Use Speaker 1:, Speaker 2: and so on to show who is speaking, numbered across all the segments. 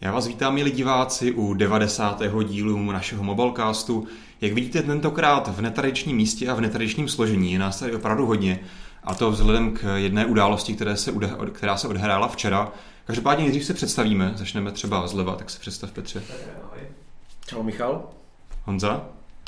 Speaker 1: Já vás vítám, milí diváci, u 90. dílu našeho mobilecastu. Jak vidíte, tentokrát v netradičním místě a v netradičním složení je nás tady opravdu hodně. A to vzhledem k jedné události, které se ude, která se odehrála včera. Každopádně nejdřív se představíme, začneme třeba zleva, tak se představ Petře.
Speaker 2: Čau Michal.
Speaker 1: Honza?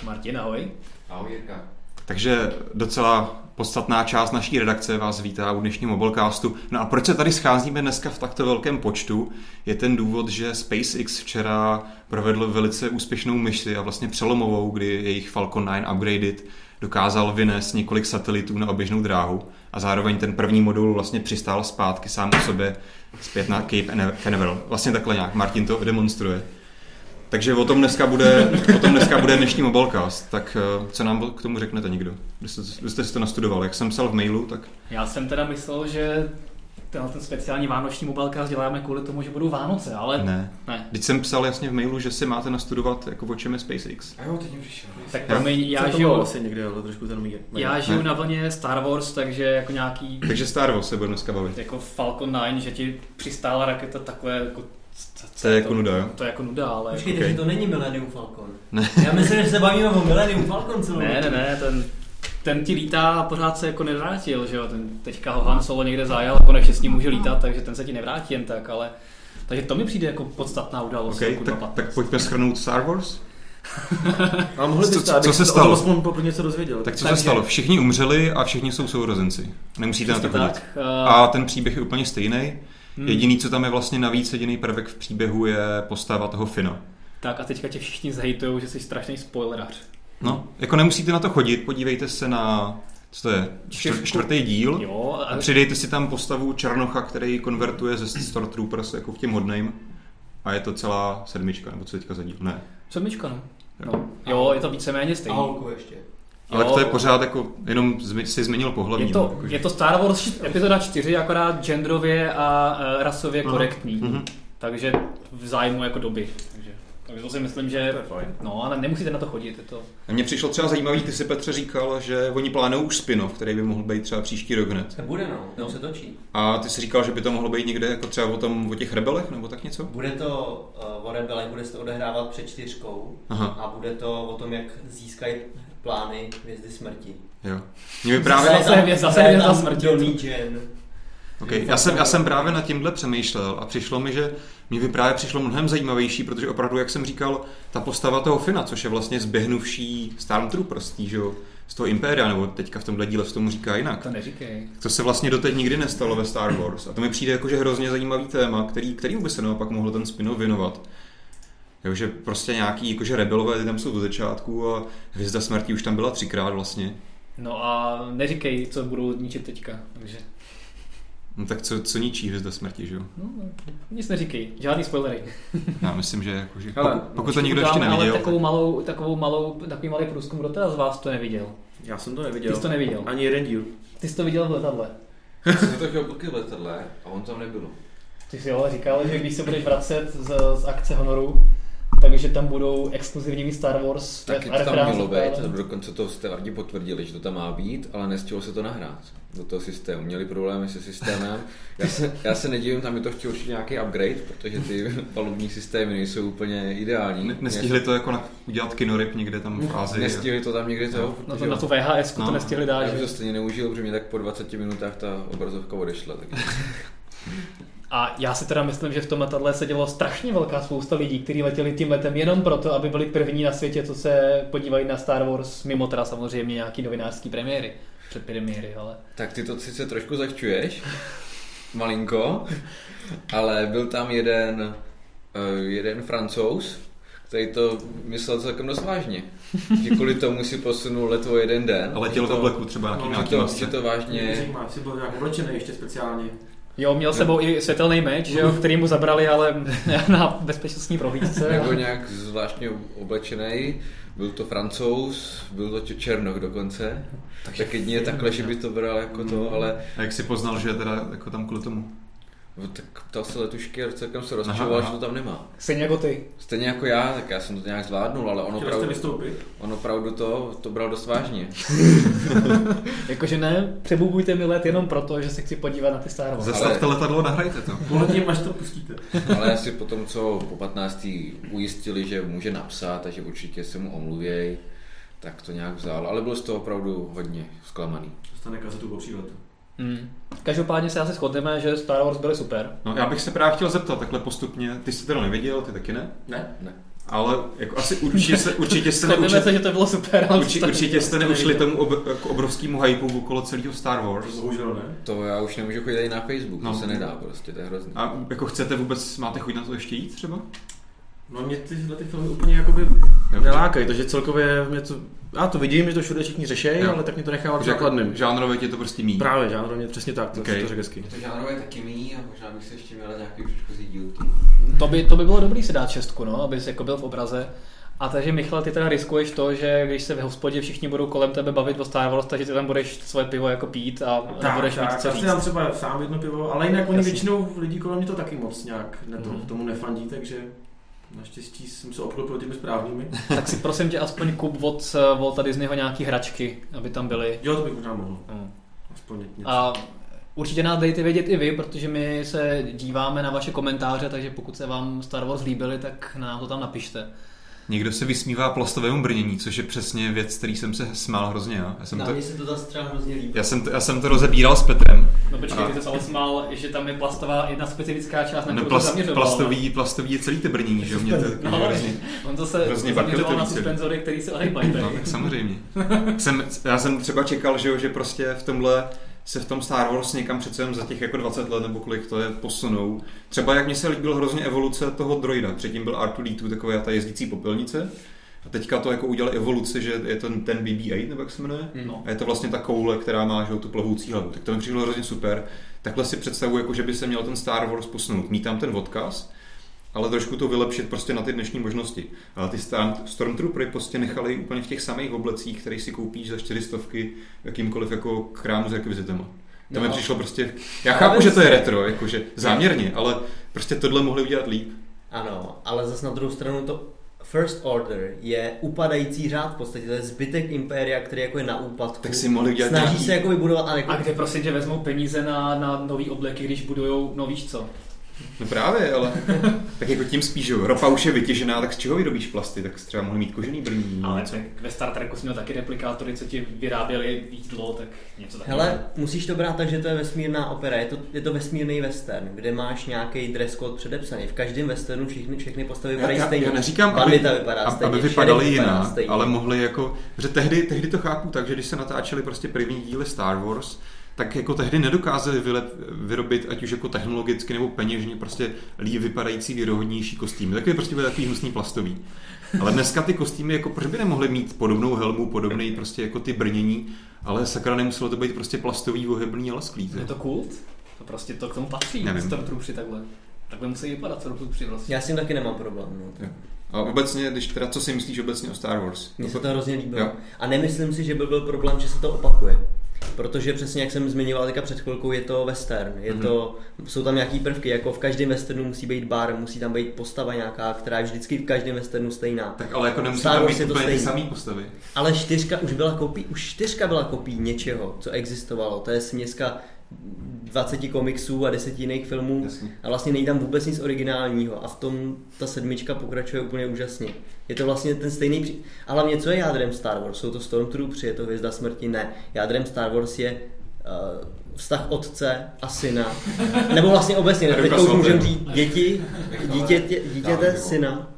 Speaker 3: Martin, ahoj.
Speaker 4: Ahoj Jirka.
Speaker 1: Takže docela podstatná část naší redakce vás vítá u dnešního mobilecastu. No a proč se tady scházíme dneska v takto velkém počtu, je ten důvod, že SpaceX včera provedl velice úspěšnou misi a vlastně přelomovou, kdy jejich Falcon 9 Upgraded dokázal vynést několik satelitů na oběžnou dráhu a zároveň ten první modul vlastně přistál zpátky sám o sobě zpět na Cape Canaveral. Vlastně takhle nějak Martin to demonstruje. Takže o tom dneska bude, o tom dneska bude dnešní mobilecast. Tak eh, co nám k tomu řeknete někdo? Kdo jste, kdo jste si to nastudoval? Jak jsem psal v mailu, tak
Speaker 3: Já jsem teda myslel, že tenhle ten speciální vánoční mobilka děláme kvůli tomu, že budou Vánoce, ale ne.
Speaker 1: ne.
Speaker 3: ne.
Speaker 1: Teď jsem psal jasně v mailu, že si máte nastudovat, jako o čem je SpaceX.
Speaker 4: A jo, teď mi přišel.
Speaker 3: Tak
Speaker 1: Já-
Speaker 3: promiň, já
Speaker 2: Co to bylo
Speaker 3: žiju,
Speaker 2: asi někde, ale trošku ten mý.
Speaker 3: já žiju
Speaker 1: Ne.
Speaker 3: na vlně Star Wars, takže jako nějaký
Speaker 1: Takže Star Wars se budeme dneska bavit.
Speaker 3: jako Falcon 9, že ti přistála raketa takové jako co- co
Speaker 1: To je jako nuda, jo?
Speaker 3: To je jako nuda, ale...
Speaker 5: Počkejte,
Speaker 1: OK.
Speaker 5: okay. že to není Millennium Falcon. Ne. Já myslím, že se bavíme o Millennium Falcon celou
Speaker 3: Ne, ne,
Speaker 5: dobu.
Speaker 3: ne, ten, ten ti lítá a pořád se jako nevrátil, že jo, ten teďka ho Han Solo někde zajel a konečně s ním může lítat, takže ten se ti nevrátí jen tak, ale... Takže to mi přijde jako podstatná událost. jako
Speaker 1: Okay,
Speaker 3: roku
Speaker 1: tak,
Speaker 3: 2015.
Speaker 1: tak pojďme schrnout Star Wars.
Speaker 2: A mohli
Speaker 1: Co-
Speaker 2: byste,
Speaker 1: co- co
Speaker 2: abych
Speaker 1: se
Speaker 2: o tom
Speaker 1: stalo?
Speaker 2: Aspoň pokud něco dozvěděl.
Speaker 1: Tak co se
Speaker 3: Takže-
Speaker 1: stalo? Všichni umřeli a všichni jsou sourozenci. Nemusíte na to
Speaker 3: Přesně
Speaker 1: chodit.
Speaker 3: tak. Hmm.
Speaker 1: A ten příběh je úplně stejný.
Speaker 3: hm.
Speaker 1: Jediný, co tam je vlastně navíc, jediný prvek v příběhu je postava toho Fina.
Speaker 3: Tak a teďka tě všichni zhejtujou, že jsi strašný spoilerař.
Speaker 1: No, jako nemusíte na to chodit, podívejte se na, co to je, čtvr,
Speaker 3: Čtyřku.
Speaker 1: čtvrtý díl.
Speaker 3: Jo,
Speaker 1: A
Speaker 3: a
Speaker 1: přidejte si tam postavu Černocha, který konvertuje ze Stormtroopers jako k těm hodným. A je to celá sedmička, nebo co teďka za díl. Ne.
Speaker 3: sedmička, no. no. Jo, je to víceméně
Speaker 5: A
Speaker 3: stejný.
Speaker 5: holku ještě.
Speaker 1: Ale
Speaker 3: Jo.
Speaker 1: to je pořád jako, jenom zmi- si změnil pohlaví.
Speaker 3: Je
Speaker 1: no,
Speaker 3: to,
Speaker 1: jako,
Speaker 3: je to Star Wars št- epizoda 4, akorát genderově a eh, rasově korektní.
Speaker 1: Mhm.
Speaker 3: Takže v zájmu jako doby. Takže, takže to si myslím, že...
Speaker 2: To je fajn.
Speaker 3: No, ale nemusíte na to chodit, je to...
Speaker 1: A Mně přišlo třeba zajímavý, ty si Petře říkal, že oni plánují už spin-off, který by mohl být třeba příští rok hned.
Speaker 5: To bude no, tam se točí.
Speaker 1: A ty si říkal, že by to mohlo být někde jako třeba o, tom, o těch rebelech nebo tak něco?
Speaker 5: Bude to uh, o rebelech, bude se to odehrávat před čtyřkou
Speaker 1: Aha.
Speaker 5: a bude to o tom, jak získají plány hvězdy smrti.
Speaker 1: Jo. Mě by právě...
Speaker 3: Zase hvězda- zase hvězda smrti.
Speaker 5: Donnie Jen.
Speaker 1: Okay. Já, jsem, já jsem právě nad tímhle přemýšlel a přišlo mi, že mě by právě přišlo mnohem zajímavější, protože opravdu, jak jsem říkal, ta postava toho Fina, což je vlastně zběhnuvší Stormtrooper z, tý, že, jo, z toho Impéria, nebo teďka v tomhle díle v tom říká jinak.
Speaker 3: To neříkej.
Speaker 1: To se vlastně doteď nikdy nestalo ve Star Wars a to mi přijde jakože hrozně zajímavý téma, který, který by se naopak mohl ten spin věnovat. Jo, že prostě nějaký jakože rebelové ty tam jsou do začátku a Hvězda smrti už tam byla třikrát vlastně.
Speaker 3: No a neříkej, co budou ničit teďka. Takže,
Speaker 1: No tak co, co ničí Hvězda smrti, že jo?
Speaker 3: no, no, nic neříkej. Žádný spoilery.
Speaker 1: Já myslím, že jakože,
Speaker 2: Hele,
Speaker 1: pokud, pokud to Jako nikdo ještě
Speaker 3: Uděláme
Speaker 1: neviděl.
Speaker 3: Ale
Speaker 1: tak-
Speaker 3: takovou malou, takovou malou, takový malý průzkum, kdo teda z vás to neviděl?
Speaker 2: Já jsem to neviděl.
Speaker 3: Ty jsi to neviděl.
Speaker 2: Ani jeden díl.
Speaker 3: Ty jsi to viděl v letadle.
Speaker 4: Já jsem to chtěl pokud v letadle a on tam nebyl.
Speaker 3: Ty jsi jo, říkal, že když se budeš vracet z, z akce Honoru, takže tam budou exkluzivní Star Wars
Speaker 4: Tak
Speaker 3: a
Speaker 4: to tam
Speaker 3: reference,
Speaker 4: mělo
Speaker 3: ale-
Speaker 4: být, dokonce to jako stevardi potvrdili, že to tam má být, ale nestihlo se to nahrát do toho systému. Měli problémy se systémem. Já se, já se nedivím, tam je to chtěl určitě nějaký upgrade, protože ty palubní systémy nejsou úplně ideální.
Speaker 1: Ne- Nestihli to jako na, udělat kinorip někde tam v Ázii.
Speaker 4: Nestihli to tam někde to.
Speaker 3: Na to, na to VHS
Speaker 1: No.
Speaker 3: to nestihli dát,
Speaker 4: Já bych
Speaker 3: že?
Speaker 4: to stejně neužil, protože mě tak po 20 minutách ta obrazovka odešla. Tak...
Speaker 3: A já si teda myslím, že v tom letadle sedělo strašně velká spousta lidí, kteří letěli tím letem jenom proto, aby byli první na světě, co se podívají na Star Wars, mimo teda samozřejmě nějaký novinářský premiéry, předpremiéry, ale...
Speaker 4: Tak ty to sice trošku zahčuješ, malinko, ale byl tam jeden, eh, jeden francouz, který to myslel celkem dost vážně. Že kvůli tomu si posunul let o jeden den.
Speaker 1: A letěl
Speaker 4: Že
Speaker 1: v obleku třeba
Speaker 2: no,
Speaker 1: nějaký,
Speaker 2: že
Speaker 1: nějaký
Speaker 4: to,
Speaker 1: masce.
Speaker 4: že to vážně...
Speaker 2: Máš si byl nějak oblečený ještě speciálně.
Speaker 3: Jo, měl s sebou i světelný meč, že jo, který mu zabrali, ale na bezpečnostní prohlídce.
Speaker 4: Nebo jako nějak zvláštně oblečený. Byl to francouz, byl to č- černoch dokonce.
Speaker 1: Mm.
Speaker 4: Tak jedině takhle, že by to bral jako to, ale
Speaker 1: A jak si poznal, že je teda jako tam kvůli tomu?
Speaker 4: No, tak ptal se letušky a celkem se rozčiloval,
Speaker 1: Aha,
Speaker 4: že
Speaker 1: aha.
Speaker 4: to tam nemá.
Speaker 3: Stejně jako ty.
Speaker 4: Stejně jako já, tak já jsem to nějak zvládnul, ale on
Speaker 2: Chtěl jste
Speaker 4: opravdu,
Speaker 2: vystoupit?
Speaker 4: on opravdu to, to bral dost vážně.
Speaker 3: Jakože ne, přebukujte mi let jenom proto, že se chci podívat na ty Star Wars.
Speaker 1: Zastavte letadlo, nahrajte to.
Speaker 2: Pohledně, až to pustíte.
Speaker 4: Ale asi potom, co po 15. ujistili, že může napsat a že určitě se mu omluvěj, tak to nějak vzal, ale byl z toho opravdu hodně zklamaný.
Speaker 2: Dostane kazetu po příletu.
Speaker 3: Mm. Každopádně se asi shodneme, že Star Wars byly super.
Speaker 1: No, já bych se právě chtěl zeptat takhle postupně, ty jsi teda neviděl, ty taky ne,
Speaker 2: Ne?
Speaker 1: ale jako asi určitě se, určitě jste
Speaker 3: Shodneme se,
Speaker 1: neučili,
Speaker 3: že to bylo super, ale
Speaker 1: určitě,
Speaker 3: to-
Speaker 1: určitě jste
Speaker 3: to
Speaker 1: neušli
Speaker 3: neviděl.
Speaker 1: tomu ob, k obrovskému hypeu okolo celého Star Wars.
Speaker 2: Bohužel ne.
Speaker 4: To já už nemůžu chodit ani na Facebook, no.
Speaker 1: No.
Speaker 4: to se nedá prostě, to je hrozný.
Speaker 1: A jako chcete vůbec, máte chuť na to ještě jít třeba?
Speaker 2: No mě tyhle ty filmy úplně jakoby
Speaker 1: Jako,
Speaker 2: nelákají, takže celkově mě to... Já to vidím, že to všude všichni řešejí,
Speaker 1: Jo.
Speaker 2: ale tak mě to nechává
Speaker 1: Že jako
Speaker 2: základným.
Speaker 1: Žánrově tě to prostě mí.
Speaker 2: Právě, žánrovně, přesně tak, to,
Speaker 1: Okej.
Speaker 2: okay. to řekl hezky.
Speaker 4: to žánrové taky mý a možná bych se ještě měl nějaký předchozí díl.
Speaker 3: To by, to by bylo dobrý si dát šestku, no, abys jako byl v obraze. A takže Michal, ty teda riskuješ to, že když se v hospodě všichni budou kolem tebe bavit o Star Wars, takže ty tam budeš svoje pivo jako pít a, a budeš mít co
Speaker 2: já si
Speaker 3: říct.
Speaker 2: dám třeba sám jedno pivo, ale jinak oni
Speaker 3: Jasně.
Speaker 2: většinou lidi kolem mě to taky moc nějak ne to,
Speaker 3: Mhm.
Speaker 2: tomu nefandí, takže naštěstí jsem se obklopil těmi správnými.
Speaker 3: Tak si prosím tě aspoň kup od, od tady z něho nějaký hračky, aby tam byly.
Speaker 2: Jo, to bych možná mohl,
Speaker 1: No,
Speaker 3: Mm.
Speaker 2: aspoň něco.
Speaker 3: A určitě nás dejte vědět i vy, protože my se díváme na vaše komentáře, takže pokud se vám Star Wars líbily, tak nám to tam napište.
Speaker 1: Někdo se vysmívá plastovému brnění, což je přesně věc, který jsem se smál hrozně. Já, já, jsem,
Speaker 5: Na
Speaker 1: to,
Speaker 5: mě se to zase třeba hrozně líbí.
Speaker 1: já, jsem, to, já jsem to rozebíral s Petrem.
Speaker 3: No počkej,
Speaker 1: A-
Speaker 3: ty se ale smál, že tam je plastová jedna specifická část, na
Speaker 1: Ne,
Speaker 3: kterou se
Speaker 1: plast,
Speaker 3: zaměřoval.
Speaker 1: plastový, plastový je celý ty brnění, že jo? Mě to,
Speaker 3: No, ale on zase
Speaker 1: Hrozně
Speaker 3: zaměřoval na
Speaker 1: bakeltový celý.
Speaker 3: suspenzory, který se ohýbají.
Speaker 1: No, tak samozřejmě. Jsem, já jsem třeba čekal, že, jo, že prostě v tomhle se v tom Star Wars někam přece jen za těch jako 20 let nebo kolik to je posunou. Třeba jak mně se líbil hrozně evoluce toho droida. Předtím byl R2D2 taková ta jezdící popelnice. A teďka to jako udělali evoluci, že je to ten BB-8 nebo jak se jmenuje.
Speaker 3: No.
Speaker 1: A je to vlastně ta koule, která má že, jo, tu plovoucí hlavu. Tak to mi přišlo hrozně super. Takhle si představuji, jako že by se měl ten Star Wars posunout. Mít tam ten odkaz, ale trošku to vylepšit prostě na ty dnešní možnosti. Ale ty Star- Stormtroopery prostě nechali úplně v těch samých oblecích, které si koupíš za 400 v jakýmkoliv jako krámu s rekvizitama. To mi
Speaker 5: No.
Speaker 1: přišlo prostě... Já
Speaker 5: Ale
Speaker 1: chápu, že to je
Speaker 5: jste-
Speaker 1: retro, jakože záměrně, ale prostě tohle mohli udělat líp.
Speaker 5: Ano, ale zase na druhou stranu to First Order je upadající řád v podstatě, to je zbytek impéria, který jako je na úpadku.
Speaker 1: Tak si mohli udělat
Speaker 5: Snaží
Speaker 1: nějaký-
Speaker 5: se jako vybudovat a jako...
Speaker 3: A kde prosím tě vezmou peníze na, na nový obleky, když budujou, no víš co?
Speaker 1: No právě, ale tak jako tím spíš, že jo, ropa už je vytěžená, tak z čeho vyrobíš plasty? Tak třeba mohli mít kožený brní.
Speaker 3: Ale tak ve Star Treku jsme měl taky replikátory, co ti vyráběli jídlo, tak něco takového.
Speaker 1: No.
Speaker 5: Hele, musíš to brát tak, že to je vesmírná opera, je to, je to vesmírný western, kde máš nějaký dress code předepsaný. V každém westernu všichni, všechny postavy
Speaker 1: Já,
Speaker 5: vypadají
Speaker 1: já,
Speaker 5: stejně.
Speaker 1: já neříkám, aby,
Speaker 5: Bandita vypadá
Speaker 1: ab-
Speaker 5: stejně,
Speaker 1: aby
Speaker 5: šerif
Speaker 1: vypadaly
Speaker 5: vypadá
Speaker 1: jiná,
Speaker 5: stejně.
Speaker 1: ale mohli jako, že tehdy, tehdy to chápu tak, že když se natáčeli prostě první díly Star Wars, tak jako tehdy nedokázali vylep, vyrobit, ať už jako technologicky nebo peněžně, prostě líp vypadající věrohodnější kostýmy. Takový prostě byly takový hnusný plastový. Ale dneska ty kostýmy, jako proč by nemohly mít podobnou helmu, podobný prostě jako ty brnění, ale sakra nemuselo to být prostě plastový, ohebný a lesklý.
Speaker 3: Je to kult? To prostě to k tomu patří,
Speaker 1: Nevím.
Speaker 3: Stormtroopři takhle. Takhle musí vypadat Stormtroopři prostě.
Speaker 5: Já s tím taky nemám problém. No.
Speaker 1: Jo. A obecně, když teda, co si myslíš obecně o Star Wars?
Speaker 5: Mně se to hrozně líbilo.
Speaker 1: Jo.
Speaker 5: A nemyslím si, že by byl problém, že se to opakuje. Protože přesně jak jsem zmiňoval teďka před chvilkou, je to western. Je
Speaker 1: Mhm.
Speaker 5: to, jsou tam nějaký prvky, jako v každém westernu musí být bar, musí tam být postava nějaká, která je vždycky v každém westernu stejná.
Speaker 1: Tak ale jako nemusí
Speaker 5: Star
Speaker 1: tam
Speaker 5: Wars
Speaker 1: být
Speaker 5: je to
Speaker 1: úplně ty
Speaker 5: stejný.
Speaker 1: samý postavy.
Speaker 5: Ale čtyřka už byla kopí, už čtyřka byla kopí něčeho, co existovalo. To je směska 20 komiksů a 10 jiných filmů.
Speaker 1: Jasně.
Speaker 5: A vlastně není tam vůbec nic originálního. A v tom ta sedmička pokračuje úplně úžasně. Je to vlastně ten stejný... Při... A hlavně, co je jádrem Star Wars? Jsou to Stormtroopři, je to Hvězda smrti? Ne. Jádrem Star Wars je uh, vztah otce a syna. Nebo vlastně obecně,
Speaker 1: Ruka
Speaker 5: teď už
Speaker 1: s
Speaker 5: můžeme
Speaker 1: otcem.
Speaker 5: říct děti, dítě, dítěte,
Speaker 1: Dávám
Speaker 5: syna.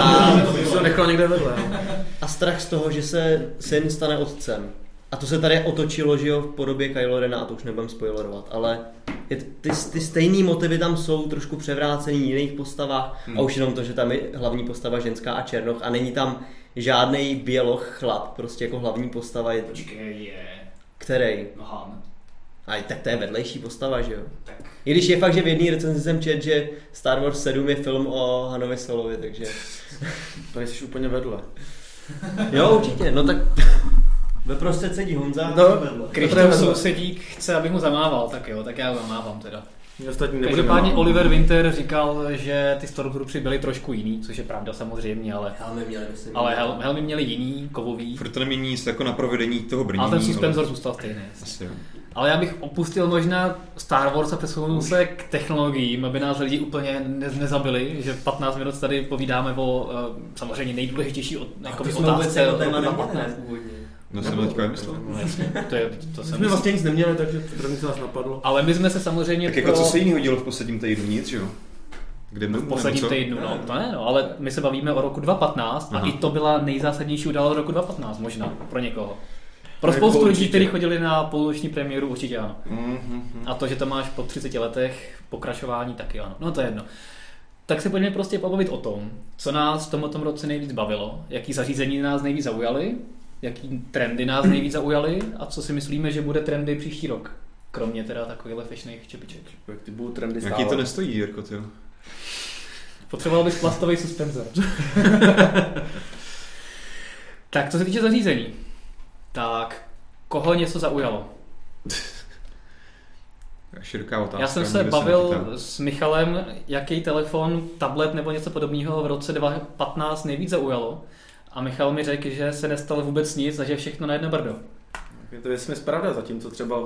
Speaker 2: A to jsem nechal někde vedle. no.
Speaker 5: A strach z toho, že se syn stane otcem. A to se tady otočilo, že jo, v podobě Kylo Rena, a to už nebudem spoilerovat, ale je, t- ty, ty stejné motivy tam jsou trošku převrácený v jiných postavách hmm. a už jenom to, že tam je hlavní postava ženská a černoch a není tam žádný běloch chlap, prostě jako hlavní postava je,
Speaker 3: Počkej, je...
Speaker 5: který?
Speaker 3: No Han.
Speaker 5: A tak to je vedlejší postava, že jo?
Speaker 3: Tak.
Speaker 5: I když je fakt, že v jedné recenzi jsem čet, že Star Wars 7 je film o Hanovi Solovi, takže...
Speaker 2: Tady jsi úplně vedle.
Speaker 5: Jo, určitě, no tak... Ve prostřed sedí Honza.
Speaker 2: No,
Speaker 3: Když
Speaker 2: To je
Speaker 3: ten
Speaker 2: vedle.
Speaker 3: sousedík chce, abych mu zamával, tak jo, tak já zamávám teda.
Speaker 2: My ostatní nebudeme-
Speaker 3: Každopádně Oliver Winter říkal, že ty Stormtroopery byli trošku jiný, což je pravda samozřejmě, ale,
Speaker 5: Helmy měli, myslím.
Speaker 3: ale hel, helmy měli jiný, kovový.
Speaker 1: Furt to nemění nic jako na provedení toho brnění.
Speaker 3: Ale ten
Speaker 1: ale-
Speaker 3: suspenzor zůstal stejný.
Speaker 1: Asi jo.
Speaker 3: Ale já bych opustil možná Star Wars a přesunul se k technologiím, aby nás lidi úplně ne- nezabili, že 15 minut tady povídáme o eh, samozřejmě nejdůležitější od,
Speaker 5: jako
Speaker 3: jakoby
Speaker 5: by otázce
Speaker 3: otázce
Speaker 5: jako téma
Speaker 3: roku na
Speaker 5: neměli,
Speaker 3: 15.
Speaker 5: ne, původně.
Speaker 1: No jsem to teďka vymyslel.
Speaker 3: No jasně, to, je, to
Speaker 2: My
Speaker 3: jsem
Speaker 2: jsme vlastně nic neměli, takže první se nás napadlo.
Speaker 3: Ale my jsme se samozřejmě
Speaker 1: Tak jako co se jiného dělo v posledním týdnu nic, že jo? Kde
Speaker 3: v posledním týdnu, no, to ne, no, ale my se bavíme o roku 2015
Speaker 1: Aha.
Speaker 3: a i to byla nejzásadnější událost roku 2015 možná pro někoho. Pro
Speaker 2: Jako
Speaker 3: spoustu lidí,
Speaker 2: určitě.
Speaker 3: kteří chodili na půlnoční premiéru, určitě ano.
Speaker 1: Mm-hmm.
Speaker 3: A to, že to máš po 30 letech pokračování, taky ano. No to je jedno. Tak se pojďme prostě pobavit o tom, co nás v tomto roce nejvíc bavilo, jaký zařízení nás nejvíc zaujaly, jaký trendy nás nejvíc zaujaly a co si myslíme, že bude trendy příští rok. Kromě teda takovýchhle fešných čepiček.
Speaker 2: Ty budou trendy
Speaker 1: Jaký to nestojí, Jirko, ty jo?
Speaker 3: Potřeboval bys plastový suspenzor. tak, co se týče zařízení, tak koho něco zaujalo?
Speaker 1: Široká otázka.
Speaker 3: Já jsem se
Speaker 1: nikdo
Speaker 3: bavil
Speaker 1: nechytal.
Speaker 3: s Michalem, jaký telefon, tablet nebo něco podobného v roce 2015 nejvíc zaujalo. A Michal mi řekl, že se nestalo vůbec nic a že všechno na jedno brdo.
Speaker 2: Je to věcmi zpravda, zatímco třeba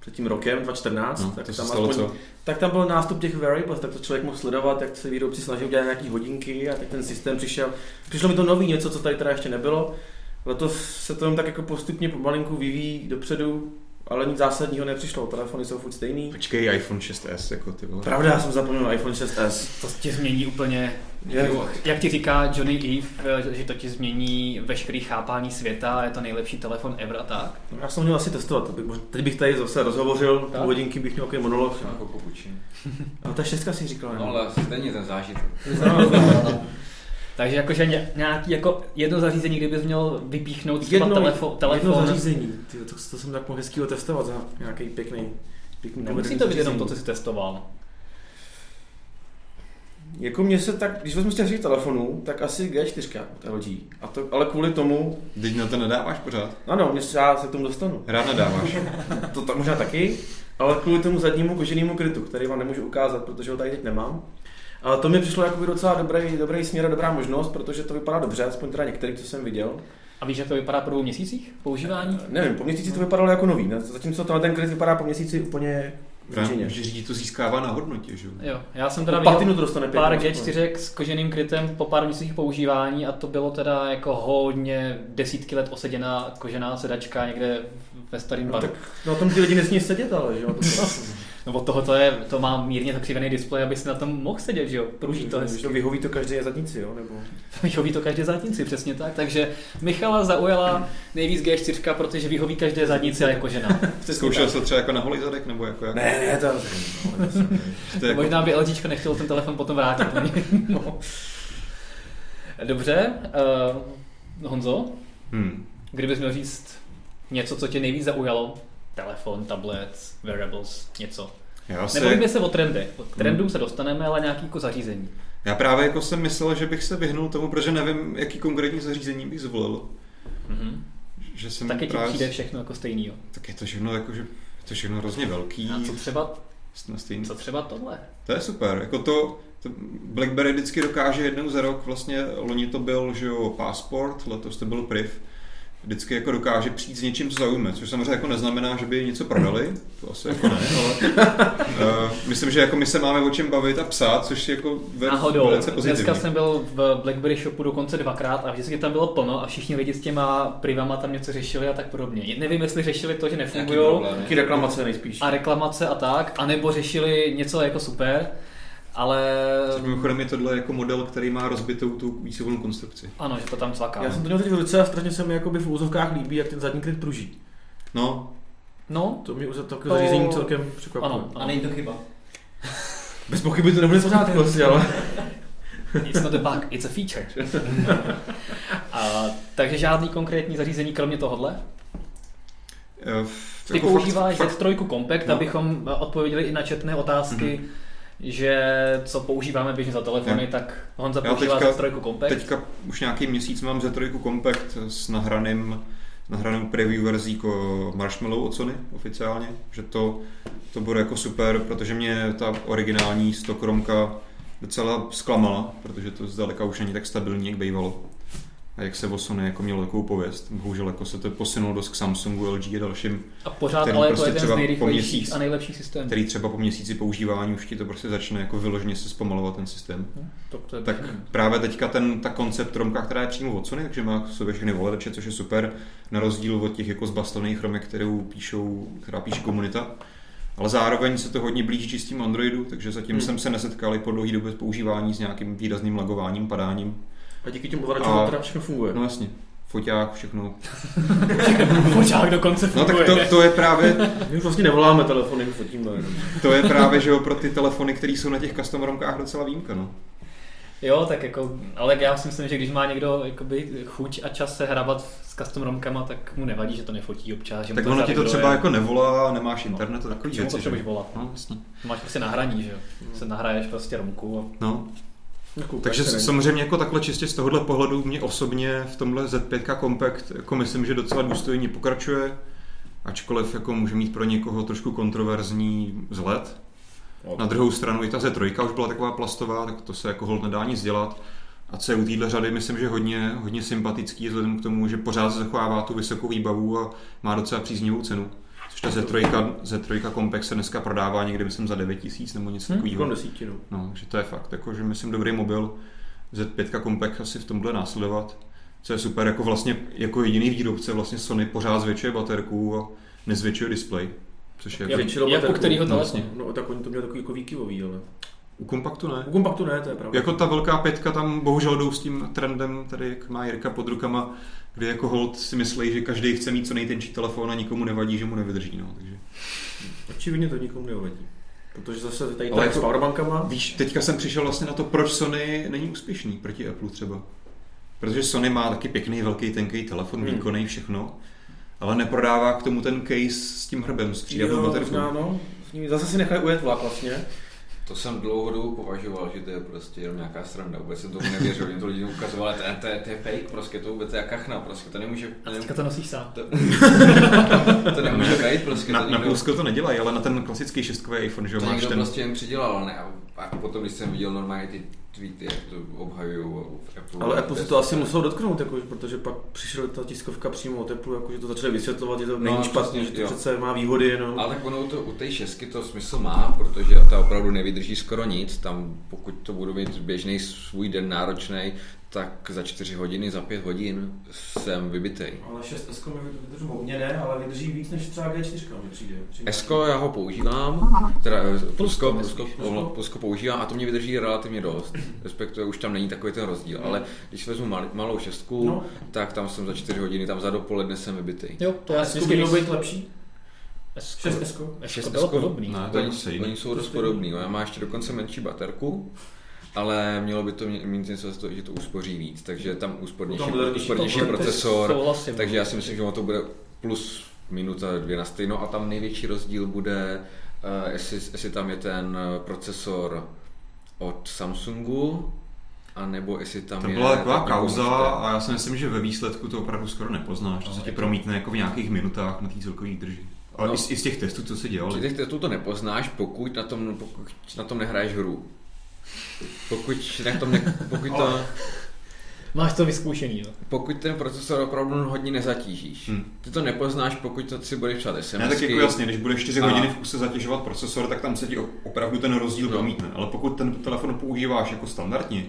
Speaker 2: před tím rokem, 2014,
Speaker 1: No,
Speaker 2: tak,
Speaker 1: to se
Speaker 2: tam
Speaker 1: stalo
Speaker 2: aspoň,
Speaker 1: co?
Speaker 2: tak tam byl nástup těch variables, tak to člověk mohl sledovat, jak se výrobci snaží udělat nějaký hodinky a tak ten systém přišel. Přišlo mi to nový něco, co tady teda ještě nebylo. Letos se to jen tak jako postupně pomalinku vyvíjí dopředu, ale nic zásadního nepřišlo. Telefony jsou furt stejný.
Speaker 1: Počkej, iPhone 6s, jako ty vole.
Speaker 2: Pravda, já jsem zapomněl na iPhone 6s.
Speaker 3: To tě změní úplně,
Speaker 2: Je-
Speaker 3: jak ti říká Johnny Eve, eh, že to ti změní veškerý chápání světa, je to nejlepší telefon ever a tak.
Speaker 2: Já jsem měl asi testovat, to bych, mož- teď bych tady zase rozhovořil,
Speaker 3: Tak.
Speaker 2: tak. hodinky bych měl nějaký monolog.
Speaker 4: Třeba jako popučin.
Speaker 2: A ta šestka si říkala,
Speaker 4: No ale stejně ten zážitek.
Speaker 3: Takže jakože ně- nějaký jako jedno zařízení, kdybys měl vypíchnout třeba
Speaker 2: Jedno-
Speaker 3: telefo, telefon.
Speaker 2: Jedno zařízení, ty, to, to, jsem tak mohl hezky otestovat za nějaký pěkný. pěkný
Speaker 3: Nemusí
Speaker 2: moderní
Speaker 3: to být jenom to,
Speaker 2: zařízení.
Speaker 3: co jsi testoval.
Speaker 2: Jako mě se tak, když vezmu z těch svých telefonů, tak asi G4 od LG. A to, ale kvůli tomu,
Speaker 1: Teď na to nedáváš pořád?
Speaker 2: ano, mě se, já se k tomu dostanu.
Speaker 1: Rád nedáváš.
Speaker 2: To tam možná taky, ale kvůli tomu zadnímu koženému krytu, který vám nemůžu ukázat, protože ho tady teď nemám. Ale to mi přišlo jako docela dobrý, dobrý směr a dobrá možnost, protože to vypadá dobře, aspoň teda některý, co jsem viděl.
Speaker 3: A víš, jak to vypadá po dvou měsících používání?
Speaker 2: Nevím, po měsíci to vypadalo jako nový, ne? zatímco tenhle ten kryt vypadá po měsíci úplně
Speaker 1: Tam,
Speaker 2: vyženě.
Speaker 1: že řídí to získává na hodnotě, že jo?
Speaker 3: Jo, já jsem teda
Speaker 2: Teda
Speaker 3: viděl
Speaker 2: patinu to dostane
Speaker 3: pár
Speaker 2: pěkně aspoň.
Speaker 3: G4 s koženým krytem po pár měsících používání a to bylo teda jako hodně desítky let oseděná kožená sedačka někde ve starém
Speaker 2: No
Speaker 3: baru.
Speaker 2: tak na tom ty lidi nesmí sedět, ale že jo.
Speaker 3: No od toho to je, to má mírně zakřivený displej, aby si na tom mohl sedět, že jo, pruží to
Speaker 2: Když to
Speaker 3: hezky.
Speaker 2: vyhoví to každé zadnici, jo? Nebo...
Speaker 3: Vyhoví to každé zadnici, přesně tak. Takže Michala zaujala nejvíc G4, protože vyhoví každé zadnici jako žena.
Speaker 1: Zkoušel se třeba jako na holý zadek, nebo jako jak?
Speaker 2: Ne, ne, to...
Speaker 1: To je
Speaker 3: Jako...
Speaker 1: jako...
Speaker 3: Možná by LGčko nechtělo ten telefon potom vrátit. no. Dobře, uh, Honzo,
Speaker 1: Hmm.
Speaker 3: Kdybys měl říct něco, co tě nejvíc zaujalo, telefon, tablet, wearables, něco.
Speaker 1: Já
Speaker 3: Se...
Speaker 1: se...
Speaker 3: Nebojíme se o trendech. Od trendů se dostaneme, ale nějaký jako zařízení.
Speaker 1: Já právě jako jsem myslel, že bych se vyhnul tomu, protože nevím, jaký konkrétní zařízení bych zvolil.
Speaker 3: Mm-hmm.
Speaker 1: Že jsem
Speaker 3: Taky ti
Speaker 1: právě...
Speaker 3: přijde všechno jako stejný.
Speaker 1: Tak je to všechno jako, že je to všechno hrozně velký.
Speaker 3: A co třeba,
Speaker 1: Na stejný...
Speaker 3: co třeba tohle?
Speaker 1: To je super. Jako to, to BlackBerry vždycky dokáže jednou za rok, vlastně loni to byl, že jo, Passport, letos to byl Priv, vždycky jako dokáže přijít s něčím, co zaujme, což samozřejmě jako neznamená, že by něco prodali, to asi jako ne, ale uh, myslím, že jako my se máme o čem bavit a psát, což je jako ve,
Speaker 3: Náhodou,
Speaker 1: velice pozitivní.
Speaker 3: dneska jsem byl v Blackberry shopu dokonce dvakrát a vždycky tam bylo plno a všichni lidi s těma privama tam něco řešili a tak podobně. Nevím, jestli řešili to, že
Speaker 4: Nějaký
Speaker 3: nefungují,
Speaker 4: problém.
Speaker 2: Taky reklamace nejspíš.
Speaker 3: a reklamace a tak, anebo řešili něco jako super, ale...
Speaker 1: Což mimochodem je tohle jako model, který má rozbitou tu výsovnou konstrukci.
Speaker 3: Ano, že to tam cvaká.
Speaker 2: Já jsem to měl teď v ruce a strašně se mi jakoby v úzovkách líbí, jak ten zadní kryt pruží.
Speaker 1: No,
Speaker 3: No,
Speaker 2: To mě už za to
Speaker 3: To-
Speaker 2: zařízení celkem překvapilo.
Speaker 3: ano,
Speaker 5: A
Speaker 3: ano.
Speaker 5: není to chyba.
Speaker 2: Bez pochyby to nebude v pořádku asi, ale...
Speaker 3: It's not a bug, it's a feature. a, takže žádný konkrétní zařízení kromě tohohle?
Speaker 1: eh, jako
Speaker 3: Ty jako používáš
Speaker 1: fakt,
Speaker 3: fakt,
Speaker 1: fakt,
Speaker 3: Z3 Compact,
Speaker 1: No.
Speaker 3: no.
Speaker 1: Mhm.
Speaker 3: abychom eh, odpověděli i na četné otázky, mm-hmm. že co používáme běžně za telefony,
Speaker 1: Jo.
Speaker 3: tak Honza
Speaker 1: Já
Speaker 3: používá
Speaker 1: teďka-
Speaker 3: Z3 Compact.
Speaker 1: teďka už nějaký měsíc mám Z3 Compact s nahraným nahranou preview verzí jako Marshmallow od Sony oficiálně, že to, to bude jako super, protože mě ta originální stokromka docela zklamala, protože to zdaleka už není tak stabilní, jak bývalo. A jak se o Sony jako mělo takovou pověst. Bohužel jako se to posunulo dost k Samsungu, LG a dalším,
Speaker 3: A pořád
Speaker 1: Který
Speaker 3: ale je to
Speaker 1: prostě
Speaker 3: jeden z
Speaker 1: třeba po
Speaker 3: nejrychlejších
Speaker 1: měsíc-
Speaker 3: a nejlepších systémů.
Speaker 1: který třeba po měsíci používání už ti to prostě začne jako vyloženě se zpomalovat ten systém.
Speaker 3: To, to je
Speaker 1: Tak právě teďka ten, ta koncept Romka, která je přímo od Sony, takže má v sobě všechny voladače, což je super, na rozdíl od těch jako zbastovných Romek, kterou píšou, která píše komunita. Ale zároveň se to hodně blíží čistým Androidu, takže zatím
Speaker 2: Hmm.
Speaker 1: hmm. jsem se nesetkal i po dlouhé době používání s nějakým výrazným lagováním, padáním.
Speaker 2: A díky těm ovladačům
Speaker 1: A-
Speaker 2: to teda všechno funguje.
Speaker 1: No jasně, foťák, všechno.
Speaker 3: Fočák dokonce
Speaker 1: No tak
Speaker 3: funguje.
Speaker 1: to, to je právě
Speaker 2: My už vlastně nevoláme telefony, my fotíme. jenom.
Speaker 1: To je právě, že jo, pro ty telefony, které jsou na těch custom romkách docela výjimka, no.
Speaker 3: Jo, tak jako, ale já si myslím, že když má někdo jakoby, chuť a čas se hrabat s custom romkama, tak mu nevadí, že to nefotí občas. Že mu
Speaker 1: Tak ono ti to
Speaker 3: zaviduje.
Speaker 1: třeba jako nevolá, nemáš internet a
Speaker 3: K
Speaker 1: takový
Speaker 3: čemu
Speaker 1: věci, že
Speaker 3: potřebuješ
Speaker 1: jo.
Speaker 3: volat?
Speaker 1: No, jasně.
Speaker 3: Máš prostě nahraní, že jo? Se nahraješ prostě romku.
Speaker 1: No,
Speaker 2: Koukáš
Speaker 1: takže
Speaker 2: se na ně.
Speaker 1: samozřejmě jako takhle čistě z tohohle pohledu mě osobně v tomhle Z5 Compact jako myslím, že docela důstojně pokračuje, ačkoliv jako může mít pro někoho trošku kontroverzní vzhled, Na druhou stranu i ta Z3 už byla taková plastová, tak to se jako hold nedá nic dělat. A co je u téhle řady, myslím, že hodně, hodně sympatický, vzhledem k tomu, že pořád se zachovává tu vysokou výbavu a má docela příznivou cenu. Což ta Z3, Z3 Compact se dneska prodává někde, myslím, za 9000 nebo něco
Speaker 3: Hm,
Speaker 1: takového.
Speaker 2: Kolem desíti, no.
Speaker 1: No, že to je fakt, jako, že myslím, dobrý mobil, Z5 Compact asi v tomhle následovat, co je super, jako vlastně, jako jediný výrobce vlastně Sony pořád zvětšuje baterku a nezvětšuje display, což je
Speaker 3: Jak,
Speaker 1: jako,
Speaker 2: většinou
Speaker 3: jak u
Speaker 2: baterku.
Speaker 3: kterého
Speaker 1: No,
Speaker 3: telefonu?
Speaker 2: No tak oni to měli takový jako výkyvový, ale.
Speaker 1: u kompaktu ne.
Speaker 2: U kompaktu ne, to je pravda.
Speaker 1: Jako ta velká pětka tam bohužel jdou s tím trendem, tady jak má Jirka pod rukama, kde jako hold si myslí, že každý chce mít co nejtenčí telefon a nikomu nevadí, že mu nevydrží. No, takže.
Speaker 2: Očividně to nikomu nevadí. Protože zase tady
Speaker 1: Ale
Speaker 2: tak s
Speaker 1: jako-
Speaker 2: powerbankama.
Speaker 1: Víš, teďka jsem přišel vlastně na to, proč Sony není úspěšný proti Apple třeba. Protože Sony má taky pěkný, velký, tenký telefon,
Speaker 2: Hmm.
Speaker 1: hmm. výkonný, všechno, ale neprodává k tomu ten case s tím hrbem, s
Speaker 2: Jo,
Speaker 1: přídavnou baterkou.
Speaker 2: možná, no. S nimi Zase si nechali ujet vlak vlastně.
Speaker 4: To jsem dlouhou dobu považoval, že to je prostě jenom nějaká sranda, vůbec jsem tomu nevěřil, mě to lidi ukazoval, ale to, je- to, je- to je fake, prostě to vůbec je jak kachna, prostě to nemůže,
Speaker 3: A
Speaker 4: to,
Speaker 3: teďka
Speaker 4: nemůže,
Speaker 3: to nosíš sám.
Speaker 4: to, to nemůže být, prostě
Speaker 1: Na,
Speaker 4: to
Speaker 1: na
Speaker 4: nikdo,
Speaker 1: Plusko to nedělají, ale na ten klasický šestkový iPhone, že jo,
Speaker 4: to
Speaker 1: máš
Speaker 4: někdo
Speaker 1: ten...
Speaker 4: prostě jen přidělal, ale ne, a, a potom, když jsem viděl normálně ty tweety, jak to obhajují Apple.
Speaker 2: Ale Apple se to asi muselo dotknout, jako, protože pak přišla ta tiskovka přímo od Apple, jako, že to začali vysvětlovat, že to není
Speaker 4: No,
Speaker 2: špatně, že
Speaker 4: přesně,
Speaker 2: to
Speaker 4: jo.
Speaker 2: přece má výhody. No.
Speaker 4: Ale tak ono to u té šestky to smysl má, protože ta opravdu nevydrží skoro nic. Tam pokud to budu mít běžný svůj den náročný, tak za čtyři hodiny, za pět hodin jsem vybitej.
Speaker 2: Ale 6S mi vydrží hodně, ne, ale vydrží víc než třeba G4 mi přijde.
Speaker 4: Esko, já ho používám, teda eh, plusko, plusko,
Speaker 2: Plusko.
Speaker 4: plusko používám a to mě vydrží relativně dost. Respektive už tam není takový ten rozdíl, ale když vezmu mali- malou šestku,
Speaker 2: No.
Speaker 4: tak tam jsem za čtyři hodiny, tam za dopoledne jsem vybitej.
Speaker 3: Jo, to já si
Speaker 2: Esko
Speaker 3: vždycky...
Speaker 2: mělo být lepší?
Speaker 3: Esko-
Speaker 2: 6S?
Speaker 3: Esko
Speaker 4: Šest
Speaker 3: bylo
Speaker 4: Esko-
Speaker 3: podobný.
Speaker 1: Ne, to je
Speaker 4: No, Oni,
Speaker 1: asi jiný. Prostě-
Speaker 4: oni jsou dost podobný, jo. já má ještě dokonce menší baterku, ale mělo by to mě- mít něco z toho, že to uspoří víc, takže tam úspornější,
Speaker 2: Tam bude
Speaker 4: úspornější
Speaker 2: nižší
Speaker 3: To- to
Speaker 4: procesor,
Speaker 3: Souhlasím.
Speaker 4: takže já si myslím, že ono to bude plus minuta dvě na stejno a tam největší rozdíl bude, eh, jestli, jestli tam je ten eh, procesor od Samsungu, a nebo jestli tam
Speaker 1: To
Speaker 4: je...
Speaker 1: byla taková
Speaker 4: tak jako
Speaker 1: kauza
Speaker 4: určité-
Speaker 1: a já si myslím, že ve výsledku to opravdu skoro nepoznáš. To se ti promítne jako v nějakých minutách na té celkové drži. Ale
Speaker 4: No.
Speaker 1: i, z, i z těch testů, co se
Speaker 4: Při
Speaker 1: dělali.
Speaker 4: těch testů to nepoznáš, pokud na tom, pokud na tom nehraješ hru. Pokud, na tom ne, pokud, to,
Speaker 3: Máš to vyzkoušený, jo.
Speaker 4: pokud ten procesor opravdu hodně nezatížíš.
Speaker 1: Hm.
Speaker 4: Ty to nepoznáš, pokud to si budeš psát SMSky.
Speaker 1: Ne, tak jako jasně, když budeš 4
Speaker 4: A-
Speaker 1: hodiny v kuse zatěžovat procesor, tak tam se ti o- opravdu ten rozdíl
Speaker 4: No.
Speaker 1: promítne. Ale pokud ten telefon používáš jako standardně,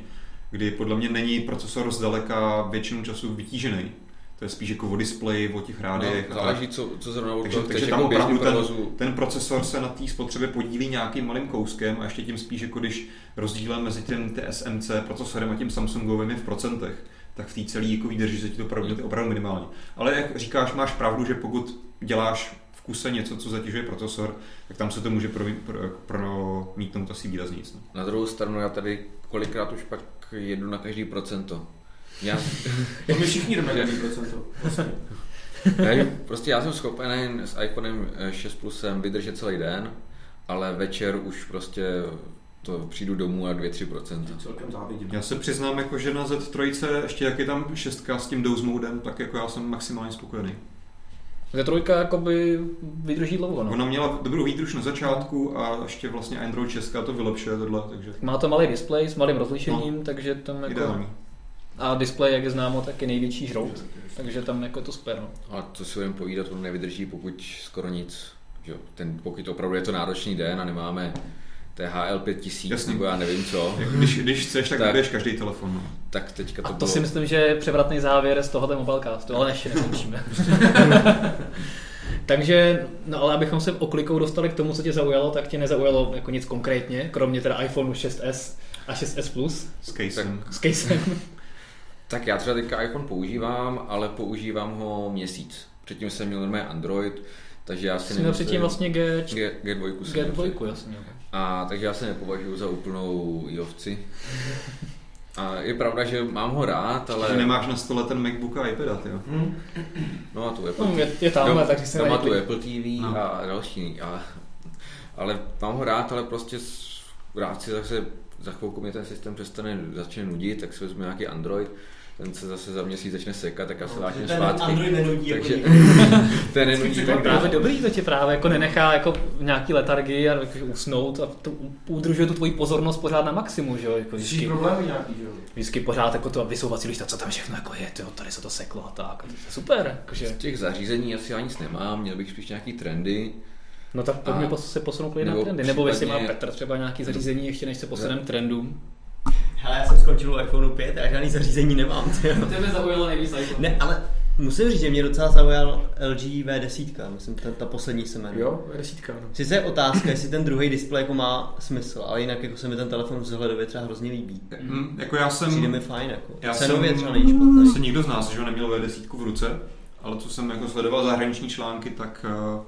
Speaker 1: kdy podle mě není procesor zdaleka většinu času vytížený, to je spíš jako o displeji, o těch rádiech.
Speaker 4: no,
Speaker 1: a jako tak.
Speaker 4: záleží, co, co zrovna u
Speaker 1: Takže-
Speaker 4: toho chceš,
Speaker 1: takže tam
Speaker 4: jako běžný
Speaker 1: opravdu ten-
Speaker 4: provozu.
Speaker 1: ten procesor se na té spotřebě podílí nějakým malým kouskem a ještě tím spíš, jako když rozdílem mezi tím TSMC procesorem a tím Samsungovým je v procentech, tak v té celé jako výdrži se ti to promítne opravdu minimálně. Ale jak říkáš, máš pravdu, že pokud děláš v kuse něco, co zatěžuje procesor, tak tam se to může promí- pro- promítnout asi výraznějc. No.
Speaker 4: Na druhou stranu já tady kolikrát už pak jedu na každý procento. Já,
Speaker 2: To my všichni jdeme na 1%. Vlastně.
Speaker 4: já, prostě já jsem schopen s iPhonem eh, 6 Plusem vydržet celý den, ale večer už prostě to přijdu domů na 2-3%.
Speaker 6: Celkem závidím.
Speaker 1: Já se přiznám, jako že na Z3, ještě jak je tam šestka s tím Dose modem, tak jako já jsem maximálně spokojený.
Speaker 3: Ze trojka jakoby vydrží dlouho, no.
Speaker 1: Ona měla dobrou výdruž na začátku a ještě vlastně Android 6 to vylepšuje tohle, takže
Speaker 3: Má to malý displej s malým rozlišením, no. takže tam jako...
Speaker 1: ideální.
Speaker 3: A displej, jak je známo, tak je největší žrout, takže tam jako je to super, no.
Speaker 4: A to si budeme povídat, on nevydrží pokud skoro nic. Že? jo. Ten, pokud opravdu je to náročný den a nemáme THL 5000
Speaker 1: Jasně.
Speaker 4: nebo já nevím co,
Speaker 1: Jako když, když chceš, tak,
Speaker 4: Tak.
Speaker 1: tak. každý telefon. No.
Speaker 4: tak teďka to
Speaker 3: A to
Speaker 4: bylo...
Speaker 3: si myslím, že je převratný závěr z tohohle mobilecastu, ale ještě neskončíme. Takže, no ale abychom se oklikou dostali k tomu, co tě zaujalo, tak tě nezaujalo jako nic konkrétně, kromě teda iPhoneu 6s a 6s Plus
Speaker 1: S casem.
Speaker 3: s casem.
Speaker 4: Tak já třeba teďka iPhone používám, ale používám ho měsíc. Předtím jsem měl normálně Android, takže já si
Speaker 3: Jsi měl předtím vlastně G,
Speaker 4: G, G2 jsem měl
Speaker 3: G2, jasně.
Speaker 4: A takže já se nepovažuji za úplnou jovci. A je pravda, že mám ho rád,
Speaker 1: Ale...
Speaker 4: ale...
Speaker 1: Že nemáš na stole ten MacBook a iPad, jo.
Speaker 4: No a tu Apple
Speaker 3: No, je, je tamhle,
Speaker 4: tam,
Speaker 3: takže se
Speaker 4: tam má tu
Speaker 3: najdu.
Speaker 4: Apple TV
Speaker 1: No.
Speaker 4: no. a další. A, ale mám ho rád, ale prostě s- rád si zase za chvilku mě ten systém přestane, začne nudit, tak si vezmu nějaký Android, ten se zase za měsíc začne sekat, tak já se vrátím zpátky.
Speaker 5: No, Android nenudí, jako
Speaker 4: Takže-
Speaker 5: nikdo.
Speaker 4: Ten nenudí.
Speaker 3: To je právě dobrý, to tě právě jako nenechá jako v nějaký letargii a jako usnout a to udržuje tu tvoji pozornost pořád na maximum, že jo? Jako
Speaker 6: Řeší
Speaker 3: vždycky,
Speaker 6: problémy nějaký, že jo?
Speaker 3: vždycky pořád jako to vysouvací lišta, co tam všechno jako je, tyjo, tady se to seklo a tak. A to je super, jakože.
Speaker 4: Z těch zařízení asi já nic nemám, měl bych spíš nějaký trendy.
Speaker 3: No tak pojďme
Speaker 4: A-
Speaker 3: pos- se posunout klidně na
Speaker 4: nebo
Speaker 3: trendy. Nebo jestli má
Speaker 4: případně-
Speaker 3: Petr třeba nějaký zařízení, ještě než se posuneme k trendům.
Speaker 5: Hele, já jsem skončil u iPhoneu 5 a žádný zařízení nemám. ty jo.
Speaker 3: Tebe zaujalo nejvíc iPhone.
Speaker 5: Ne, ale musím říct, že mě docela zaujal LG V10, myslím, ta, ta poslední se jmenuje.
Speaker 2: Jo, desítka, no.
Speaker 5: Sice je otázka, jestli ten druhý displej jako má smysl, ale jinak jako se mi ten telefon vzhledově třeba hrozně líbí.
Speaker 3: Mhm.
Speaker 1: Hm, jako já
Speaker 5: Přijde
Speaker 1: jsem,
Speaker 5: mi fajn, jako.
Speaker 1: Já
Speaker 5: Cenově
Speaker 1: jsem-
Speaker 5: třeba není špatný.
Speaker 1: se nikdo z nás, že jo, neměl V10 v ruce, ale co jsem jako sledoval zahraniční články, tak eh,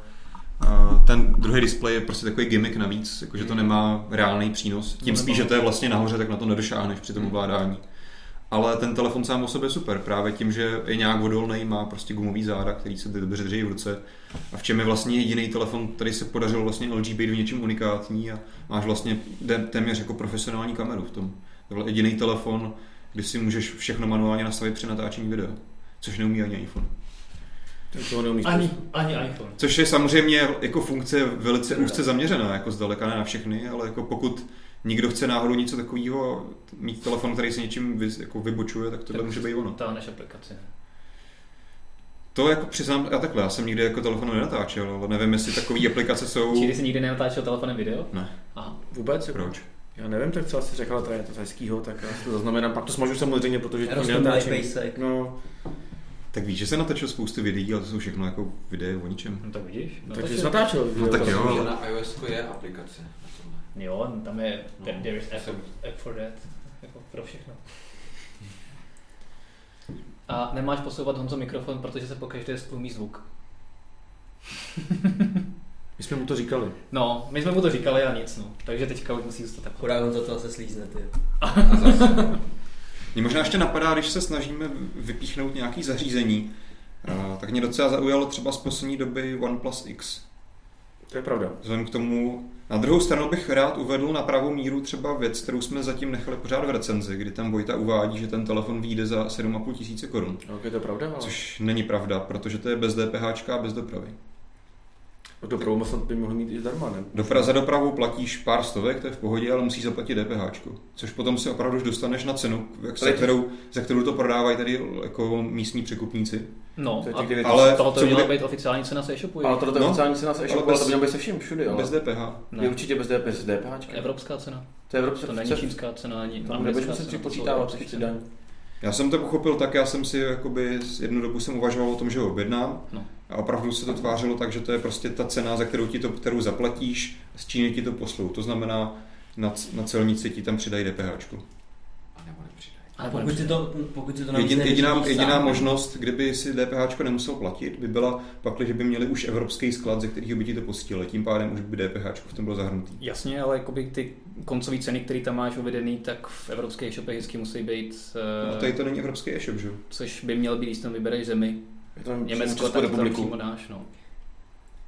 Speaker 1: eh, ten druhý displej je prostě takový gimmick navíc, jako že to nemá reálný přínos. Tím
Speaker 3: No,
Speaker 1: spíš,
Speaker 3: nemá.
Speaker 1: že to je vlastně nahoře, tak na to nedošáhneš při
Speaker 5: Hmm.
Speaker 1: tom ovládání. Ale ten telefon sám o sobě je super, právě tím, že je nějak odolný, má prostě gumový záda, který se dobře drží v ruce. A v čem je vlastně jediný telefon, který se podařil vlastně LG být v něčem unikátní a máš vlastně dé- téměř jako profesionální kameru v tom. Tohle je jediný telefon, kdy si můžeš všechno manuálně nastavit při natáčení videa, což neumí ani iPhone.
Speaker 2: Ten toho neumíš.
Speaker 3: Ani, ani iPhone.
Speaker 1: Což je samozřejmě jako funkce velice úzce zaměřená, jako zdaleka ne na všechny, ale jako pokud někdo chce náhodou něco takového, mít telefon, který se něčím vy, jako vybočuje, tak tohle
Speaker 3: Tak
Speaker 1: může být ono.
Speaker 3: Táhneš aplikaci. ne?
Speaker 1: To jako přiznám, já takhle, já jsem nikdy jako telefon nenatáčel, ale nevím, jestli takové aplikace jsou...
Speaker 3: Čili jsi nikdy nenatáčel telefonem video?
Speaker 1: Ne,
Speaker 3: Aha.
Speaker 2: Vůbec? Jako,
Speaker 1: proč?
Speaker 2: já nevím, tak co asi řekla, teda je to z hezkýho, tak já si to zaznamenám. Pak to smažu samozřejmě, protože to
Speaker 5: Rostomilý pejsek.
Speaker 2: No,
Speaker 1: Tak víš, že se natočil spoustu videí, ale to jsou všechno jako videa o ničem.
Speaker 3: No tak vidíš. No,
Speaker 2: takže
Speaker 3: tak
Speaker 2: jsi
Speaker 3: je-
Speaker 2: natáčel.
Speaker 1: No tak jo,
Speaker 4: Že
Speaker 1: ale
Speaker 4: na iOS je aplikace. na tohle.
Speaker 3: Jo, tam je,
Speaker 4: No.
Speaker 3: there, there is app, app for that, jako pro všechno. A nemáš posouvat Honzo mikrofon, protože se pokaždé stlumí zvuk.
Speaker 2: My jsme mu to říkali.
Speaker 3: No, my jsme mu to říkali a nic, no. Takže teďka už musí zůstat jako tak.
Speaker 5: Chudák on za to zase slízne, ty.
Speaker 4: A zase,
Speaker 1: Mě možná ještě napadá, když se snažíme vypíchnout nějaký zařízení, a, tak mě docela zaujalo třeba z poslední doby OnePlus X.
Speaker 2: To je pravda.
Speaker 1: Vzhledem k tomu, na druhou stranu bych rád uvedl na pravou míru třeba věc, kterou jsme zatím nechali pořád v recenzi, kdy tam Vojta uvádí, že ten telefon vyjde za 7,5 tisíce korun.
Speaker 2: Ok, to je pravda, ale Což...
Speaker 1: Což není pravda, protože to je bez DPH a bez dopravy.
Speaker 2: no to promo snad by mohl mít i zdarma, ne?
Speaker 1: Dopra- za dopravu platíš pár stovek, to je v pohodě, ale musíš zaplatit DPH. Což potom se opravdu už dostaneš na cenu, jak se,
Speaker 2: Teď.
Speaker 1: kterou, za kterou to prodávají tady jako místní překupníci.
Speaker 3: No,
Speaker 2: To je
Speaker 3: a
Speaker 2: těch devět
Speaker 1: Ale-
Speaker 3: ale tohle
Speaker 1: co
Speaker 3: to měla
Speaker 1: bude-
Speaker 3: být oficiální cena se e-shopu.
Speaker 2: Ale tohle to je
Speaker 1: No,
Speaker 2: oficiální cena se
Speaker 1: ale
Speaker 2: e-shopu,
Speaker 1: bez-
Speaker 2: ale to mělo být se vším všude, ale
Speaker 1: Bez DPH.
Speaker 2: je určitě bez DPS, bez DPH.
Speaker 3: Evropská cena.
Speaker 2: To je Evropská
Speaker 3: To není čínská cena ani
Speaker 2: Tam
Speaker 3: americká
Speaker 2: nebudeš muset
Speaker 3: cena, to jsou
Speaker 2: připočítávat
Speaker 3: evropské
Speaker 2: všechny
Speaker 3: ceny.
Speaker 2: daň.
Speaker 1: Já jsem to pochopil tak, já jsem si jakoby s- jednu dobu jsem uvažoval o tom, že ho objednám
Speaker 3: No.
Speaker 1: a opravdu se to tvářilo tak, že to je prostě ta cena, za kterou ti to, kterou zaplatíš, z Číny ti to poslou. To znamená, na, c- na celnici ti tam přidají DPH.
Speaker 4: a nebo nepřidají.
Speaker 3: Ale
Speaker 5: Pokud si to, pokud si to navíc
Speaker 1: Jedin, jediná,
Speaker 5: nevyřídíš
Speaker 1: jediná
Speaker 5: sám.
Speaker 1: možnost, kdyby si DPH nemusel platit, by byla pak, že by měli už evropský sklad, ze kterého by ti to postili. Tím pádem už by DPH v tom bylo zahrnutý.
Speaker 3: Jasně, ale jakoby ty koncové ceny, které tam máš uvedený, tak v evropské e-shopech vždycky musí být,
Speaker 1: No,
Speaker 3: eh,
Speaker 1: tady to není evropský e-shop, že? jo?
Speaker 3: což by měl být, když tam vybereš zemi.
Speaker 2: Je tam
Speaker 3: Německo,
Speaker 2: Českou
Speaker 3: tak to tam
Speaker 2: republiku.
Speaker 3: přímo dáš, no.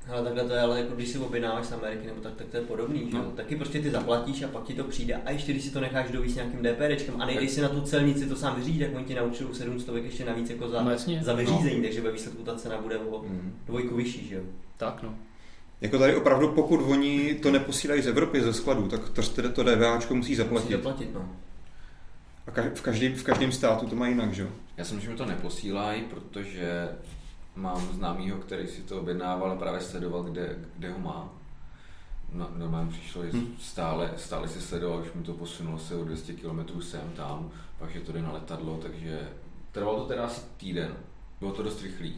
Speaker 5: Hele, takhle to je, ale jako když si objednáváš z Ameriky nebo tak, tak to je podobný, že jo?
Speaker 1: No.
Speaker 5: Taky prostě ty zaplatíš a pak ti to přijde a ještě když si to necháš dovíst nějakým DPDčkem a nejdeš si na tu celnici to sám vyřídit, tak oni ti naučují 700 ještě navíc jako za,
Speaker 3: No jasně.
Speaker 5: za vyřízení, takže ve výsledku ta cena bude o dvojku vyšší, že jo?
Speaker 3: Tak no.
Speaker 1: Jako tady opravdu, pokud oni to neposílají z Evropy, ze skladů, tak to, to, to DVAčko musí
Speaker 5: Musí
Speaker 1: zaplatit.
Speaker 5: zaplatit, no.
Speaker 1: A ka- v, každý, v každém státu to má jinak, že jo?
Speaker 4: Já si myslím, že mi to neposílají, protože mám známýho, který si to objednával a právě sledoval, kde, kde ho má. No, normálně přišlo, že
Speaker 1: Hmm.
Speaker 4: stále, stále si sledoval, už mi to posunulo se o 200 km sem, tam, pak že to jde na letadlo, takže trvalo to teda asi týden. Bylo to dost rychlý.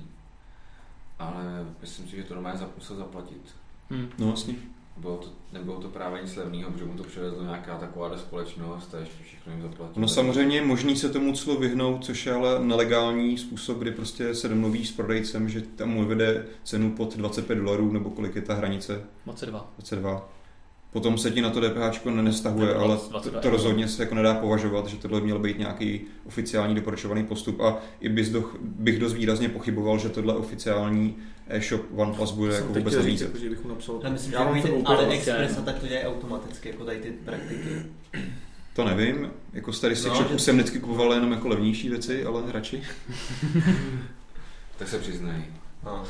Speaker 4: Ale myslím si, že to normálně zap- musel zaplatit.
Speaker 3: Hm.
Speaker 1: No vlastně.
Speaker 4: Bylo to, nebylo to právě nic levného, protože mu to převezlo nějaká taková společnost a ještě všechno jim zaplatilo.
Speaker 1: No samozřejmě je možný se tomu clu vyhnout, což je ale nelegální způsob, kdy prostě se domluvíš s prodejcem, že tam mu vede cenu pod 25 dolarů, nebo kolik je ta hranice,
Speaker 3: Moc dva.
Speaker 1: 22. Potom se ti na to DPH nenestahuje,
Speaker 3: Nebo
Speaker 1: ale
Speaker 3: 22
Speaker 1: to, to
Speaker 3: euro.
Speaker 1: rozhodně se jako nedá považovat, že tohle měl být nějaký oficiální doporučovaný postup a i bych, do, bych dost výrazně pochyboval, že tohle oficiální e-shop OnePlus bude jako vůbec
Speaker 2: říct,
Speaker 1: nabízet.
Speaker 2: jako, že bych mu napsal.
Speaker 5: Já myslím,
Speaker 2: já mám
Speaker 5: že
Speaker 2: to
Speaker 5: že
Speaker 2: koupil.
Speaker 5: AliExpress a tak to dělají automaticky, jako tady ty praktiky.
Speaker 1: To nevím, jako z tady z těch
Speaker 5: No,
Speaker 1: shopů
Speaker 5: že-
Speaker 1: jsem vždycky kupoval jenom jako levnější věci, ale radši.
Speaker 4: Tak se přiznej.
Speaker 5: No.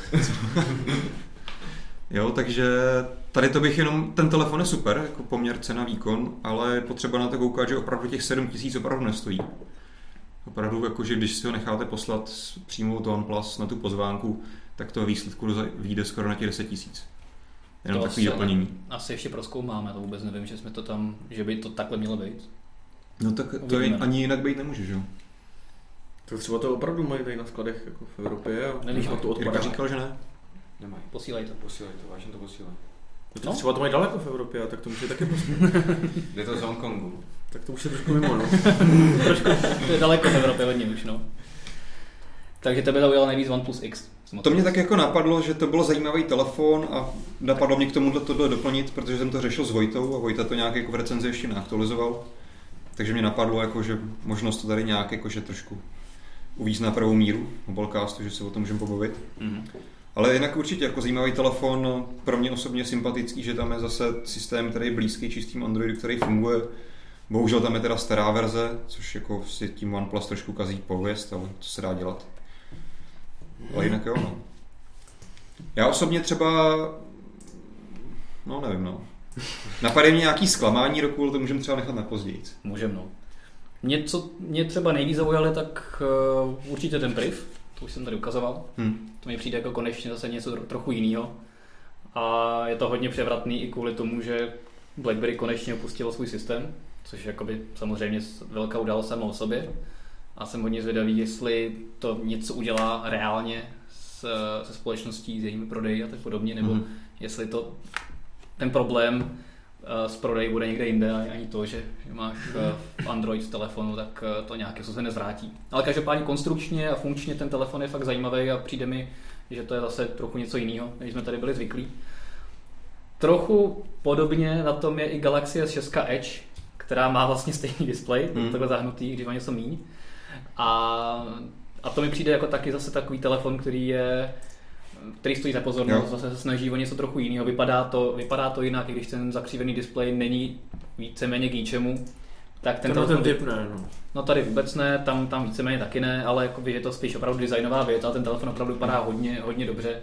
Speaker 1: Jo, takže tady to bych jenom, ten telefon je super, jako poměr cena výkon, ale je potřeba na to koukat, že opravdu těch 7 tisíc opravdu nestojí. Opravdu, jakože když si ho necháte poslat s- přímo od OnePlus na tu pozvánku, tak to ve výsledku doza- vyjde skoro na těch 10 tisíc. Jenom
Speaker 3: To
Speaker 1: takový
Speaker 3: asi
Speaker 1: doplnění.
Speaker 3: Asi ještě proskoumáme, to vůbec nevím, že jsme to tam, že by to takhle mělo být.
Speaker 1: No tak to je,
Speaker 3: Uvidíme.
Speaker 1: ani jinak být nemůže, že jo?
Speaker 2: To třeba to opravdu mají tady na skladech jako v Evropě a
Speaker 3: Nevíš,
Speaker 2: a
Speaker 3: jak
Speaker 2: to
Speaker 1: Jirka
Speaker 2: odpadá.
Speaker 1: říkal, že ne.
Speaker 4: Nemají.
Speaker 3: Posílej to.
Speaker 4: Posílej to, vážně to posílej.
Speaker 2: No.
Speaker 3: No.
Speaker 2: Třeba to mají daleko v Evropě a tak to může taky prostě.
Speaker 4: Jde to z Hongkongu.
Speaker 2: Tak to už je trošku mimo, no.
Speaker 3: Trošku, to je daleko v Evropě hodně už, no. Takže tebe zaujalo nejvíc OnePlus X.
Speaker 1: To mě tak jako napadlo, že to bylo zajímavý telefon a napadlo mě k tomuhle tohle doplnit, protože jsem to řešil s Vojtou a Vojta to nějak jako v recenzi ještě neaktualizoval. Takže mě napadlo, jako, že možnost to tady nějak jakože trošku uvíz na pravou míru mobilecastu, že se o tom můžeme pobavit.
Speaker 3: Mhm.
Speaker 1: Ale jinak určitě jako zajímavý telefon, pro mě osobně sympatický, že tam je zase systém, který je blízký čistým Androidu, který funguje. Bohužel tam je teda stará verze, což jako si tím OnePlus trošku kazí pověst, ale co se dá dělat. Ale jinak jo, no. Já osobně třeba, no nevím, no. Napadá mě nějaký zklamání roku, ale to můžeme třeba nechat na později.
Speaker 3: Můžem, no. Mě, co mě třeba nejvíc zaujaly, tak uh, určitě ten priv, to už jsem tady ukazoval.
Speaker 1: Hm.
Speaker 3: To mi přijde jako konečně zase něco tro- trochu jiného. A je to hodně převratný i kvůli tomu, že BlackBerry konečně opustilo svůj systém, což je jakoby samozřejmě s- velká událost sama o sobě. A jsem hodně zvědavý, jestli to něco udělá reálně s, se společností, s jejími prodeji a tak podobně, nebo
Speaker 1: Mhm.
Speaker 3: mm-hmm. jestli to ten problém eh, s prodeji bude někde jinde, ani ani to, že že máš eh, Android v telefonu, tak eh, to nějakým způsobem nezvrátí. Ale každopádně konstrukčně a funkčně ten telefon je fakt zajímavý a přijde mi, že to je zase trochu něco jiného, než jsme tady byli zvyklí. Trochu podobně na tom je i Galaxy S6 Edge, která má vlastně stejný displej,
Speaker 1: Hmm.
Speaker 3: hmm. takhle zahnutý, když má něco míň. A, a to mi přijde jako taky zase takový telefon, který je který stojí za pozornost,
Speaker 1: Jo.
Speaker 3: zase se snaží o něco trochu jiného, vypadá to, vypadá to jinak, i když ten zakřívený displej není víceméně k ničemu, tak ten
Speaker 2: Tenhle ten
Speaker 3: telefon
Speaker 2: typ ne, no.
Speaker 3: No tady vůbec ne, tam, tam víceméně taky ne, ale jakoby je to spíš opravdu designová věc a ten telefon opravdu vypadá hodně, hodně dobře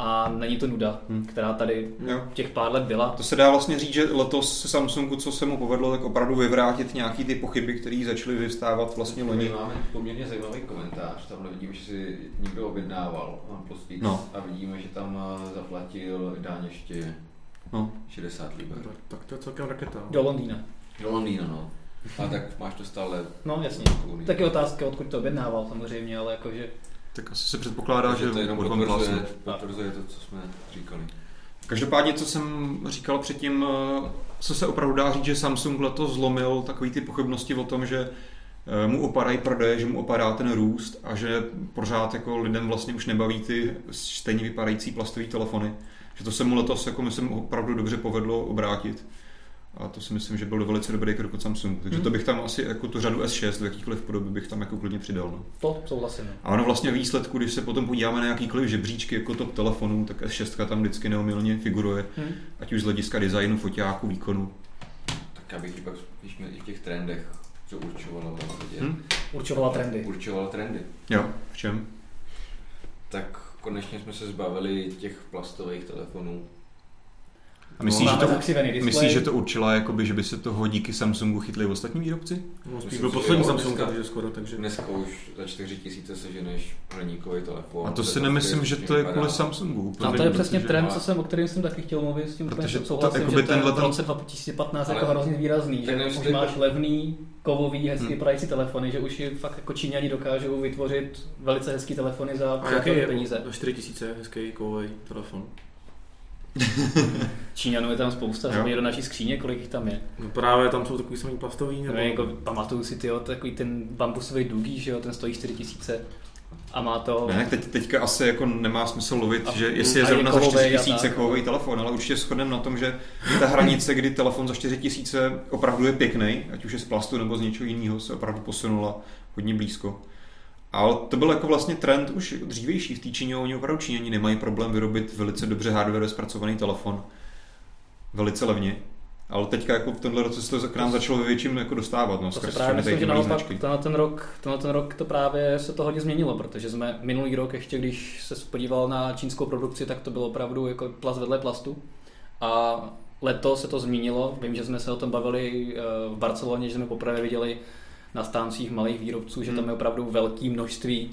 Speaker 3: a není to nuda,
Speaker 1: Hmm.
Speaker 3: která tady
Speaker 1: Jo.
Speaker 3: těch pár let byla.
Speaker 1: To se dá vlastně říct, že letos se Samsungu, co se mu povedlo, tak opravdu vyvrátit nějaký ty pochyby, které začaly vyvstávat vlastně
Speaker 4: Loni
Speaker 1: loni.
Speaker 4: máme poměrně zajímavý komentář, tam vidím, že si někdo objednával na Postix
Speaker 1: No.
Speaker 4: a vidíme, že tam eh, zaplatil dáň ještě
Speaker 1: No.
Speaker 4: 60 liber.
Speaker 2: Tak, tak to je celkem raketa. no.
Speaker 3: Do Londýna.
Speaker 4: Do Londýna, no. A tak máš to stále
Speaker 3: No jasně.
Speaker 4: Unii.
Speaker 3: Taky otázka, odkud to objednával samozřejmě, ale jakože
Speaker 1: Tak asi se předpokládá,
Speaker 4: Takže
Speaker 1: že vlastně-
Speaker 4: to jenom
Speaker 1: od OnePlusu.
Speaker 4: potvrzuje, potvrzuje to, co jsme říkali.
Speaker 1: Každopádně, co jsem říkal předtím, eh, co se opravdu dá říct, že Samsung letos zlomil takový ty pochybnosti o tom, že eh, mu opadají prodeje, že mu opadá ten růst a že pořád jako lidem vlastně už nebaví ty stejně vypadající plastové telefony. Že to se mu letos, jako myslím, opravdu dobře povedlo obrátit. A to si myslím, že byl velice dobrý krok od Samsungu. Takže to bych tam asi jako tu řadu S6 v jakýkoliv podobě bych tam jako klidně přidal. No.
Speaker 3: To souhlasím.
Speaker 1: A ono vlastně výsledku, když se potom podíváme na jakýkoliv žebříčky jako top telefonů, tak S6 tam vždycky neomylně figuruje,
Speaker 3: Hmm.
Speaker 1: ať už z hlediska designu, foťáku, výkonu.
Speaker 4: Tak abych ti pak spíš mě i v těch trendech, co určovalo vlastně,
Speaker 1: Hm?
Speaker 3: Určovala trendy.
Speaker 4: určoval trendy.
Speaker 1: Jo, v čem?
Speaker 4: Tak konečně jsme se zbavili těch plastových telefonů.
Speaker 1: A myslíš,
Speaker 3: Máme
Speaker 1: že to,
Speaker 3: zakřivený No, displej.
Speaker 1: myslíš, že to určila, jakoby, že by se toho díky Samsungu chytli ostatní výrobci?
Speaker 2: No, spíš
Speaker 4: Myslím
Speaker 2: byl
Speaker 4: si, že
Speaker 2: poslední
Speaker 4: jo,
Speaker 2: Samsung,
Speaker 4: dneska-
Speaker 2: takže skoro, takže...
Speaker 4: Dneska už za 4 tisíce seženeš hliníkový telefon.
Speaker 1: A to si
Speaker 4: Ten
Speaker 1: nemyslím,
Speaker 4: opět
Speaker 1: že to je
Speaker 4: vypadá-
Speaker 1: kvůli Samsungu.
Speaker 3: A
Speaker 1: úplně,
Speaker 3: No, to je
Speaker 1: protože-
Speaker 3: přesně trend,
Speaker 4: ale-
Speaker 3: co jsem, o kterém jsem taky chtěl mluvit, s tím úplně
Speaker 1: Protože to-
Speaker 3: souhlasím,
Speaker 1: jakoby
Speaker 3: že to je
Speaker 1: tenhle
Speaker 3: v
Speaker 1: ten-
Speaker 3: roce 2015 jako
Speaker 4: Ale-
Speaker 3: hrozně výrazný,
Speaker 4: Tak
Speaker 3: že
Speaker 4: nevím,
Speaker 3: už
Speaker 4: jestli-
Speaker 3: máš levný, kovový, hezký
Speaker 2: Hm.
Speaker 1: Hmm.
Speaker 3: hmm. pricey telefony, že už je fakt jako Číňani dokážou vytvořit velice hezký telefony za
Speaker 2: A jaký
Speaker 3: přijatelné
Speaker 2: je?
Speaker 3: peníze.
Speaker 2: Za 4 tisíce, hezký kovový telefon.
Speaker 3: Číňanů je tam spousta,
Speaker 1: Jo.
Speaker 3: jsme do naší skříně, kolik jich tam je.
Speaker 2: No právě tam jsou takový samý plastový, nebo...
Speaker 3: Nebo jako, pamatuju si tyjo, takový ten bambusový dugý, že jo, ten stojí 4 tisíce a má to...
Speaker 1: Ne, teď, teďka asi jako nemá smysl lovit,
Speaker 3: A-
Speaker 1: že jestli je
Speaker 3: a je
Speaker 1: zrovna za
Speaker 3: kovový
Speaker 1: 4
Speaker 3: a
Speaker 1: tisíce
Speaker 3: tak. no.
Speaker 1: kovový telefon, ale určitě shodneme na tom, že ta hranice, kdy telefon za 4 tisíce opravdu je pěkný, ať už je z plastu nebo z něčeho jiného, se opravdu posunula hodně blízko. Ale to byl jako vlastně trend už dřívější v té Číně, oni opravdu Číňani nemají problém vyrobit velice dobře hardware zpracovaný telefon, velice levně. Ale teďka jako v tomhle roce se to k nám začalo ve větším jako dostávat, no,
Speaker 3: To se
Speaker 1: skrz
Speaker 3: právě
Speaker 1: všechny
Speaker 3: myslím,
Speaker 1: ty
Speaker 3: že
Speaker 1: malý
Speaker 3: naopak
Speaker 1: značky.
Speaker 3: tenhle ten, rok, tenhle ten rok to právě se to hodně změnilo, protože jsme minulý rok ještě, když se podíval na čínskou produkci, tak to bylo opravdu jako plast vedle plastu. A letos se to změnilo. Vím, že jsme se o tom bavili eh, v Barceloně, že jsme poprvé viděli na stáncích malých výrobců, že
Speaker 1: Hmm.
Speaker 3: tam je opravdu velké množství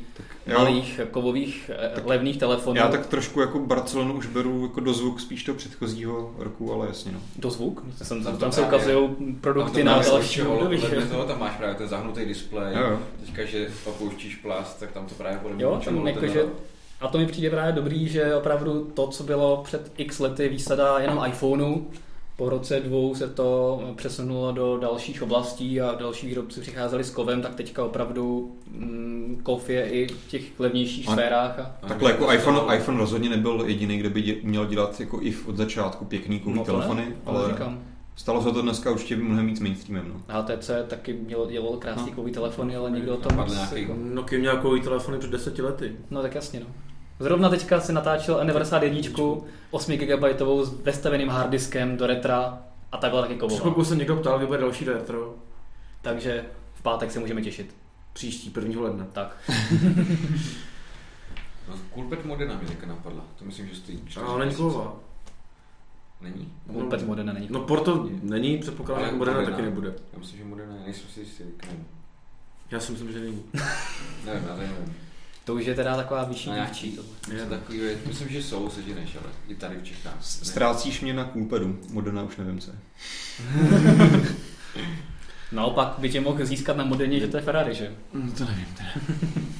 Speaker 1: Jo.
Speaker 3: malých kovových eh, levných telefonů.
Speaker 1: Já tak trošku jako Barcelonu už beru jako do zvuk spíš toho předchozího roku, ale jasně no.
Speaker 3: Do zvuk? Jsem,
Speaker 4: Tam
Speaker 3: tam,
Speaker 4: to
Speaker 3: tam se
Speaker 4: právě-
Speaker 3: ukazují produkty na další období. že?
Speaker 4: Vedle toho tam máš právě ten zahnutý displej.
Speaker 1: Jo, jo.
Speaker 4: Teďka, že opouštíš plast, tak tam to právě podle mě
Speaker 3: Jo,
Speaker 4: určovalo
Speaker 3: tam jako,
Speaker 4: ten
Speaker 3: jakože,
Speaker 4: rok.
Speaker 3: a to mi přijde právě dobrý, že opravdu to, co bylo před x lety výsada jenom iPhoneu, po roce dvou se to přesunulo do dalších oblastí a další výrobci přicházeli s kovem, tak teďka opravdu mm, kov je i v těch levnějších
Speaker 1: Ale-
Speaker 3: sférách. A...
Speaker 4: A
Speaker 1: Takhle
Speaker 4: mě to
Speaker 1: jako
Speaker 4: dostalo-
Speaker 1: iPhone, iPhone rozhodně nebyl jediný, kde by dě, měl dělat jako if od začátku pěkný kový
Speaker 3: No to
Speaker 1: telefony,
Speaker 3: ne,
Speaker 1: ale
Speaker 3: říkám.
Speaker 1: stalo se to dneska určitě mnohem víc mainstreamem. No.
Speaker 3: HTC taky měl, dělal krásný
Speaker 1: No.
Speaker 3: kový telefony, ale nikdo o tom
Speaker 4: Padl
Speaker 3: moc,
Speaker 4: nějaký-
Speaker 3: jako-
Speaker 2: Nokia měla kovový telefony před deseti lety.
Speaker 3: No tak jasně, no. Zrovna teďka si natáčel N91 8 GB s vestaveným harddiskem do retra a takhle taky
Speaker 2: Před
Speaker 3: kovová.
Speaker 2: chvilkou se někdo ptal, kdy bude další retro.
Speaker 3: Takže v pátek se můžeme těšit.
Speaker 2: Příští, 1. ledna.
Speaker 3: Tak.
Speaker 4: No, Coolpad Modena mi teďka napadla. To myslím, že stojí
Speaker 2: A ona není
Speaker 4: 40 000.
Speaker 2: kovová.
Speaker 4: Není?
Speaker 3: Vůbec Modena není.
Speaker 2: No Porto není, předpokládám,
Speaker 4: Ale
Speaker 2: že Moderna
Speaker 4: Modena.
Speaker 2: taky nebude.
Speaker 4: Já myslím, že Modena, je, nejsem si jistý. tak nevím.
Speaker 2: Já si myslím, že není.
Speaker 4: Nevím, já tady nevím.
Speaker 3: To už je teda taková vyšší
Speaker 4: No,
Speaker 3: dívčí.
Speaker 4: nějaký. Něco takového je- myslím, že jsou sežineš, ale i tady v Čechách. Ne.
Speaker 1: Ztrácíš mě na kůlpedu, Modena už nevím co je.
Speaker 3: Naopak by tě mohl získat na Modeně, že to je Ferrari, že?
Speaker 1: To nevím.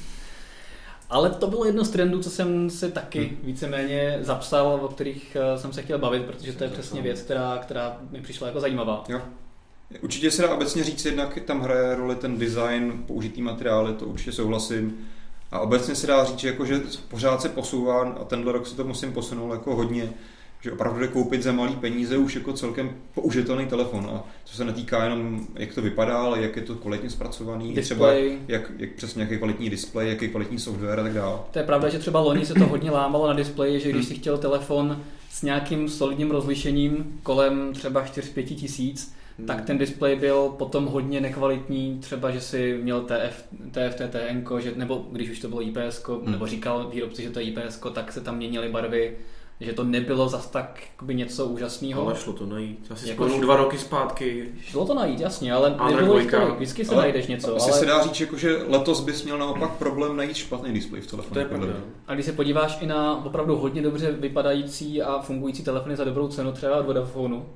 Speaker 3: Ale to bylo jedno z trendů, co jsem si taky víceméně zapsal, o kterých eh, jsem se chtěl bavit, protože to je přesně věc, která, která mi přišla jako zajímavá.
Speaker 1: Určitě se dá obecně říct, jednak tam hraje roli ten design, použitý materiály, to určitě souhlasím. A obecně se dá říct, že, jako, že pořád se posouvá a tenhle rok se to musím posunout jako hodně, že opravdu jde koupit za malý peníze už jako celkem použitelný telefon. A to se netýká jenom, jak to vypadá, ale jak je to kvalitně zpracovaný, i třeba
Speaker 3: Display.
Speaker 1: jak, jak přesně jaký kvalitní displej, jaký kvalitní software a tak dále.
Speaker 3: To je pravda, že třeba loni se to hodně lámalo na displeji, že když si chtěl telefon s nějakým solidním rozlišením kolem třeba 4-5 tisíc, tak
Speaker 2: Hmm.
Speaker 3: ten displej byl potom hodně nekvalitní, třeba že si měl TF, TFTTN, že, nebo když už to bylo IPS,
Speaker 1: Hmm.
Speaker 3: nebo říkal výrobci, že to je IPS, tak se tam měnily barvy, že to nebylo zas tak jakoby něco úžasného.
Speaker 2: Ale šlo to najít. Asi
Speaker 3: Jako
Speaker 2: jako
Speaker 3: šlo-
Speaker 2: dva roky zpátky.
Speaker 3: Šlo to najít, jasně, ale
Speaker 2: Android
Speaker 3: nebylo jich
Speaker 2: dvojka.
Speaker 3: tolik, vždycky se
Speaker 1: Ale
Speaker 3: najdeš něco.
Speaker 1: Asi
Speaker 3: ale...
Speaker 1: se dá říct, jako, že letos bys měl naopak problém najít špatný displej v telefonu.
Speaker 2: To je pravda.
Speaker 3: A když se podíváš i na opravdu hodně dobře vypadající a fungující telefony za dobrou cenu, třeba od Vodafonu,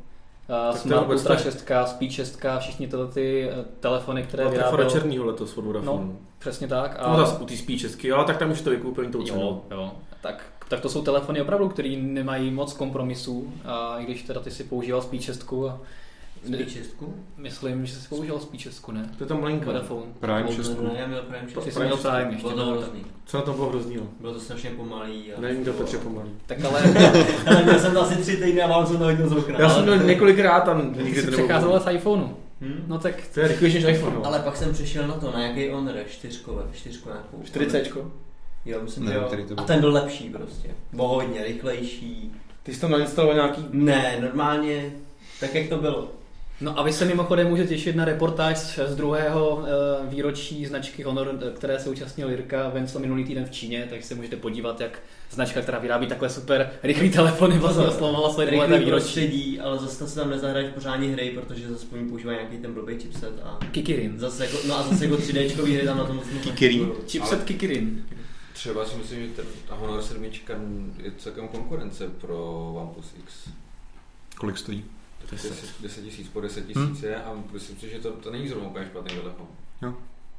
Speaker 3: a
Speaker 2: to je
Speaker 3: Smart
Speaker 2: vůbec
Speaker 3: Ultra
Speaker 2: tak.
Speaker 3: 6, Speed 6, všichni tyhle ty eh, telefony, které
Speaker 2: Ale trefora
Speaker 3: vyráběl.
Speaker 2: černýho letos od Vodafone.
Speaker 3: Přesně tak.
Speaker 2: No zase u té spíš česky, ale tak tam už to vykoupili tou
Speaker 3: jo,
Speaker 2: cenou.
Speaker 3: jo. Tak, tak to jsou telefony opravdu, které nemají moc kompromisů, a i když teda ty si používal Speed 6 a
Speaker 5: Spíš šestku?
Speaker 3: Myslím, že jsi použil spíš Česku, ne?
Speaker 2: To je tam malinko.
Speaker 3: Vodafone.
Speaker 1: Prime šestku.
Speaker 5: Ne, já měl Prime
Speaker 3: Ty
Speaker 5: 6.
Speaker 3: jsi měl Prime Prostě ještě.
Speaker 5: Bylo to
Speaker 3: no,
Speaker 5: hrozný.
Speaker 2: Co na to bylo hroznýho?
Speaker 5: Bylo to strašně pomalý. A
Speaker 2: Nevím, kdo Petře pomalý.
Speaker 3: Tak ale
Speaker 5: Ale měl jsem to asi tři týdny a mám jsem to hodil z okna.
Speaker 2: Já jsem
Speaker 5: ale-
Speaker 2: byl několikrát a nikdy
Speaker 3: jsi
Speaker 2: to nebylo.
Speaker 3: přecházel z iPhoneu.
Speaker 5: Hm?
Speaker 3: No tak
Speaker 2: To je rychlejší než iPhone. no.
Speaker 5: Ale pak jsem přešel na to, na jaký Honor, čtyřkové, čtyřku nějakou.
Speaker 2: 40.
Speaker 5: Jo, myslím, že
Speaker 1: Nevím,
Speaker 5: jo.
Speaker 1: který to
Speaker 5: A
Speaker 1: byl.
Speaker 5: ten byl lepší prostě. O hodně rychlejší.
Speaker 2: Ty jsi tam nainstaloval nějaký...
Speaker 5: Ne, normálně, tak jak to bylo.
Speaker 3: No a vy se mimochodem můžete těšit na reportáž z druhého eh, výročí značky Honor, eh, které se účastnil Jirka Vencel minulý týden v Číně, tak se můžete podívat, jak značka, která vyrábí takhle super rychlý telefony, vlastně oslovovala své dvouleté
Speaker 5: Rychlý
Speaker 3: výročí.
Speaker 5: prostředí, ale zase se tam nezahraješ pořádně hry, protože zase oni používají nějaký ten blbý chipset a
Speaker 3: Kikirin.
Speaker 5: zase jako, no a zase jako 3D hry tam na tom moc nefunguje.
Speaker 1: Kikirí.
Speaker 3: Chipset Kikirin.
Speaker 4: Třeba si myslím, že ten ta Honor 7 je celkem konkurence pro OnePlus X.
Speaker 1: Kolik stojí?
Speaker 4: 10 tisíc po 10
Speaker 1: Hmm.
Speaker 4: tisíc je a myslím si, že to, to není zrovna úplně špatný telefon.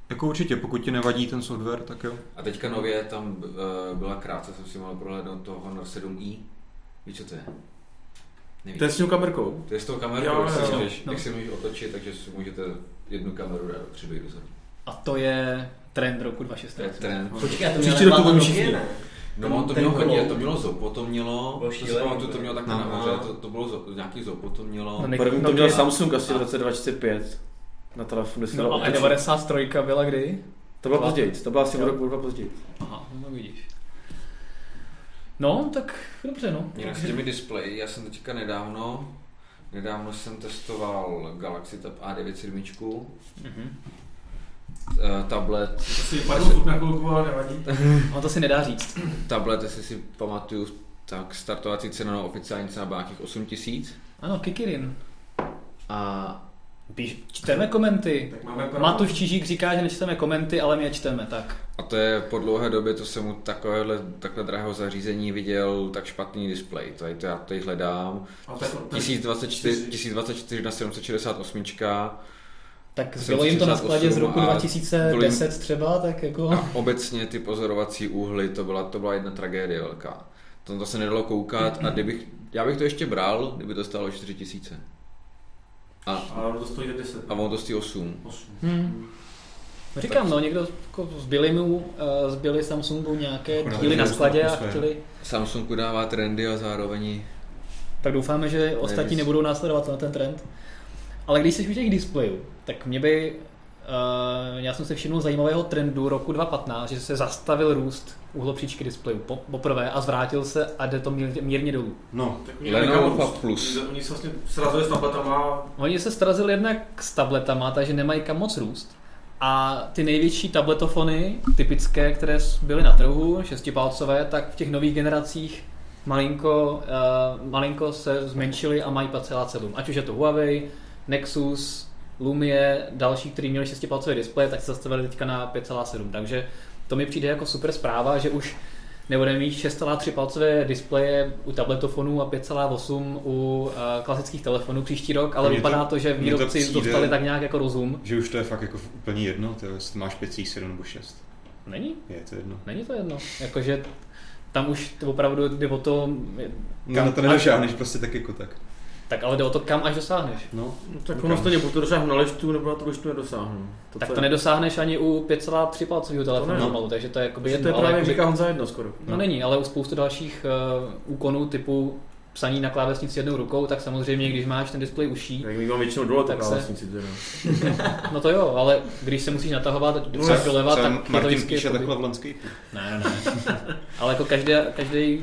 Speaker 1: Jako určitě, pokud ti nevadí ten software, tak jo.
Speaker 4: A teďka nově tam eh, byla krátce, jsem si mohl prohlédnout to Honor 7i. Víš, co to je? Nevím.
Speaker 2: To je s tou kamerkou.
Speaker 4: To je s tou kamerou,
Speaker 2: Jo,
Speaker 4: jak, si
Speaker 2: jo,
Speaker 4: můžeš,
Speaker 3: no.
Speaker 4: jak si můžeš otočit, takže si můžete jednu kameru dát dopředu i dozadu.
Speaker 3: A to je trend roku
Speaker 4: To je
Speaker 3: 2016.
Speaker 4: trend.
Speaker 5: Počkej, a to
Speaker 2: Příští
Speaker 5: měl
Speaker 2: rok to budeme
Speaker 5: nebát
Speaker 2: všichni.
Speaker 5: Nokia, ne?
Speaker 4: No, on to
Speaker 5: Ten
Speaker 4: mělo
Speaker 5: kolo.
Speaker 4: hodně, to mělo zopo, to mělo,
Speaker 5: Bylo
Speaker 4: to si
Speaker 5: šílený,
Speaker 4: pamatuju, to
Speaker 5: ne?
Speaker 4: mělo takhle
Speaker 1: No.
Speaker 4: nahoře, to, to bylo zo, nějaký zopo, to mělo,
Speaker 3: No, ne-
Speaker 2: První to
Speaker 3: Nokia.
Speaker 2: měl Samsung asi v roce 2025. Na telefonu, když se
Speaker 3: No
Speaker 2: dalo
Speaker 3: a
Speaker 2: otočit.
Speaker 3: 93 byla kdy?
Speaker 2: To bylo později, to bylo asi o
Speaker 3: Jo.
Speaker 2: rok, o dva později.
Speaker 3: Aha, no vidíš. No, tak dobře, no.
Speaker 4: jinak s těmi displeji, já jsem teďka nedávno, nedávno jsem testoval Galaxy Tab A9 7,
Speaker 3: Mhm.
Speaker 4: eh, tablet,
Speaker 2: Asi
Speaker 4: padl zub
Speaker 2: na chvilku, ale nevadí.
Speaker 3: A to si nedá říct.
Speaker 4: tablet, jestli si pamatuju, tak startovací cena na oficiální cena byla nějakých 8 tisíc
Speaker 3: Ano, Kikirin.
Speaker 4: a
Speaker 3: Píš, čteme komenty.
Speaker 2: Tak máme
Speaker 3: Matuš Čižík říká, že nečteme komenty, ale my je čteme, tak.
Speaker 4: A to je po dlouhé době, to jsem u takovéhle, takhle drahého zařízení viděl tak špatný displej. Tady to já tady hledám. 1024, 1024 na 768.
Speaker 3: Tak zbylo jim to na skladě z roku
Speaker 4: 768 a No.
Speaker 3: 2010 třeba, tak jako...
Speaker 4: A obecně ty pozorovací úhly, to byla, to byla jedna tragédie velká. Tam to se nedalo koukat a kdybych, já bych to ještě bral, kdyby to stálo 4 tisíce. A,
Speaker 2: Ale to stojí 10.
Speaker 4: a ono to stojí 8.
Speaker 3: Hmm. Říkám, no, někdo jako zbyli mu, eh, zbyli Samsungu nějaké
Speaker 1: Akorát
Speaker 3: díly na
Speaker 1: nevěděl,
Speaker 3: skladě
Speaker 1: co
Speaker 3: a
Speaker 1: své.
Speaker 3: chtěli...
Speaker 4: Samsungu dává trendy a zároveň
Speaker 3: Tak doufáme, že ostatní
Speaker 4: Nevíc.
Speaker 3: nebudou následovat na ten trend. Ale když jsi u těch displejů, tak mě by... Uh, já jsem se všiml zajímavého trendu roku 2015, že se zastavil růst uhlopříčky displejů po, poprvé a zvrátil se a jde to mírně, mírně dolů.
Speaker 1: No,
Speaker 4: Lenovo Pub Plus.
Speaker 2: Oni se vlastně srazili s tabletama.
Speaker 3: Oni se strazili jednak s tabletama, takže nemají kam moc růst. A ty největší tabletofony, typické, které s- byly na trhu, šestipalcové, tak v těch nových generacích malinko, uh, malinko se zmenšily a mají 5,7. Ať už je to Huawei, Nexus, Lumie, další, kteří měli šestipalcový displej, tak se zastavili teďka na 5,7. Takže to mi přijde jako super zpráva, že už nebudeme mít 6,3 palcové displeje u tabletofonů a 5,8 u eh, klasických telefonů příští rok, ale
Speaker 1: Mně to-
Speaker 3: vypadá to, že
Speaker 1: mně to
Speaker 3: výrobci
Speaker 1: přijde-
Speaker 3: dostali tak nějak jako rozum.
Speaker 1: že už to je fakt jako úplně jedno, ty, jestli máš 5, 7 nebo 6.
Speaker 3: Není?
Speaker 1: Je to jedno.
Speaker 3: Není to jedno. Jakože tam už to opravdu jde o to,
Speaker 1: No, na to nedošáhneš prostě tak jako tak.
Speaker 3: tak ale jde o to, kam až dosáhneš.
Speaker 1: No,
Speaker 2: Tak
Speaker 1: Kam?
Speaker 2: ono stejně, buď to dosáhnu na leštu, nebo na tu leštu nedosáhnu.
Speaker 3: tak
Speaker 2: co
Speaker 3: to
Speaker 2: je-
Speaker 3: nedosáhneš ani u 5,3 palcového telefonu
Speaker 2: ne.
Speaker 3: pomalu, takže to je jakoby
Speaker 2: Že To
Speaker 3: jedno.
Speaker 2: je
Speaker 3: ale
Speaker 2: právě, jak
Speaker 3: jakoby-
Speaker 2: říká Honza jedno skoro.
Speaker 3: No není, ale u spoustu dalších uh, úkonů typu psaní na klávesnici jednou rukou, tak samozřejmě, když máš ten displej uší,
Speaker 2: Jak my mám většinou dole, tak
Speaker 3: Tak se-
Speaker 2: klávesnici. teda.
Speaker 3: no to jo, ale když se musíš natahovat
Speaker 1: Co-
Speaker 3: ruce doleva,
Speaker 1: co
Speaker 3: tak je to
Speaker 1: No, Martin
Speaker 3: vždycky...
Speaker 1: píše
Speaker 3: jakoby-
Speaker 1: takhle v landscapeu.
Speaker 3: Ne, ne, ne. ale jako každý, každý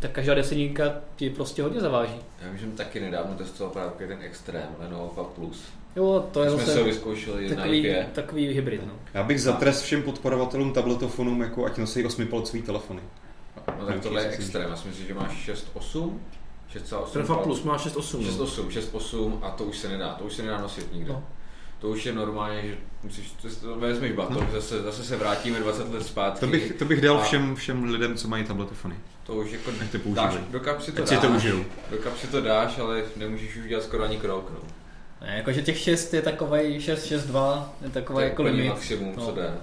Speaker 3: tak každá desetinka ti prostě hodně zaváží.
Speaker 4: Já vím, že jsem taky nedávno testoval právě takový ten extrém, Lenovo Pub Plus.
Speaker 3: Jo, to je
Speaker 4: jsme se ho
Speaker 3: zase
Speaker 4: vyzkoušeli na
Speaker 3: takový,
Speaker 4: IP.
Speaker 3: takový hybrid. No.
Speaker 1: Já bych za trest všem podporovatelům tabletofonům, jako ať nosí 8-palcový telefony.
Speaker 4: No tak tohle je extrém, já si myslím, že máš 6,8, 6,8.
Speaker 2: Ten Fab Plus má 6,8. no.
Speaker 4: 6,8, 6,8 a to už se nedá, to už se nedá nosit nikde.
Speaker 3: No.
Speaker 4: No. To už je normálně, že musíš, to, si to vezmeš batok, zase, zase se vrátíme 20 let zpátky.
Speaker 1: To bych, to bych dal
Speaker 4: A
Speaker 1: všem, všem lidem, co mají tabletofony.
Speaker 4: To už jako
Speaker 1: Ať to
Speaker 4: dáš,
Speaker 1: používají.
Speaker 4: do kapsy to
Speaker 1: Ať si
Speaker 4: dáš,
Speaker 1: to užijou.
Speaker 4: do kapsy to dáš, ale nemůžeš už dělat skoro ani krok. No.
Speaker 3: Ne, jakože těch 6 je takový, 6, 6, 2 je
Speaker 4: To
Speaker 3: takový
Speaker 4: je
Speaker 3: jako
Speaker 4: úplně
Speaker 3: limit.
Speaker 4: maximum,
Speaker 3: No.
Speaker 4: co jde.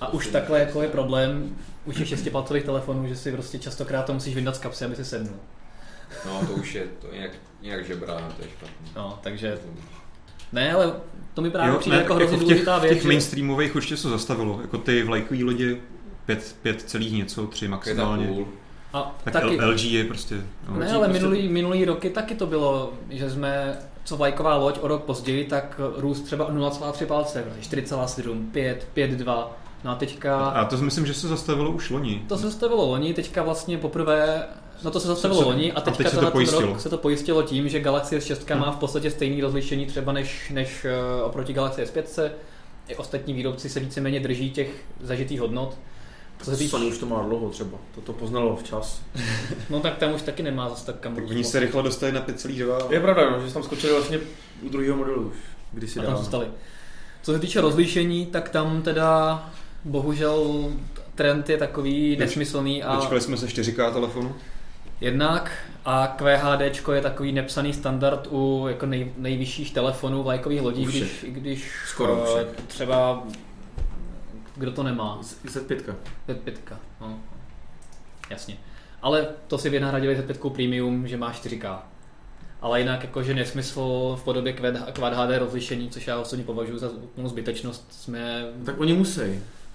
Speaker 3: A už takhle jako je problém u těch šestipalcových telefonů, že si prostě častokrát to musíš vyndat z kapsy, aby si sednul.
Speaker 4: No to už je to nějak, nějak žebrá, to je špatný.
Speaker 3: No, takže... Ne, ale to mi právě
Speaker 1: Jo,
Speaker 3: přijde
Speaker 1: ne,
Speaker 3: jako hrozně
Speaker 1: v těch,
Speaker 3: důležitá
Speaker 1: v
Speaker 3: věc.
Speaker 1: těch
Speaker 3: že-
Speaker 1: mainstreamových určitě se zastavilo. Jako ty vlajkový lodě 5, 5 celých něco, 3
Speaker 4: Pět a
Speaker 1: maximálně.
Speaker 4: půl.
Speaker 3: A
Speaker 1: Tak
Speaker 3: taky,
Speaker 1: L- LG je prostě... No.
Speaker 3: Ne,
Speaker 2: Ročník
Speaker 3: ale
Speaker 2: prostě-
Speaker 3: minulý, minulý roky taky to bylo, že jsme, co vlajková loď o rok později, tak růst třeba o 0,3 palce, prostě 4,7, 5, 5,2. No a teďka,
Speaker 1: A to si myslím, že se zastavilo už loni.
Speaker 3: to se zastavilo loni, teďka vlastně poprvé, no to se zastavilo
Speaker 1: Co- co-
Speaker 3: loni a
Speaker 1: a teď
Speaker 3: teďka
Speaker 1: se to
Speaker 3: tenhle ten
Speaker 1: pojistilo. No.
Speaker 3: rok se to pojistilo tím, že Galaxie S6 má v podstatě stejný rozlišení třeba než, než eh, oproti Galaxie S5. I ostatní výrobci se víceméně drží těch zažitých hodnot. Co se týče,
Speaker 2: Sony už to má dlouho třeba, to to poznalo včas.
Speaker 3: no tak tam už taky nemá zase tak kam
Speaker 1: Tak
Speaker 3: růst
Speaker 1: oni
Speaker 3: moc.
Speaker 1: se rychle dostali na 5,2.
Speaker 2: Je pravda, no, že jsme tam skočili vlastně u druhého modelu už, kdysi
Speaker 3: a tam
Speaker 2: dávno.
Speaker 3: zůstali. Co se týče rozlišení, tak tam teda bohužel trend je takový nesmyslný a
Speaker 1: Dočkali jsme se 4K telefonu.
Speaker 3: jednak a QHD je takový nepsaný standard u jako nej, nejvyšších telefonů vlajkových lodí,
Speaker 2: U
Speaker 3: když,
Speaker 2: všech.
Speaker 3: když
Speaker 2: Skoro u
Speaker 3: eh,
Speaker 2: všech.
Speaker 3: třeba kdo to nemá,
Speaker 2: Z- Z5.
Speaker 3: Z5, no. jasně. Ale to si vynahradili Z5 Premium, že má 4K. Ale jinak jakože nesmysl v podobě Quad- Quad HD rozlišení, což já osobně považuji za úplnou zbytečnost, jsme
Speaker 2: Tak oni musí.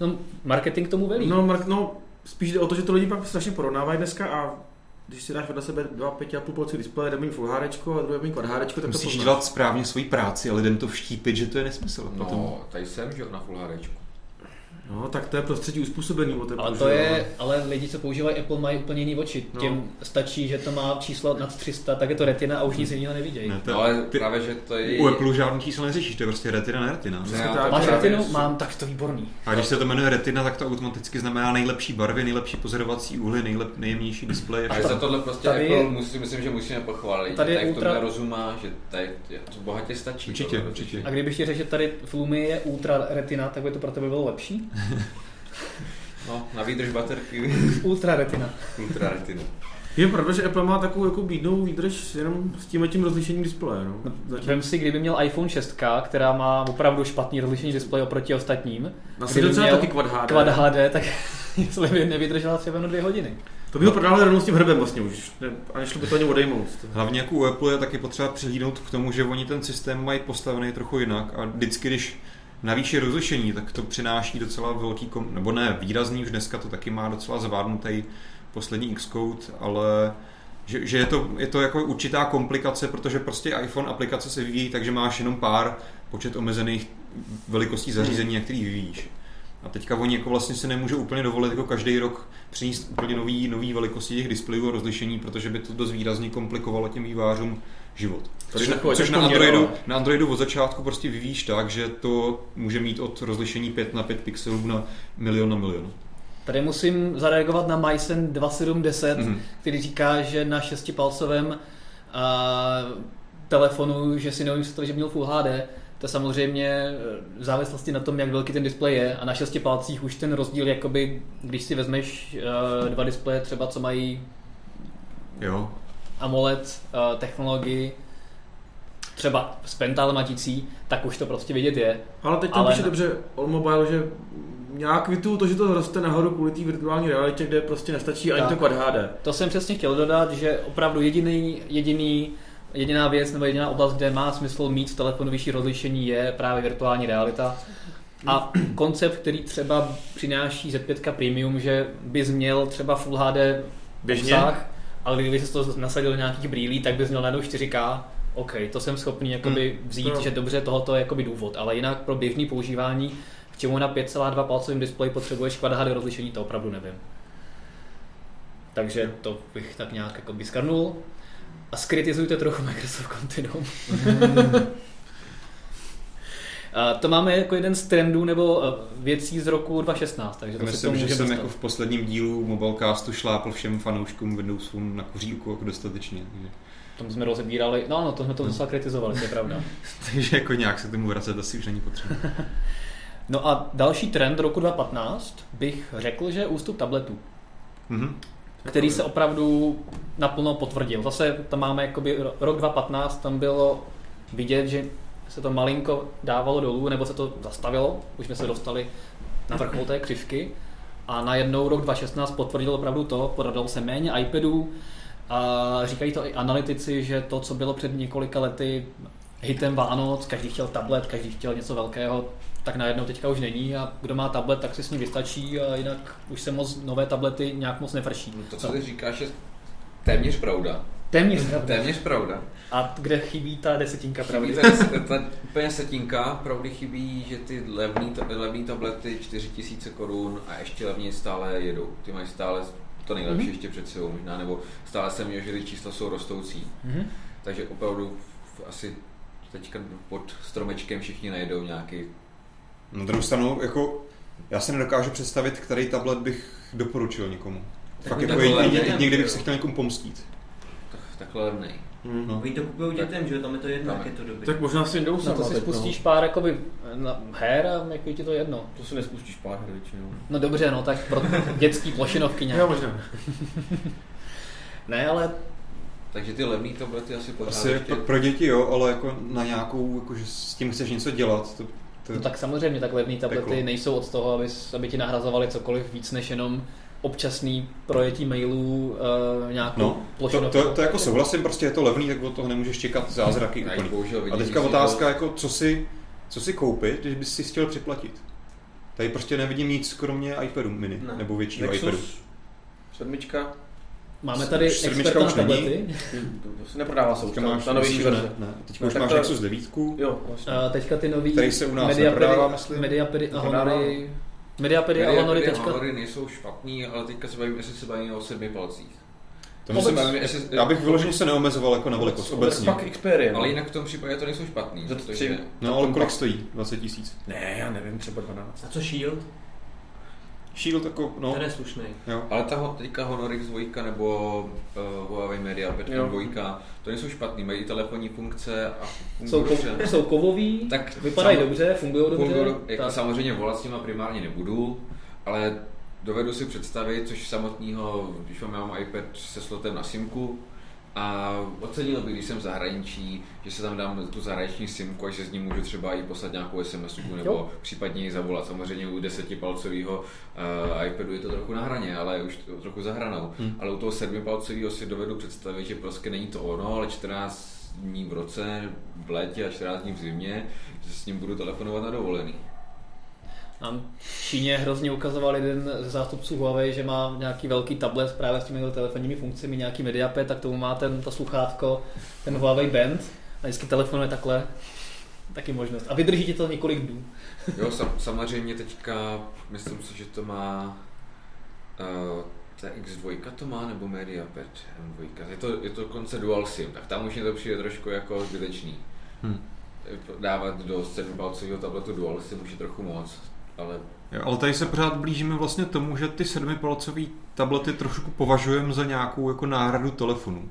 Speaker 3: No, marketing tomu velí.
Speaker 2: No, Mark, no, spíš jde o to, že to lidi pak strašně porovnávají dneska a když si dáš vedle sebe dva 5,5 palci displeje, jeden mít Full HD a druhý mít Quad HD, tak to
Speaker 1: Musíš
Speaker 2: poznáš.
Speaker 1: dělat správně svoji práci a lidem to vštípit, že to je nesmysl. Potom-
Speaker 4: No, tady jsem, že jo, na full HD.
Speaker 2: No, tak to je prostředí uspůsobený o té
Speaker 3: ale to
Speaker 2: používání.
Speaker 3: je, ale lidi, co používají Apple, mají úplně jiný oči. No.
Speaker 2: No.
Speaker 3: Těm stačí, že to má číslo nad 300, tak je to retina a už nic jiného nevidějí.
Speaker 1: Ne, to-
Speaker 4: No, ale
Speaker 1: ty-
Speaker 4: právě, že to je...
Speaker 1: U Apple žádný číslo neřešíš, to je prostě retina na retina.
Speaker 4: Ne,
Speaker 2: Máš
Speaker 4: já to
Speaker 3: Máš
Speaker 4: právě-
Speaker 3: retinu? Mám, tak to výborný.
Speaker 1: A když se to jmenuje retina, tak to automaticky znamená nejlepší barvy, nejlepší pozorovací úhly, nejlep, nejjemnější displej.
Speaker 4: A za tohle prostě
Speaker 3: Tady-
Speaker 4: tady, Apple musí, myslím, že musíme pochválit.
Speaker 3: Tady
Speaker 4: Tady
Speaker 3: je
Speaker 4: tak ultra...
Speaker 3: ultra-
Speaker 4: to rozumá, že tady je- to bohatě stačí.
Speaker 1: Určitě,
Speaker 4: tohle
Speaker 1: určitě.
Speaker 4: rozlišení.
Speaker 3: A kdybych ti řekl, že tady v Lumi je ultra retina, tak by to pro tebe bylo lepší?
Speaker 4: No, na výdrž baterky,
Speaker 3: ultra retina.
Speaker 4: ultra retina.
Speaker 2: Je pravda, že Apple má takovou jako bídnou výdrž jenom s tím tím rozlišením displeje, no. Zatím.
Speaker 3: Vem si, kdyby měl iPhone 6, která má opravdu špatný rozlišení displej oproti ostatním.
Speaker 2: Na
Speaker 3: kdyby
Speaker 2: docela
Speaker 3: měl
Speaker 2: taky Quad HD.
Speaker 3: Quad HD, tak jestli by nevydržela třeba jenom dvě hodiny.
Speaker 2: To by ho prodali rovnou s tím hrbem vlastně už. Ne, a nešlo by to ani odejmout.
Speaker 1: Hlavně jako u Apple je taky potřeba přihlídnout k tomu, že oni ten systém mají postavený trochu jinak a vždycky, když navýší rozlišení, tak to přináší docela velký, kom- nebo ne, výrazný, už dneska to taky má docela zvládnutý poslední Xcode, ale že, že je, to, je to jako určitá komplikace, protože prostě iPhone aplikace se vyvíjí tak, že máš jenom pár počet omezených velikostí zařízení, na který vyvíjíš. A teďka oni jako vlastně se nemůže úplně dovolit jako každý rok přinést úplně nový, nový velikosti těch displejů a rozlišení, protože by to dost výrazně komplikovalo těm vývářům život.
Speaker 2: Tady
Speaker 1: Což, na,
Speaker 2: takové
Speaker 1: což na,
Speaker 2: těžko
Speaker 1: Androidu,
Speaker 2: měrové.
Speaker 1: na Androidu od začátku prostě vyvíjíš tak, že to může mít od rozlišení 5 na 5 pixelů na milion na milion.
Speaker 3: Tady musím zareagovat na Mysen 2710, mm-hmm.
Speaker 1: Mhm.
Speaker 3: který říká, že na šestipalcovém uh, telefonu, že si neumím představit, že měl Full HD. To je samozřejmě eh, v závislosti na tom, jak velký ten displej je a na šesti palcích už ten rozdíl, jakoby, když si vezmeš uh, dva displeje třeba, co mají
Speaker 1: Jo,
Speaker 3: AMOLED uh, technologii, třeba s pentalmatící, tak už to prostě vidět je.
Speaker 2: Ale teď tam
Speaker 3: Ale
Speaker 2: ale píše
Speaker 3: ne.
Speaker 2: dobře All Mobile, že nějak vitu to, že to roste nahoru kvůli té virtuální realitě, kde prostě nestačí ani
Speaker 3: Tak.
Speaker 2: to Quad HD.
Speaker 3: To jsem přesně chtěl dodat, že opravdu jediný, jediný, jediná věc nebo jediná oblast, kde má smysl mít v telefonu vyšší rozlišení, je právě virtuální realita. A koncept, který třeba přináší Z5 Premium, že bys měl třeba Full HD
Speaker 2: Běžně?
Speaker 3: obsah, ale kdyby se to nasadil do nějakých brýlí, tak bys měl najednou 4K. OK, to jsem schopný jakoby
Speaker 1: Hmm.
Speaker 3: vzít,
Speaker 1: No.
Speaker 2: jo.
Speaker 3: že dobře, tohoto je jakoby důvod, ale jinak pro běžný používání, k čemu na 5,2 palcovém displeji potřebuješ Quad HD rozlišení, to opravdu nevím. Takže to bych tak nějak jako by skarnul. A skritizujte trochu Microsoft Continuum. A to máme jako jeden z trendů nebo eh, věcí z roku 2016, takže to se
Speaker 1: Myslím,
Speaker 3: tomu
Speaker 1: že
Speaker 3: můžeme
Speaker 1: jsem
Speaker 3: dostat.
Speaker 1: jako v posledním dílu Mobilecastu šlápl všem fanouškům Windows Phone na kuříku jako dostatečně. Takže,
Speaker 3: Tom jsme rozebírali, no ano, to jsme to docela kritizovali, to je pravda.
Speaker 1: takže jako nějak se k tomu vracet asi už není potřeba.
Speaker 3: No a další trend roku 2015 bych řekl, že je ústup tabletů,
Speaker 1: Mhm.
Speaker 3: který se opravdu naplno potvrdil. Zase tam máme jakoby ro- rok 2015, tam bylo vidět, že se to malinko dávalo dolů, nebo se to zastavilo, už jsme se dostali na vrchol té křivky. A najednou rok 2016 potvrdil opravdu to, prodalo se méně iPadů, A říkají to i analytici, že to, co bylo před několika lety hitem Vánoc, každý chtěl tablet, každý chtěl něco velkého, tak najednou teďka už není a kdo má tablet, tak si s ním vystačí a jinak už se moc nové tablety nějak moc nefrší.
Speaker 4: No To, co ty říkáš, je téměř pravda.
Speaker 3: Téměř. pravda.
Speaker 4: Téměř pravda.
Speaker 3: A kde chybí ta desetinka pravdy?
Speaker 4: Chybí ta, ta úplně setinka, pravdy chybí, že ty levný, ta- levný tablety 4000 korun a ještě levněji stále jedou. Ty mají stále to nejlepší
Speaker 1: Mhm.
Speaker 4: mm-hmm. ještě před sebou možná, nebo stále se měl, že ty čísla jsou rostoucí.
Speaker 3: Mhm.
Speaker 4: Takže opravdu v- asi teďka pod stromečkem všichni najedou nějaký
Speaker 1: Na druhou stranu, jako, já si nedokážu představit, který tablet bych doporučil někomu.
Speaker 5: Tak
Speaker 1: Fakt
Speaker 5: mi
Speaker 1: jako
Speaker 4: takhle
Speaker 1: jedině-
Speaker 4: levný.
Speaker 1: jedině- někdy bych se chtěl někomu pomstít.
Speaker 4: tak- takhle levný.
Speaker 2: Hmm.
Speaker 1: No.
Speaker 5: Oni to kupují
Speaker 4: Tak-
Speaker 5: dětem, že jo, tam je to jedno,
Speaker 4: Tam
Speaker 5: jak
Speaker 4: je.
Speaker 5: je to dobrý.
Speaker 2: Tak možná si Windows
Speaker 3: Na to si
Speaker 1: no.
Speaker 3: spustíš pár jakoby, na, her a jako je ti to jedno.
Speaker 4: To si nespustíš pár her většinou.
Speaker 3: No dobře, no tak pro dětský plošinovky
Speaker 2: No. Jo,
Speaker 3: nějak.
Speaker 2: možná.
Speaker 3: Ne, ale
Speaker 4: Takže ty levný tablety asi pořád
Speaker 1: Asi
Speaker 4: ještě...
Speaker 1: pro, pro děti jo, ale jako na nějakou, jako že s tím chceš něco dělat, to, to,
Speaker 3: No tak samozřejmě, tak levné tablety
Speaker 1: Peklo.
Speaker 3: nejsou od toho, aby, aby ti nahrazovali cokoliv víc než jenom občasný projetí mailů, uh, nějakou
Speaker 1: No, to, to, to, jako souhlasím, prostě je to levný, tak od toho nemůžeš čekat zázraky
Speaker 4: Já
Speaker 1: úplně.
Speaker 4: jich bohužel
Speaker 1: A
Speaker 4: vidím,
Speaker 1: teďka
Speaker 4: že jako si
Speaker 1: otázka, jako co si, co si koupit, když bys si chtěl připlatit. Tady prostě nevidím nic kromě iPadu mini,
Speaker 4: Ne.
Speaker 1: nebo většího iPadu.
Speaker 2: Nexus, sedmička,
Speaker 3: Máme tady
Speaker 1: Sedmička
Speaker 3: experta na
Speaker 1: už není.
Speaker 3: tablety.
Speaker 2: to, to se neprodává
Speaker 1: Teďka
Speaker 2: součka,
Speaker 1: máš,
Speaker 2: ta novější
Speaker 1: myslím,
Speaker 2: verze.
Speaker 1: ne, ne. Teďka
Speaker 2: No,
Speaker 1: už
Speaker 2: tak
Speaker 1: máš
Speaker 2: to-
Speaker 1: Nexus 9,
Speaker 2: Jo, vlastně.
Speaker 3: Uh, teďka ty nový
Speaker 1: který se u nás
Speaker 3: Mediapedy-
Speaker 1: neprodává, myslím.
Speaker 3: Mediapedy a
Speaker 2: Neprodává.
Speaker 3: Honory. Mediapedy a
Speaker 4: Mediapedy
Speaker 3: Honory
Speaker 4: a
Speaker 3: teďka.
Speaker 4: Honory nejsou špatný, ale teďka se bavím, jestli se bavíme o sedmi palcích.
Speaker 1: To myslím,
Speaker 4: Vůbec. Jestli-
Speaker 1: já bych vyloženě se neomezoval jako na velikost obecně.
Speaker 2: Pak Xperia. no.
Speaker 4: Ale jinak v tom případě to nejsou špatný.
Speaker 2: Za to
Speaker 4: protože-
Speaker 2: tři.
Speaker 1: No ale kolik stojí? 20 tisíc.
Speaker 2: Ne, já nevím, třeba 12.
Speaker 5: A co Shield?
Speaker 1: Shield jako, no,
Speaker 5: Ten je slušný.
Speaker 1: jo.
Speaker 4: Ale ta ho- teďka Honorix 2 nebo uh, Huawei Media Pad
Speaker 2: Jo.
Speaker 4: 2, to nejsou špatný, mají i telefonní funkce a
Speaker 3: Jsou,
Speaker 4: fungují dobře.
Speaker 3: ko- jsou kovový,
Speaker 4: Tak
Speaker 3: vypadají
Speaker 4: sam-
Speaker 3: dobře, fungují dobře.
Speaker 4: Fungují do- Jako
Speaker 3: tak.
Speaker 4: samozřejmě volat s nima primárně nebudu, ale dovedu si představit, což samotného, když mám, já mám iPad se slotem na simku, a ocenil bych, když jsem v zahraničí, že se tam dám tu zahraniční simku a že s ním můžu třeba i poslat nějakou SMS nebo
Speaker 3: Jo.
Speaker 4: případně ji zavolat. Samozřejmě u desetipalcového uh, iPadu je to trochu na hraně, ale už t- trochu za hranou. Hmm. Ale u toho sedmipalcového si dovedu představit, že prostě není to ono, ale 14 dní v roce, v létě a 14 dní v zimě, že s ním budu telefonovat na dovolený.
Speaker 3: Nám v Číně hrozně ukazoval jeden ze zástupců Huawei, že má nějaký velký tablet právě s těmi telefonními funkcemi, nějaký MediaPad, tak tomu má ten, to sluchátko, ten Huawei Band a vždycky telefonuje takhle. Taky možnost. A vydrží ti to několik dnů.
Speaker 4: Jo, sam, samozřejmě teďka, myslím si, že to má, uh, ta X2 to má, nebo MediaPad M2, je to, je to konce Dual SIM, tak tam už mě to přijde trošku jako zbytečný.
Speaker 1: Hm.
Speaker 4: Dávat do 7-palcového tabletu Dual SIM už je trochu moc, ale
Speaker 1: jo. Ale tady se pořád blížíme vlastně tomu, že ty sedmipalcové tablety trošku považujeme za nějakou jako náhradu telefonu.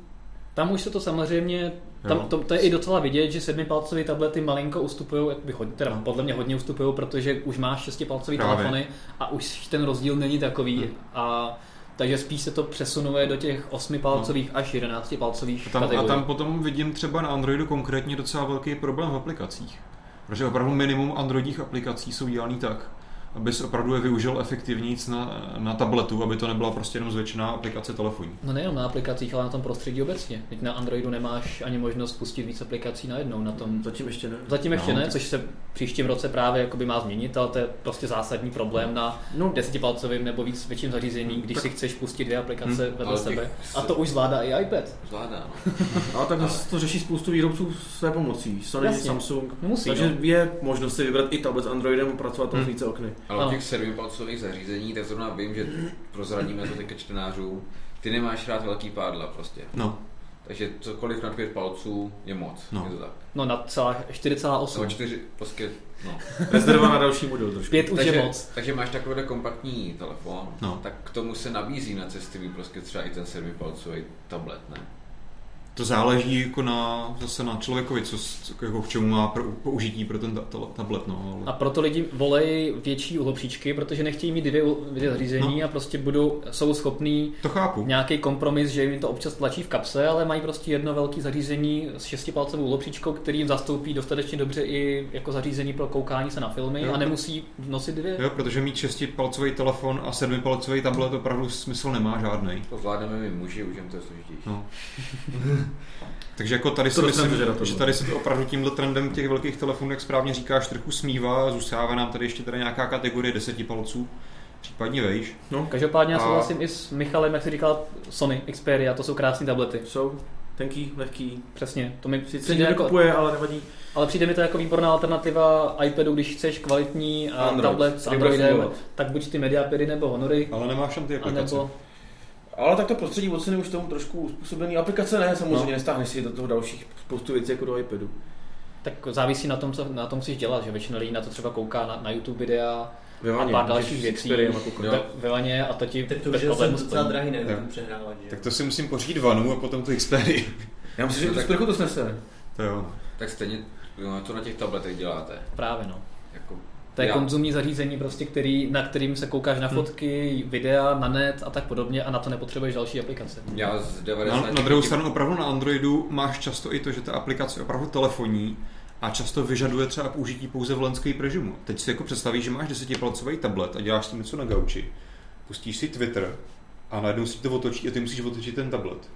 Speaker 3: Tam už se to samozřejmě,
Speaker 1: Jo.
Speaker 3: tam, to, to, je i docela vidět, že sedmipalcové tablety malinko ustupují, jakoby hodně, teda podle mě hodně ustupují, protože už máš šestipalcové
Speaker 1: No. Právě.
Speaker 3: telefony a už ten rozdíl není takový. Hmm. A takže spíš se to přesunuje do těch osmipalcových až jedenáctipalcových
Speaker 1: A tam, a
Speaker 3: kategorií.
Speaker 1: tam potom vidím třeba na Androidu konkrétně docela velký problém v aplikacích. Protože opravdu minimum androidních aplikací jsou dělaný tak, abys opravdu je využil efektivníc na, na tabletu, aby to nebyla prostě jenom zvětšená aplikace telefonní.
Speaker 3: No nejenom na aplikacích, ale na tom prostředí obecně. Teď na Androidu nemáš ani možnost spustit víc aplikací najednou na tom.
Speaker 2: Hmm, Zatím ještě ne.
Speaker 3: Zatím ještě
Speaker 1: No,
Speaker 3: ne,
Speaker 1: tak-
Speaker 3: což se v příštím roce právě jakoby má změnit, ale to je prostě zásadní problém na
Speaker 2: No,
Speaker 3: desetipalcovém nebo víc větším zařízení, když si chceš pustit dvě aplikace vedle
Speaker 4: ale
Speaker 3: sebe.
Speaker 4: těch-
Speaker 3: A to už zvládá i iPad.
Speaker 4: zvládá. No.
Speaker 2: ale tak zase to řeší spoustu výrobců své pomocí. Sony,
Speaker 3: Jasně.
Speaker 2: Samsung.
Speaker 3: Musí,
Speaker 2: Takže
Speaker 3: no.
Speaker 2: je možnost si vybrat i tablet s Androidem a pracovat tam s více okny.
Speaker 4: Ale
Speaker 3: Ano.
Speaker 4: u těch sedmipalcových zařízení, tak zrovna vím, že prozradíme to teďka čtenářům, ty nemáš rád velký pádla prostě.
Speaker 1: No,
Speaker 4: Takže cokoliv nad pět palců je moc,
Speaker 1: No.
Speaker 4: je to tak.
Speaker 3: No na celá
Speaker 4: Nebo
Speaker 3: 4,8.
Speaker 4: čtyři, prostě, no.
Speaker 2: Rezerva na další modul trošku.
Speaker 3: Pět už je moc.
Speaker 4: takže máš takovýhle kompaktní telefon,
Speaker 1: No.
Speaker 4: tak k tomu se nabízí na cesty mít prostě třeba i ten 7 palcový tablet, ne?
Speaker 1: To záleží jako na, zase na člověkovi, co, s- co- jako k čemu má pro, použití pro ten ta, ta, tablet. No,
Speaker 3: A
Speaker 1: ale.
Speaker 3: proto lidi volejí větší uhlopříčky, protože nechtějí mít dvě, u- dvě zařízení a prostě budou, jsou schopní
Speaker 1: To chápu.
Speaker 3: nějaký kompromis, že jim to občas tlačí v kapse, ale mají prostě jedno velké zařízení s šestipalcovou uhlopříčkou, který jim zastoupí dostatečně dobře i jako zařízení pro koukání se na filmy
Speaker 1: Jo.
Speaker 3: a nemusí nosit dvě.
Speaker 1: Jo, protože mít 6-palcový telefon a 7-palcový tablet opravdu smysl nemá žádný.
Speaker 4: To zvládneme my muži, už jen to je složitější.
Speaker 1: No. Takže jako tady si
Speaker 2: To dostaneme
Speaker 1: myslím,
Speaker 2: že na to
Speaker 1: že
Speaker 2: bylo.
Speaker 1: tady se to opravdu tímhle trendem těch velkých telefonů, jak správně říkáš, trochu smívá. Zůstává nám tady ještě tady nějaká kategorie 10 palců, případně vejš.
Speaker 3: Každopádně já
Speaker 1: A-
Speaker 3: souhlasím i s Michalem, jak si říkal, Sony, Xperia, to jsou krásné tablety.
Speaker 2: Jsou tenký, lehký.
Speaker 3: Přesně, to mi
Speaker 2: Sice
Speaker 3: přijde
Speaker 2: nikdo
Speaker 3: jako,
Speaker 2: kupuje, ale nevadí.
Speaker 3: ale přijde mi to jako výborná alternativa iPadu, když chceš kvalitní a
Speaker 4: Android,
Speaker 3: tablet s
Speaker 4: který bude
Speaker 3: Androidem,
Speaker 4: fungovat.
Speaker 3: tak buď ty Mediapiry nebo Honory,
Speaker 1: Ale nemáš tam ty
Speaker 3: a
Speaker 1: aplikace.
Speaker 3: nebo
Speaker 2: Ale tak to prostředí od Sony už tomu trošku uspůsobený. Aplikace ne, samozřejmě, no. nestáhneš si do toho dalších spoustu věcí jako do iPadu.
Speaker 3: tak závisí na tom, co na tom chceš dělat, že většina lidí na to třeba kouká na, na YouTube videa
Speaker 2: Vyvaně,
Speaker 3: a pár dalších věcí
Speaker 2: jako-
Speaker 4: Jo.
Speaker 3: ve, ve vaně a to jako ti
Speaker 5: Tak to už
Speaker 3: bez
Speaker 5: je zase
Speaker 3: problémů
Speaker 5: docela
Speaker 3: splní.
Speaker 5: drahý,
Speaker 1: Jo.
Speaker 5: nevím, přehrávat, že
Speaker 1: Tak
Speaker 5: jo.
Speaker 1: to si musím pořídit vanu a potom tu Xperia.
Speaker 2: Já myslím, že
Speaker 4: No
Speaker 2: tu
Speaker 4: tak-
Speaker 2: sprchu to snese.
Speaker 1: To jo.
Speaker 4: Tak stejně, no, co na těch tabletech děláte?
Speaker 3: Právě no.
Speaker 4: Jako,
Speaker 3: To je
Speaker 4: já-
Speaker 3: konzumní zařízení, prostě, který, na kterým se koukáš na fotky, videa, na net a tak podobně a na to nepotřebuješ další aplikace.
Speaker 4: Já z
Speaker 1: No, Na,
Speaker 4: 90...
Speaker 1: na druhou stranu opravdu na Androidu máš často i to, že ta aplikace je opravdu telefonní a často vyžaduje třeba použití pouze v lenském režimu. Teď si jako představíš, že máš 10-palcový tablet a děláš s tím něco na gauči, pustíš si Twitter a najednou si to otočí a ty musíš otočit ten tablet.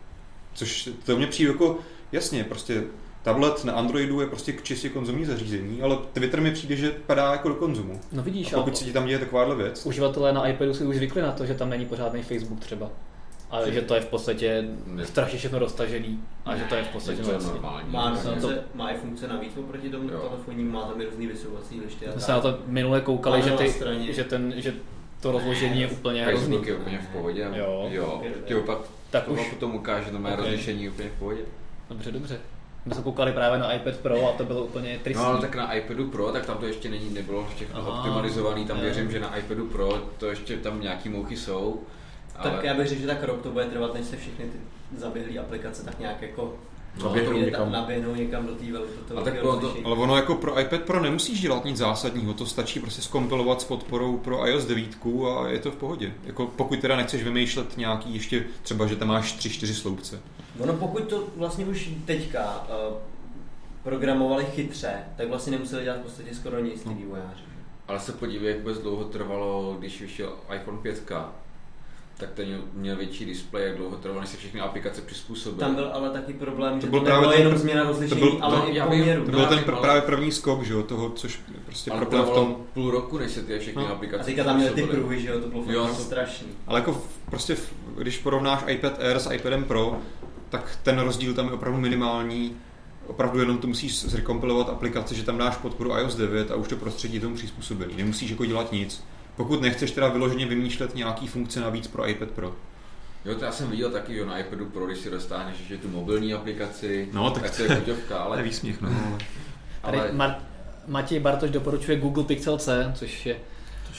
Speaker 1: Což to mě přijde jako, jasně, prostě tablet na Androidu je prostě čistě konzumní zařízení, ale Twitter mi přijde, že padá jako do konzumu.
Speaker 3: No vidíš,
Speaker 1: A pokud se ti tam děje takováhle věc,
Speaker 3: uživatelé na iPadu si už zvykli na to, že tam není pořádný Facebook třeba. A že to je v podstatě
Speaker 4: Ne.
Speaker 3: strašně všechno roztažený a že to je v podstatě
Speaker 4: to je
Speaker 3: vlastně.
Speaker 4: normální.
Speaker 5: Má,
Speaker 4: Tak-
Speaker 5: funkce, má i funkce navíc oproti tomu
Speaker 4: Jo.
Speaker 5: telefonní, má tam i různý vysouvací lišty a
Speaker 3: My jsme na
Speaker 5: tak.
Speaker 3: to minule koukali,
Speaker 5: Ale
Speaker 3: že,
Speaker 5: na
Speaker 3: ty,
Speaker 5: straně.
Speaker 3: že, ten, že to rozložení je úplně hrozný.
Speaker 4: Facebook je úplně v pohodě.
Speaker 3: Jo.
Speaker 4: jo. Ti opak
Speaker 3: Tak
Speaker 4: tak to
Speaker 3: už.
Speaker 4: už. potom ukáže, to má
Speaker 3: Ok.
Speaker 4: rozlišení je úplně v pohodě.
Speaker 3: Dobře, dobře. My jsme koukali právě na iPad Pro a to bylo úplně tristní.
Speaker 4: No ale tak na iPadu Pro, tak tam to ještě není, nebylo všechno
Speaker 3: Aha.
Speaker 4: Aha, optimalizovaný, tam
Speaker 3: Jo.
Speaker 4: věřím, že na iPadu Pro to ještě tam nějaký mouchy jsou. Ale
Speaker 5: Tak já bych řekl, že tak rok to bude trvat, než se všechny ty zaběhlé aplikace tak nějak jako
Speaker 2: No, běhnou
Speaker 5: je-
Speaker 2: někam.
Speaker 5: naběhnou někam do té velké do toho
Speaker 4: A tak
Speaker 5: velkého
Speaker 4: bylo to-
Speaker 5: rozlišení.
Speaker 1: Ale ono jako pro iPad Pro nemusíš dělat nic zásadního, to stačí prostě skompilovat s podporou pro iOS 9 a je to v pohodě. Jako pokud teda nechceš vymýšlet nějaký ještě, třeba že tam máš 3-4 sloupce.
Speaker 5: Ono pokud to vlastně už teďka uh, programovali chytře, tak vlastně nemuseli dělat v podstatě skoro nic ty vývojáři.
Speaker 4: ale se podívej, jak vůbec dlouho trvalo, když vyšel iPhone 5, tak ten měl- měl větší displej, jak dlouho trvalo, než se všechny aplikace přizpůsobily.
Speaker 5: Tam byl ale taky problém,
Speaker 1: To
Speaker 5: že
Speaker 1: byl
Speaker 5: to nebyla
Speaker 1: právě ten
Speaker 5: jenom
Speaker 1: pr-
Speaker 5: změna
Speaker 1: to
Speaker 5: rozlišení,
Speaker 1: byl-
Speaker 5: ale
Speaker 4: no,
Speaker 5: i
Speaker 4: já vím,
Speaker 5: poměru.
Speaker 1: To
Speaker 4: No,
Speaker 1: byl ten
Speaker 4: ale-
Speaker 1: pr- právě první skok, že jo, toho, což je prostě
Speaker 4: ale
Speaker 1: problém v
Speaker 4: trvalo
Speaker 1: tom.
Speaker 4: půl roku, než se ty všechny aplikace
Speaker 5: No, A teďka tam měli ty
Speaker 4: přizpůsobily.
Speaker 5: pruhy, že jo, to bylo
Speaker 4: Jo,
Speaker 5: fakt
Speaker 4: to-
Speaker 5: strašný.
Speaker 1: Ale jako v- prostě, v- když porovnáš iPad Air s iPadem Pro, tak ten rozdíl tam je opravdu minimální. Opravdu jenom to musíš zrekompilovat aplikaci, že tam dáš podporu iOS 9 a už to prostředí tomu přizpůsobí. Nemusíš jako dělat nic. Pokud nechceš teda vyloženě vymýšlet nějaký funkce navíc pro iPad Pro.
Speaker 4: Jo, to já jsem viděl taky, že na iPadu Pro, když si dostáhneš ještě tu mobilní aplikaci,
Speaker 1: No, tak
Speaker 4: to je chuťovka,
Speaker 1: Ale je
Speaker 4: ale,
Speaker 1: výsměch, no. ale-
Speaker 3: Tady
Speaker 4: ale No,
Speaker 3: Mar- Matěj Bartoš doporučuje Google Pixel C, což je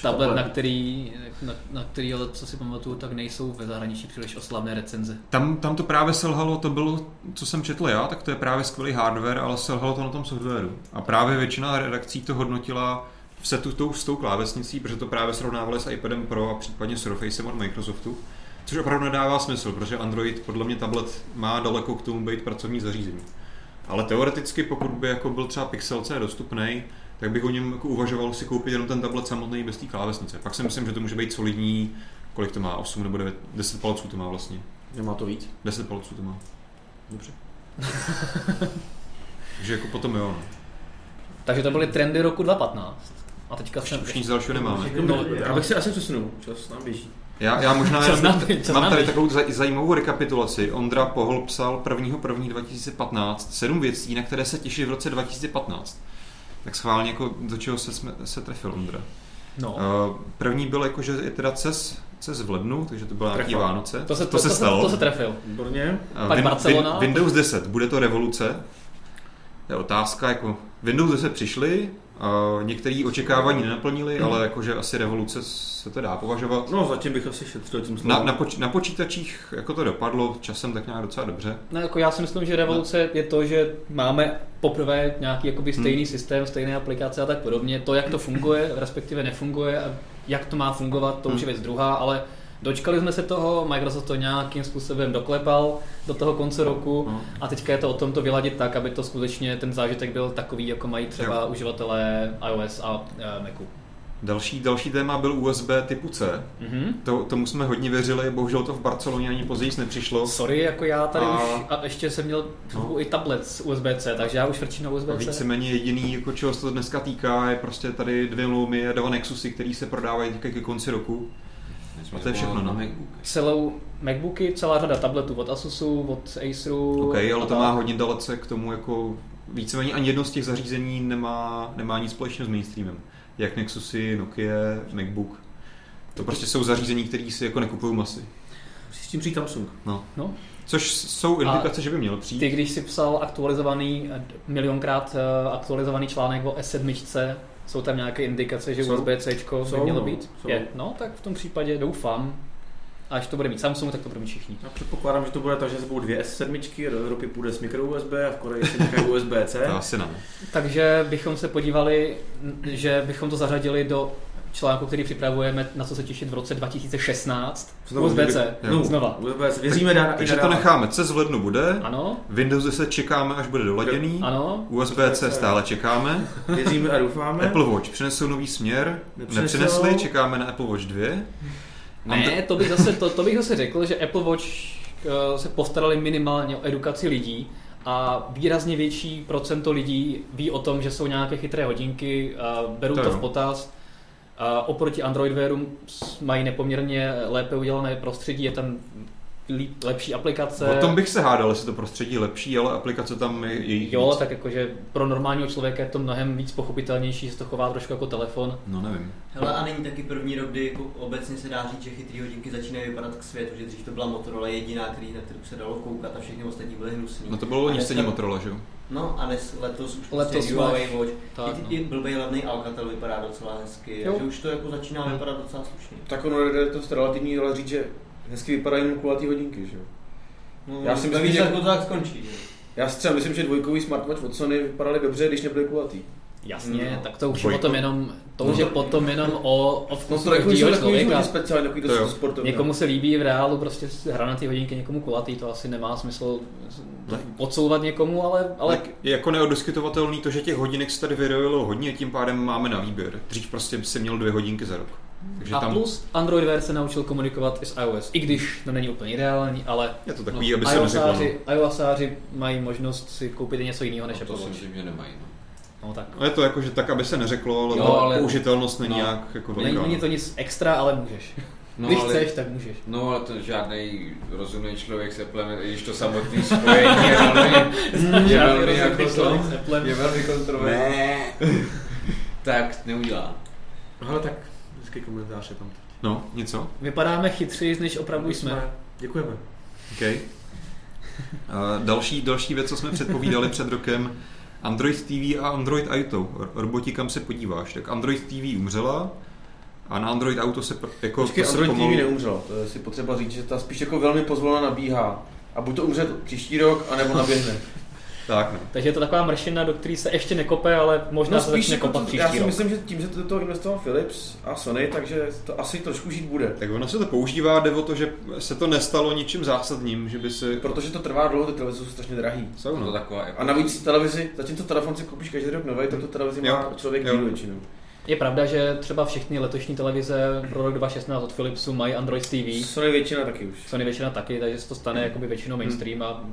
Speaker 3: tablet, na který, na, na který, ale co si pamatuju, tak nejsou ve zahraničí příliš oslavné recenze.
Speaker 1: Tam, tam to právě selhalo, to bylo, co jsem četl já, tak to je právě skvělý hardware, ale selhalo to na tom softwaru. A právě většina redakcí to hodnotila v setu tou, s tou klávesnicí, protože to právě srovnávali s iPadem Pro a případně s Surfacem od Microsoftu. Což opravdu nedává smysl, protože Android podle mě tablet má daleko k tomu být pracovní zařízení. Ale teoreticky, pokud by jako byl třeba Pixel C dostupný, tak bych o něm jako uvažoval si koupit jenom ten tablet samotný bez té klávesnice. Pak si myslím, že to může být solidní, kolik to má, 8 nebo 9, 10 palců to má vlastně.
Speaker 2: Nemá to víc.
Speaker 1: 10 palců to má.
Speaker 2: Dobře.
Speaker 1: Takže jako potom jo. no.
Speaker 3: Takže to byly trendy roku 2015. A teďka jsem...
Speaker 1: Už nic dalšího nemáme.
Speaker 3: No,
Speaker 2: já bych si asi přesunul, čas nám běží.
Speaker 1: Já, já možná
Speaker 3: Co
Speaker 1: jenom,
Speaker 3: znám- co
Speaker 1: mám
Speaker 3: znám,
Speaker 1: tady
Speaker 3: víš?
Speaker 1: takovou zaj- zajímavou rekapitulaci. Ondra Pohl psal 1.1.2015 sedm věcí, na které se těší v roce 2015. Tak schválně, jako do čeho se, jsme, se trefil Ondra.
Speaker 3: No.
Speaker 1: Uh, první byl jako, že je teda CES, CES v lednu, takže to byla nějaký
Speaker 2: Trefil.
Speaker 1: Vánoce.
Speaker 3: To se, to,
Speaker 1: to se stalo.
Speaker 3: To se trefil.
Speaker 2: Výborně.
Speaker 1: Eh,
Speaker 3: Pak
Speaker 1: Win-
Speaker 3: Barcelona.
Speaker 1: Win- Windows 10, bude to revoluce? To je otázka, jako Windows 10 přišli, Uh, Některé očekávání nenaplnili, ale jakože asi revoluce se to dá považovat.
Speaker 2: No, zatím bych asi šetřil tím
Speaker 1: Na,
Speaker 2: slovem.
Speaker 1: na, poč- na počítačích jako to dopadlo, časem tak nějak docela dobře.
Speaker 3: No, jako já si myslím, že revoluce je to, že máme poprvé nějaký jakoby stejný No. hmm. systém, stejné aplikace a tak podobně. To, jak to funguje, respektive nefunguje a jak to má fungovat, to už je věc druhá, ale dočkali jsme se toho, Microsoft to nějakým způsobem doklepal do toho konce roku
Speaker 1: No.
Speaker 3: a teďka je to o tom to vyladit tak, aby to skutečně ten zážitek byl takový, jako mají třeba uživatelé iOS a eh, Macu.
Speaker 1: Další, další téma byl USB typu C.
Speaker 3: Mhm.
Speaker 1: To, tomu jsme hodně věřili, bohužel to v Barceloně ani později nepřišlo.
Speaker 3: Sorry, jako já tady
Speaker 1: A-
Speaker 3: a... už, a ještě jsem měl no. i tablet s USB-C, takže já už frčím na
Speaker 1: A
Speaker 3: USB-C.
Speaker 1: víceméně jediný, jako čeho se to dneska týká, je prostě tady dvě Lumy a dva Nexusy, které se prodávají teďka ke konci roku. A to je všechno, no.
Speaker 4: Na MacBooku.
Speaker 3: celou MacBooky, celá řada tabletů od Asusu, od Aceru.
Speaker 1: OK, ale
Speaker 3: a
Speaker 1: to má
Speaker 3: tak.
Speaker 1: hodně dalece k tomu, jako víceméně ani jedno z těch zařízení nemá, nemá nic společného s mainstreamem. Jak Nexusy, Nokia, MacBook. To prostě jsou zařízení, které si jako nekupují masy.
Speaker 2: Příštím přijít Samsung.
Speaker 1: No.
Speaker 3: No,
Speaker 1: Což jsou indikace, že by měl přijít.
Speaker 3: ty, když si psal aktualizovaný, eh, milionkrát eh, aktualizovaný článek o S7, jsou tam nějaké indikace, že
Speaker 2: Jsou.
Speaker 3: USB-C by
Speaker 2: Jsou,
Speaker 3: mělo
Speaker 2: no,
Speaker 3: být?
Speaker 2: jsou.
Speaker 3: Je. No, tak v tom případě doufám. A až to bude mít Samsung, tak to budeme všichni.
Speaker 2: Já předpokládám, že to bude tak, že se budou dvě S7, do Evropy půjde s micro USB a v Koreji se říkají USB-C.
Speaker 1: To asi ne.
Speaker 3: Takže bychom se podívali, n- že bychom to zařadili do článku, který připravujeme, na co se těšit v roce 2016.
Speaker 2: Znovu
Speaker 3: USB-C.
Speaker 1: Jo.
Speaker 2: No,
Speaker 3: Znova.
Speaker 2: USB-C. Věříme dá,
Speaker 1: Takže to necháme, CES v lednu bude,
Speaker 3: Ano,
Speaker 1: Windows 10 čekáme, až bude doladěný,
Speaker 3: ano.
Speaker 1: USB-C stále čekáme,
Speaker 2: Věříme a doufáme.
Speaker 1: Apple Watch přinesou nový směr,
Speaker 2: Nepřinesou.
Speaker 1: nepřinesli, čekáme na Apple Watch 2.
Speaker 3: Ne, to bych, zase, to, to bych zase řekl, že Apple Watch eh, se postarali minimálně o edukaci lidí a výrazně větší procento lidí ví o tom, že jsou nějaké chytré hodinky, eh, berou
Speaker 1: To
Speaker 3: to, to
Speaker 1: jo.
Speaker 3: v potaz. A oproti Androidwarům s- mají nepoměrně lépe udělané prostředí, je tam líp, lepší aplikace.
Speaker 1: O tom bych se hádal, jestli to prostředí je lepší, ale aplikace tam je jejich
Speaker 3: Jo,
Speaker 1: víc.
Speaker 3: tak jakože pro normálního člověka je to mnohem víc pochopitelnější, že se to chová trošku jako telefon.
Speaker 1: No nevím.
Speaker 5: Hele, a není taky první rok, kdy jako obecně se dá říct, že chytrý hodinky začínají vypadat k světu, že dřív to byla Motorola jediná, který, na kterou se dalo koukat a všechny ostatní byly hnusný.
Speaker 1: No to bylo
Speaker 5: A
Speaker 1: nic
Speaker 5: dneska-
Speaker 1: stejně Motorola, že jo?
Speaker 5: No a dnes, letos už
Speaker 3: Letos
Speaker 5: letos prostě
Speaker 3: máš-
Speaker 5: Huawei Watch.
Speaker 3: Tak,
Speaker 5: Tak, I,
Speaker 3: no.
Speaker 5: ty, i blbej levný Alcatel vypadá docela hezky,
Speaker 3: Jo.
Speaker 5: jo. že už to jako začíná vypadat docela slušně.
Speaker 2: Tak ono jde to z relativní role říct, že hezky vypadají mu kulatý hodinky, že jo.
Speaker 5: No,
Speaker 2: Já si
Speaker 5: tak
Speaker 2: myslím,
Speaker 5: víš,
Speaker 2: že-
Speaker 5: jak to tak skončí. Že?
Speaker 2: Já si třeba myslím, že dvojkový smartwatch od Sony vypadaly dobře, když nebyly kulatý.
Speaker 3: Jasně,
Speaker 5: No.
Speaker 3: tak to už je
Speaker 1: Dvojko.
Speaker 3: potom jenom, to už je
Speaker 1: No
Speaker 3: potom jenom o, o vkusu
Speaker 2: takový
Speaker 3: každýho
Speaker 2: jsou takový
Speaker 3: člověka.
Speaker 2: hodně speciální, takový
Speaker 1: To jo.
Speaker 2: dost sportovní.
Speaker 3: Někomu se líbí v reálu prostě hranatý hodinky, někomu kulatý, to asi nemá smysl podsouvat někomu, ale, ale
Speaker 1: Ale je jako neodiskutovatelný to, že těch hodinek se tady vyrojilo hodně, tím pádem máme na výběr. Dřív prostě si měl dvě hodinky za rok. Takže
Speaker 3: a
Speaker 1: tam
Speaker 3: plus Android Wear se naučil komunikovat i s iOS, i když to není úplně ideální, ale no,
Speaker 1: je to takový, aby se neřeklo.
Speaker 3: iOSáři, iOSáři mají možnost si koupit i něco jiného než
Speaker 4: No,
Speaker 3: Apple
Speaker 4: to si
Speaker 3: Watch.
Speaker 4: myslím, že nemají. No.
Speaker 3: No tak.
Speaker 1: No. Je to jako, že tak, aby se neřeklo, ale,
Speaker 4: Jo,
Speaker 1: ta
Speaker 4: ale-
Speaker 1: použitelnost není
Speaker 4: no.
Speaker 1: nějak jako
Speaker 3: Není,
Speaker 1: velká.
Speaker 3: není to nic extra, ale můžeš.
Speaker 4: No,
Speaker 3: když
Speaker 4: ale-
Speaker 3: chceš, tak můžeš.
Speaker 4: No ale to žádný rozumný člověk se pleme, i když to samotný spojení je velmi, je velmi, jako
Speaker 3: prostě
Speaker 4: to, je velmi kontroverzní. Tak neudělá.
Speaker 2: Hele, tak hezký komentář je tam teď.
Speaker 1: No, něco?
Speaker 3: Vypadáme chytřeji, než opravdu jsme.
Speaker 2: Děkujeme.
Speaker 1: Okay. Uh, Eh, další, další věc, co jsme předpovídali před rokem, Android TV a Android Auto. R- Roboti, kam se podíváš? Tak Android TV umřela a na Android Auto se pr- jako
Speaker 2: Počkej,
Speaker 1: to se
Speaker 2: Android TV neumřelo, to je si potřeba říct, že ta spíš jako velmi pozvolna nabíhá. A buď to umře příští rok, anebo naběhne.
Speaker 1: Tak, no.
Speaker 3: Takže je to taková mršina, do které se ještě nekope, ale možná se začne
Speaker 2: jako
Speaker 3: kopat
Speaker 2: to, já
Speaker 3: příští
Speaker 2: si
Speaker 3: rok.
Speaker 2: myslím, že tím, že to do toho investoval Philips a Sony, takže to asi trošku žít bude.
Speaker 1: Tak ono se to používá, jde o to, že se to nestalo ničím zásadním, že by si...
Speaker 2: Protože to trvá dlouho, ty televize jsou strašně drahý.
Speaker 1: Jsou,
Speaker 4: To
Speaker 1: no.
Speaker 4: taková
Speaker 2: A
Speaker 4: Apple,
Speaker 2: navíc televizi, zatímco telefon si koupíš každý rok nový, tak tu televizi
Speaker 1: Jo.
Speaker 2: má člověk
Speaker 1: Jo.
Speaker 2: díl většinou.
Speaker 3: Je pravda, že třeba všechny letošní televize pro rok 2016 od Philipsu mají Android TV,
Speaker 2: Sony většina taky už.
Speaker 3: Sony většina taky, takže se to stane jakoby většinou
Speaker 1: Hmm.
Speaker 3: mainstream a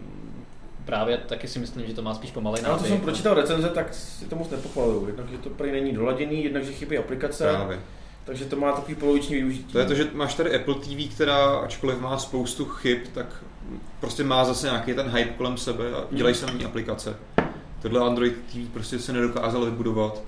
Speaker 3: právě taky si myslím, že to má spíš pomalej
Speaker 2: Ale to
Speaker 3: náběh,
Speaker 2: jsem
Speaker 3: no.
Speaker 2: pročítal recenze, tak si to moc nepochvaluju. Jednak, že to prý není doladěný, jednak, že chybí aplikace,
Speaker 1: Právě.
Speaker 2: takže to má takový poloviční využití.
Speaker 1: To je to, že máš tady Apple TV, která ačkoliv má spoustu chyb, tak prostě má zase nějaký ten hype kolem sebe a dělají se na ní aplikace. Tohle Android TV prostě se nedokázal vybudovat.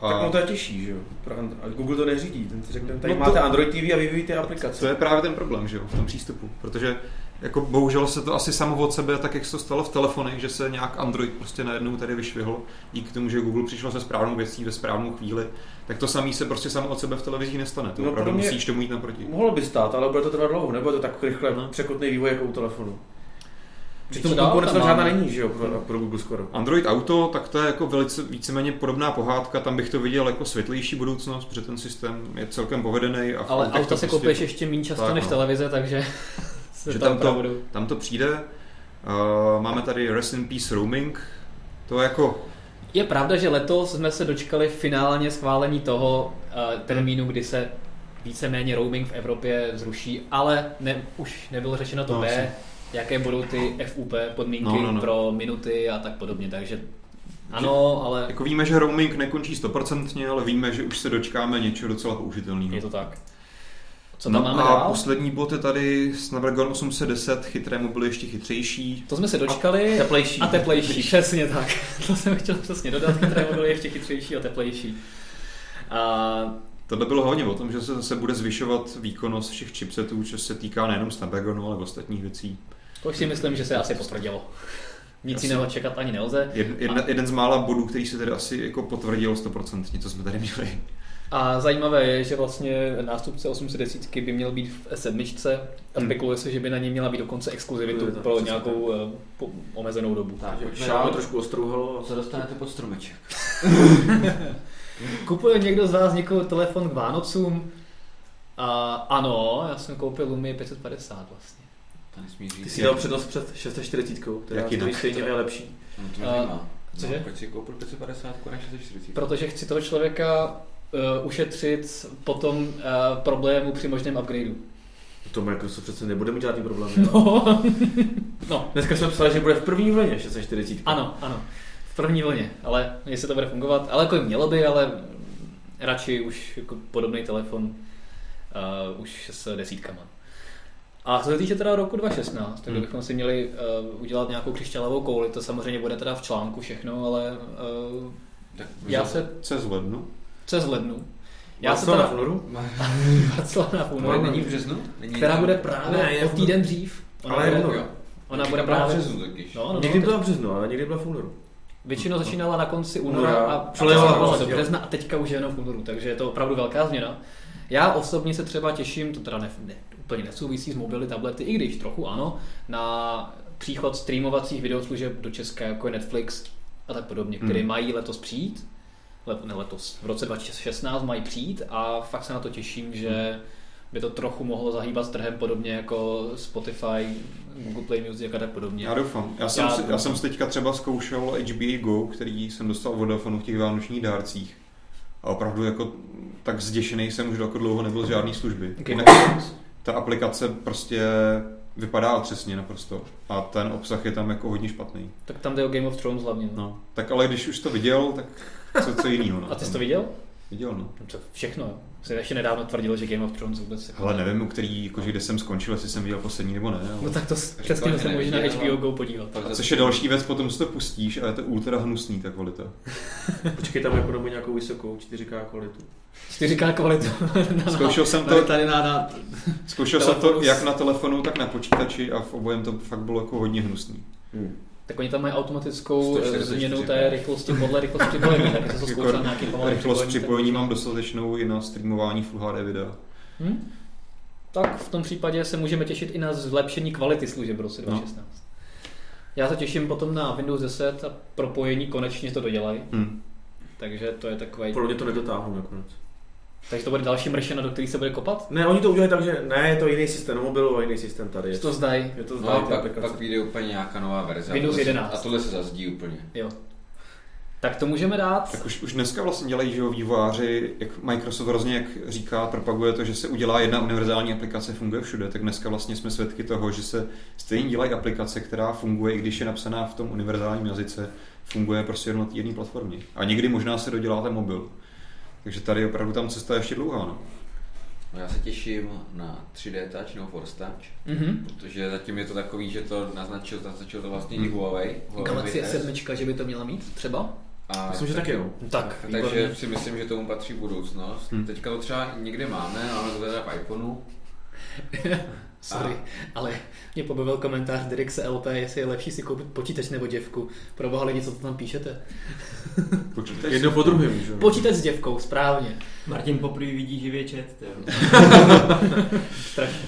Speaker 1: A
Speaker 2: Tak no to je těžší, že jo? Pro And- a Google to neřídí, ten si řekne, tady
Speaker 1: No to-
Speaker 2: máte Android TV a vyvíjíte aplikace.
Speaker 1: to je právě ten problém, že jo, v tom přístupu. Protože jako bohužel se to asi samo od sebe, tak jak se to stalo v telefonech, že se nějak Android prostě najednou tady vyšvihl, díky tomu, že Google přišlo se správnou věcí ve správnou chvíli, tak to samý se prostě samo od sebe v televizích nestane. To
Speaker 2: No,
Speaker 1: no, opravdu
Speaker 2: pro mě-
Speaker 1: musíš tomu jít naproti.
Speaker 2: Mohlo by stát, ale bude to trvat dlouho, nebo je to tak rychle
Speaker 1: No.
Speaker 2: překotný vývoj jako u telefonu. Přitom
Speaker 3: Víš, co
Speaker 2: konkurence
Speaker 3: dál
Speaker 2: tam
Speaker 3: tam
Speaker 2: žádná
Speaker 3: máme?
Speaker 2: není, že jo, pro, pro Google skoro.
Speaker 1: Android Auto, tak to je jako velice víceméně podobná pohádka, tam bych to viděl jako světlejší budoucnost, protože ten systém je celkem povedený. A v
Speaker 3: Ale
Speaker 1: autech
Speaker 3: auta
Speaker 1: to
Speaker 3: se
Speaker 1: prostě-
Speaker 3: koupíš ještě méně často
Speaker 1: Tak,
Speaker 3: než
Speaker 1: no.
Speaker 3: televize, takže se
Speaker 1: Že
Speaker 3: to
Speaker 1: tam to-
Speaker 3: opravdu...
Speaker 1: Tam to přijde. Uh, máme tady Rest in Peace Roaming. To je jako
Speaker 3: Je pravda, že letos jsme se dočkali finálně schválení toho eh, termínu, kdy se víceméně roaming v Evropě zruší, ale ne, už nebylo řečeno to
Speaker 1: No,
Speaker 3: B,
Speaker 1: jasně.
Speaker 3: jaké budou ty FUP podmínky
Speaker 1: No, no, no.
Speaker 3: pro minuty a tak podobně, takže ano, ale
Speaker 1: Jako víme, že roaming nekončí stoprocentně, ale víme, že už se dočkáme něčeho docela použitelného.
Speaker 3: je to tak. Co tam
Speaker 1: no
Speaker 3: máme
Speaker 1: a
Speaker 3: dál?
Speaker 1: poslední bod je tady Snapdragon 810, chytré mobily ještě chytřejší.
Speaker 3: To jsme se dočkali.
Speaker 2: teplejší.
Speaker 3: A teplejší, přesně tak. To jsem chtěl přesně dodat, které byly ještě chytřejší a teplejší. A
Speaker 1: Tohle bylo hodně o tom, že se zase bude zvyšovat výkonnost všech chipsetů, což se týká nejenom Snapdragonu, ale ostatních věcí.
Speaker 3: to už si myslím, že se asi potvrdilo. Nic
Speaker 1: Asi.
Speaker 3: jiného čekat ani nelze.
Speaker 1: Jed, jedna, jeden z mála bodů, který se tedy asi jako potvrdil stoprocentně, co jsme tady měli.
Speaker 3: A zajímavé je, že vlastně nástupce 810 by měl být v S7 a spekuluje se, že by na něj měla být dokonce exkluzivitu
Speaker 2: Je to,
Speaker 3: pro
Speaker 2: přesně
Speaker 3: nějakou eh, po- omezenou dobu.
Speaker 4: Tak, pojďme
Speaker 2: Šáme
Speaker 4: dál.
Speaker 2: trošku ostruhlo.
Speaker 4: Co dostanete pod stromeček?
Speaker 3: Kupuje někdo z vás někoho telefon k Vánocům? A ano, já jsem koupil Lumia 550 vlastně.
Speaker 4: To nesmí říct.
Speaker 2: Ty si dal přednost před 640, která
Speaker 1: Jak jinak?
Speaker 2: stojí stejně a je lepší.
Speaker 4: No, to
Speaker 3: A-
Speaker 4: nezajímá.
Speaker 3: cože?
Speaker 4: No, proč si koupil 550 na 640?
Speaker 3: Protože chci toho člověka uh, ušetřit potom uh, problému při možném upgradeu.
Speaker 2: To Microsoft přece nebude mít žádný problém. No.
Speaker 3: No. no,
Speaker 2: Dneska jsme psali, že bude v první vlně 640.
Speaker 3: ano, ano. V první vlně, ale jestli to bude fungovat, ale jako mělo by, ale mm, radši už jako podobný telefon uh, už s desítkama. A co se týče teda roku 2016, tak
Speaker 1: Hmm.
Speaker 3: bychom si měli uh, udělat nějakou křišťálovou kouli, to samozřejmě bude teda v článku všechno, ale uh,
Speaker 4: Tak,
Speaker 3: já se
Speaker 1: Co z lednu?
Speaker 3: přes lednu.
Speaker 2: Já
Speaker 3: Já
Speaker 2: jsem
Speaker 3: se
Speaker 2: to na
Speaker 3: teda...
Speaker 2: Honoru,
Speaker 3: Václavna v
Speaker 4: No,
Speaker 3: únoru.
Speaker 4: není v březnu? Není
Speaker 3: která
Speaker 4: tam?
Speaker 3: bude
Speaker 2: Ne,
Speaker 3: právě
Speaker 2: je
Speaker 3: o
Speaker 2: v-
Speaker 3: týden dřív. Ona
Speaker 2: ale
Speaker 3: bude,
Speaker 2: je
Speaker 4: jo.
Speaker 3: ona bude
Speaker 4: Právě
Speaker 3: právě...
Speaker 4: v březnu totiž.
Speaker 3: No, no,
Speaker 2: Někdy
Speaker 3: no,
Speaker 2: byla v březnu, ale někdy byla v únoru.
Speaker 3: většinou začínala na konci února
Speaker 2: Února.
Speaker 3: a
Speaker 2: Přelevala
Speaker 3: přelevala
Speaker 2: vlastně,
Speaker 3: do
Speaker 2: jo.
Speaker 3: března a teďka už je jenom v únoru, takže je to opravdu velká změna. Já osobně se třeba těším, to teda ne, ne, úplně nesouvisí s mobily, tablety, i když trochu ano, na příchod streamovacích videoslužeb do Česka, jako je Netflix a tak podobně, které
Speaker 1: Hmm.
Speaker 3: mají letos přijít, let, ne letos, v roce 2016 mají přijít a fakt se na to těším, že by to trochu mohlo zahýbat s trhem podobně jako Spotify, Google Play Music a tak podobně.
Speaker 1: Já doufám. Já jsem,
Speaker 3: Já-
Speaker 1: já... Si, já jsem si teďka třeba zkoušel HBO Go, který jsem dostal od Vodafonu v těch vánočních dárcích. A opravdu jako tak zděšený jsem už jako dlouho nebyl z žádné služby.
Speaker 3: Taky.
Speaker 1: Jinak ta aplikace prostě vypadá otřesně naprosto. A ten obsah je tam jako hodně špatný.
Speaker 3: Tak tam jde o Game of Thrones hlavně. No.
Speaker 1: No. Tak ale když už to viděl, tak co, co jiného. No.
Speaker 3: A ty jsi to viděl?
Speaker 1: viděl? no.
Speaker 3: To všechno, jo. Jsem ještě nedávno tvrdil, že Game of Thrones vůbec... jako-
Speaker 1: Ale nevím, u který, jakože kde jsem skončil, jestli jsem viděl poslední nebo ne. Ale...
Speaker 3: No tak to s- přesně
Speaker 4: Říkal,
Speaker 3: se
Speaker 4: že
Speaker 3: můžeš na
Speaker 4: neviděl,
Speaker 3: HBO
Speaker 4: ale-
Speaker 3: Go podívat.
Speaker 4: Pak
Speaker 1: A
Speaker 4: za-
Speaker 1: což je další věc, potom si to pustíš a je to ultra hnusný ta kvalita.
Speaker 2: Počkej tam jako dobu nějakou vysokou 4K kvalitu.
Speaker 3: 4K kvalitu. no.
Speaker 1: Zkoušel jsem to,
Speaker 4: Tady, tady na, na,
Speaker 1: Zkoušel jsem
Speaker 4: Telefonu
Speaker 1: to
Speaker 4: s-
Speaker 1: jak na telefonu, tak na počítači a v obojem to fakt bylo jako hodně hnusný.
Speaker 3: tak oni tam mají automatickou eh,
Speaker 4: 144,
Speaker 3: změnu té
Speaker 4: jo.
Speaker 3: rychlosti podle rychlosti připojení, tak jsem to
Speaker 1: Jako
Speaker 3: zkoušel nějaký pomalý
Speaker 1: Rychlost připojení mám dostatečnou i na streamování Full HD videa.
Speaker 3: Hm? Tak v tom případě se můžeme těšit i na zlepšení kvality služeb v roce
Speaker 1: No.
Speaker 3: 2016. Já se těším potom na Windows 10 a propojení konečně to dodělají,
Speaker 1: Hm.
Speaker 3: takže to je takový.
Speaker 2: Podle mě to nedotáhnu nakonec.
Speaker 3: Takže to bude další mršina, do který se bude kopat?
Speaker 2: Ne, oni to udělají tak, že ne, je to jiný systém na mobilu a jiný systém tady. Je
Speaker 3: Co to
Speaker 2: to,
Speaker 3: zdají?
Speaker 2: je to
Speaker 4: no, a
Speaker 2: zdá,
Speaker 4: pak, pak vyjde úplně nějaká nová verze.
Speaker 3: Windows
Speaker 4: a tohle se-
Speaker 3: 11.
Speaker 4: A tohle se zazdí úplně.
Speaker 3: Jo. Tak to můžeme dát.
Speaker 1: Tak už, už dneska vlastně dělají že jo, vývojáři, jak Microsoft hrozně jak říká, propaguje to, že se udělá jedna univerzální aplikace, funguje všude, tak dneska vlastně jsme svědky toho, že se stejně dělají aplikace, která funguje, i když je napsaná v tom univerzálním jazyce, funguje prostě jenom na té jedné platformě. A někdy možná se dodělá ten mobil. Takže tady opravdu tam cesta je ještě dlouhá. No.
Speaker 4: No, já se těším na 3D Touch nebo Force Touch.
Speaker 3: Mhm.
Speaker 4: Protože zatím je to takový, že to naznačil, naznačil to vlastně i
Speaker 1: Hmm.
Speaker 4: Huawei. Huawei
Speaker 3: Galaxie
Speaker 4: S.
Speaker 3: S7, že by to měla mít třeba?
Speaker 4: A
Speaker 2: Myslím, že taky no.
Speaker 3: Tak,
Speaker 4: Takže
Speaker 3: Hm.
Speaker 4: si myslím, že tomu patří budoucnost.
Speaker 1: Hmm.
Speaker 4: Teďka to třeba někde máme, máme to teda v iPhoneu.
Speaker 3: Sorry, ale mě pobavil komentář Dirixe LP, jestli je lepší si koupit počítač nebo děvku. Pro boha lidi, co to tam píšete?
Speaker 1: Počítač.
Speaker 2: Jedno po druhém, že jo?
Speaker 3: Počítač s děvkou, správně.
Speaker 6: Martin poprvé vidí živě čet, jo.
Speaker 3: Strašně.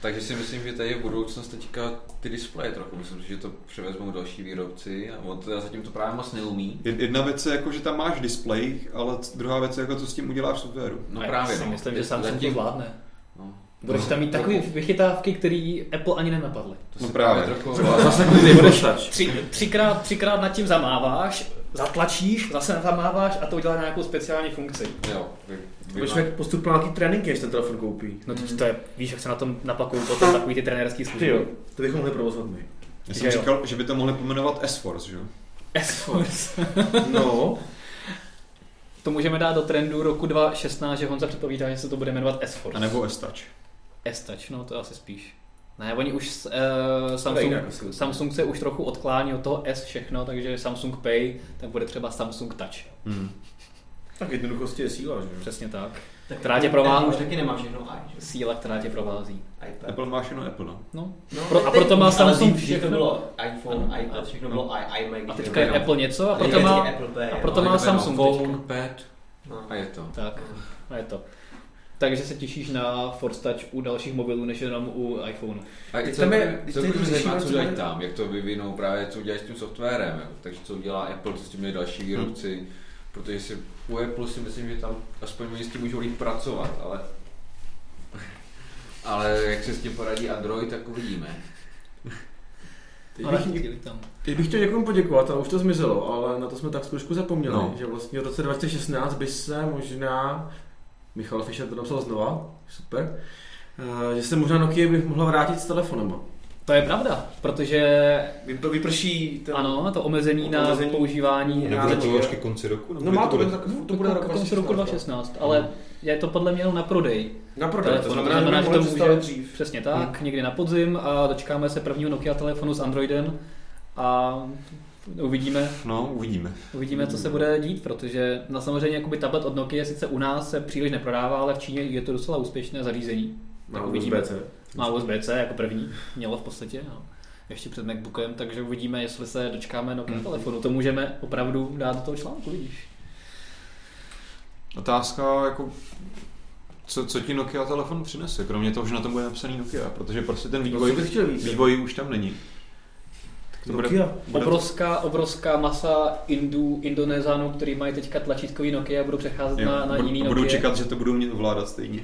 Speaker 4: Takže si myslím, že tady je budoucnost teďka ty displeje trochu. Myslím si, že to převezmou další výrobci a on teda zatím to právě moc neumí.
Speaker 1: Jed- Jedna věc je jako, že tam máš display, ale c- druhá věc je jako, co s tím uděláš v softwaru.
Speaker 4: No
Speaker 3: A
Speaker 4: právě.
Speaker 3: Já si
Speaker 4: no.
Speaker 3: myslím, že sám jsem to
Speaker 4: Zatím-
Speaker 3: zvládne.
Speaker 4: No,
Speaker 3: Budeš tam mít takové vychytávky, které Apple ani nenapadly.
Speaker 4: to
Speaker 1: No
Speaker 4: se
Speaker 1: právě.
Speaker 4: trochu
Speaker 2: A Zase klidný podestač.
Speaker 3: Tři, třikrát, třikrát nad tím zamáváš, zatlačíš, zase zamáváš a to udělá nějakou speciální funkci.
Speaker 4: Jo, vy, vy
Speaker 2: Byl člověk postupně nějaký tréninky, než ten telefon koupí.
Speaker 3: No teď to je, víš, jak se na tom napakují potom takový ty trenérský
Speaker 2: Ty
Speaker 3: služby.
Speaker 2: jo, to bychom mohli provozovat my.
Speaker 1: Já
Speaker 3: Jo,
Speaker 1: jsem
Speaker 3: jo.
Speaker 1: říkal, že by to mohli pomenovat S-Force, že? jo?
Speaker 3: S-Force.
Speaker 2: No,
Speaker 3: To můžeme dát do trendu roku 2016, že Honza předpovídá, že se to bude jmenovat S-Force.
Speaker 1: A nebo S-Touch.
Speaker 3: S-Touch, no to asi spíš. Ne, oni už uh, Samsung,
Speaker 2: jinak asi.
Speaker 3: Samsung se už trochu odklání od toho S všechno, takže Samsung Pay, tak bude třeba Samsung Touch.
Speaker 1: Hmm.
Speaker 2: tak jednoduchosti je síla, že jo?
Speaker 3: Přesně tak.
Speaker 6: Tak
Speaker 3: Která tě provází.
Speaker 6: Už taky nemá všechno i, že?
Speaker 3: Síla, která tě provází.
Speaker 6: iPad.
Speaker 1: Apple máš jenom Apple, no.
Speaker 3: No,
Speaker 6: No,
Speaker 3: Pro- a proto má
Speaker 6: ale
Speaker 3: Samsung
Speaker 6: dřív, že to
Speaker 3: všechno.
Speaker 6: bylo iPhone,
Speaker 3: Ano.
Speaker 6: iPad, všechno bylo i, iMac.
Speaker 3: a
Speaker 6: že
Speaker 3: teďka je
Speaker 5: no.
Speaker 6: bylo.
Speaker 3: Apple něco a
Speaker 6: A
Speaker 3: proto
Speaker 6: teď
Speaker 3: má...
Speaker 6: je Apple Pay,
Speaker 3: a
Speaker 6: jo.
Speaker 3: proto má Samsung teďka.
Speaker 4: Pad.
Speaker 6: No.
Speaker 4: A je to.
Speaker 3: Tak, a je to. Takže se těšíš na Force Touch u dalších mobilů, než jenom u iPhoneu.
Speaker 4: A i
Speaker 2: Teď
Speaker 4: co,
Speaker 2: tam je-
Speaker 4: je,
Speaker 2: teď
Speaker 4: to
Speaker 2: tady
Speaker 4: bude
Speaker 2: řešíme,
Speaker 4: zajímat, co
Speaker 2: co
Speaker 4: dělají
Speaker 2: bude-
Speaker 4: tam, jak to vyvinou právě, co udělají s tím softwarem, jo. takže co udělá Apple, co s tím dělají
Speaker 1: Hm.
Speaker 4: další výrobci, protože si u Apple si myslím, že tam aspoň oni s tím můžou líp pracovat, ale ale jak se s tím poradí Android, tak uvidíme.
Speaker 2: Teď
Speaker 3: Ale
Speaker 2: bych,
Speaker 3: chtěli tam.
Speaker 2: teď bych chtěl někomu poděkovat, ale už to zmizelo, ale na to jsme tak trošku zapomněli,
Speaker 4: No.
Speaker 2: no. že vlastně v roce 2016 by se možná, Michal Fischer to napsal znova, super, eh, že se možná Nokia by mohla vrátit s telefonema.
Speaker 3: To je pravda, protože
Speaker 2: To vyprší ten...
Speaker 3: ano, to omezení na
Speaker 2: Omezení.
Speaker 3: používání
Speaker 2: Nebude
Speaker 3: rád-
Speaker 2: to až ke
Speaker 1: konci roku?
Speaker 2: No má to, bude, tak, to bude
Speaker 3: Ke konci roku 2016, ale je to podle mě jenom na prodej.
Speaker 2: Na prodej, to
Speaker 3: telefonu.
Speaker 2: znamená, že by mohli přistát dřív. Hmm.
Speaker 3: Přesně tak, někdy na podzim a dočkáme se prvního Nokia telefonu s Androidem a uvidíme,
Speaker 1: No, uvidíme.
Speaker 3: uvidíme,
Speaker 2: Hmm.
Speaker 3: co se bude dít, protože na samozřejmě jakoby tablet od Nokia sice u nás se příliš neprodává, ale v Číně je to docela úspěšné zařízení.
Speaker 2: Na
Speaker 3: Tak
Speaker 2: uvidíme.
Speaker 3: Má USB-C jako první, mělo v podstatě, no. ještě před MacBookem, takže uvidíme, jestli se dočkáme
Speaker 2: Hmm.
Speaker 3: Nokia telefonu. To můžeme opravdu dát do toho článku, vidíš.
Speaker 1: Otázka, jako, co, co ti Nokia telefon přinese, kromě toho, že na tom bude napsaný Nokia, protože prostě ten
Speaker 2: Vývoj
Speaker 1: vývoj,
Speaker 2: bych chtěl víc.
Speaker 1: vývoj už tam není. Tak to bude,
Speaker 2: Nokia.
Speaker 1: bude
Speaker 3: Obrovská, obrovská masa Indů, Indonézánů, kteří mají teďka tlačítkový Nokia a budou přecházet
Speaker 1: jo,
Speaker 3: na, na
Speaker 1: budu,
Speaker 3: jiný
Speaker 1: budu
Speaker 3: Nokia.
Speaker 1: čekat, že to budou mít ovládat stejně.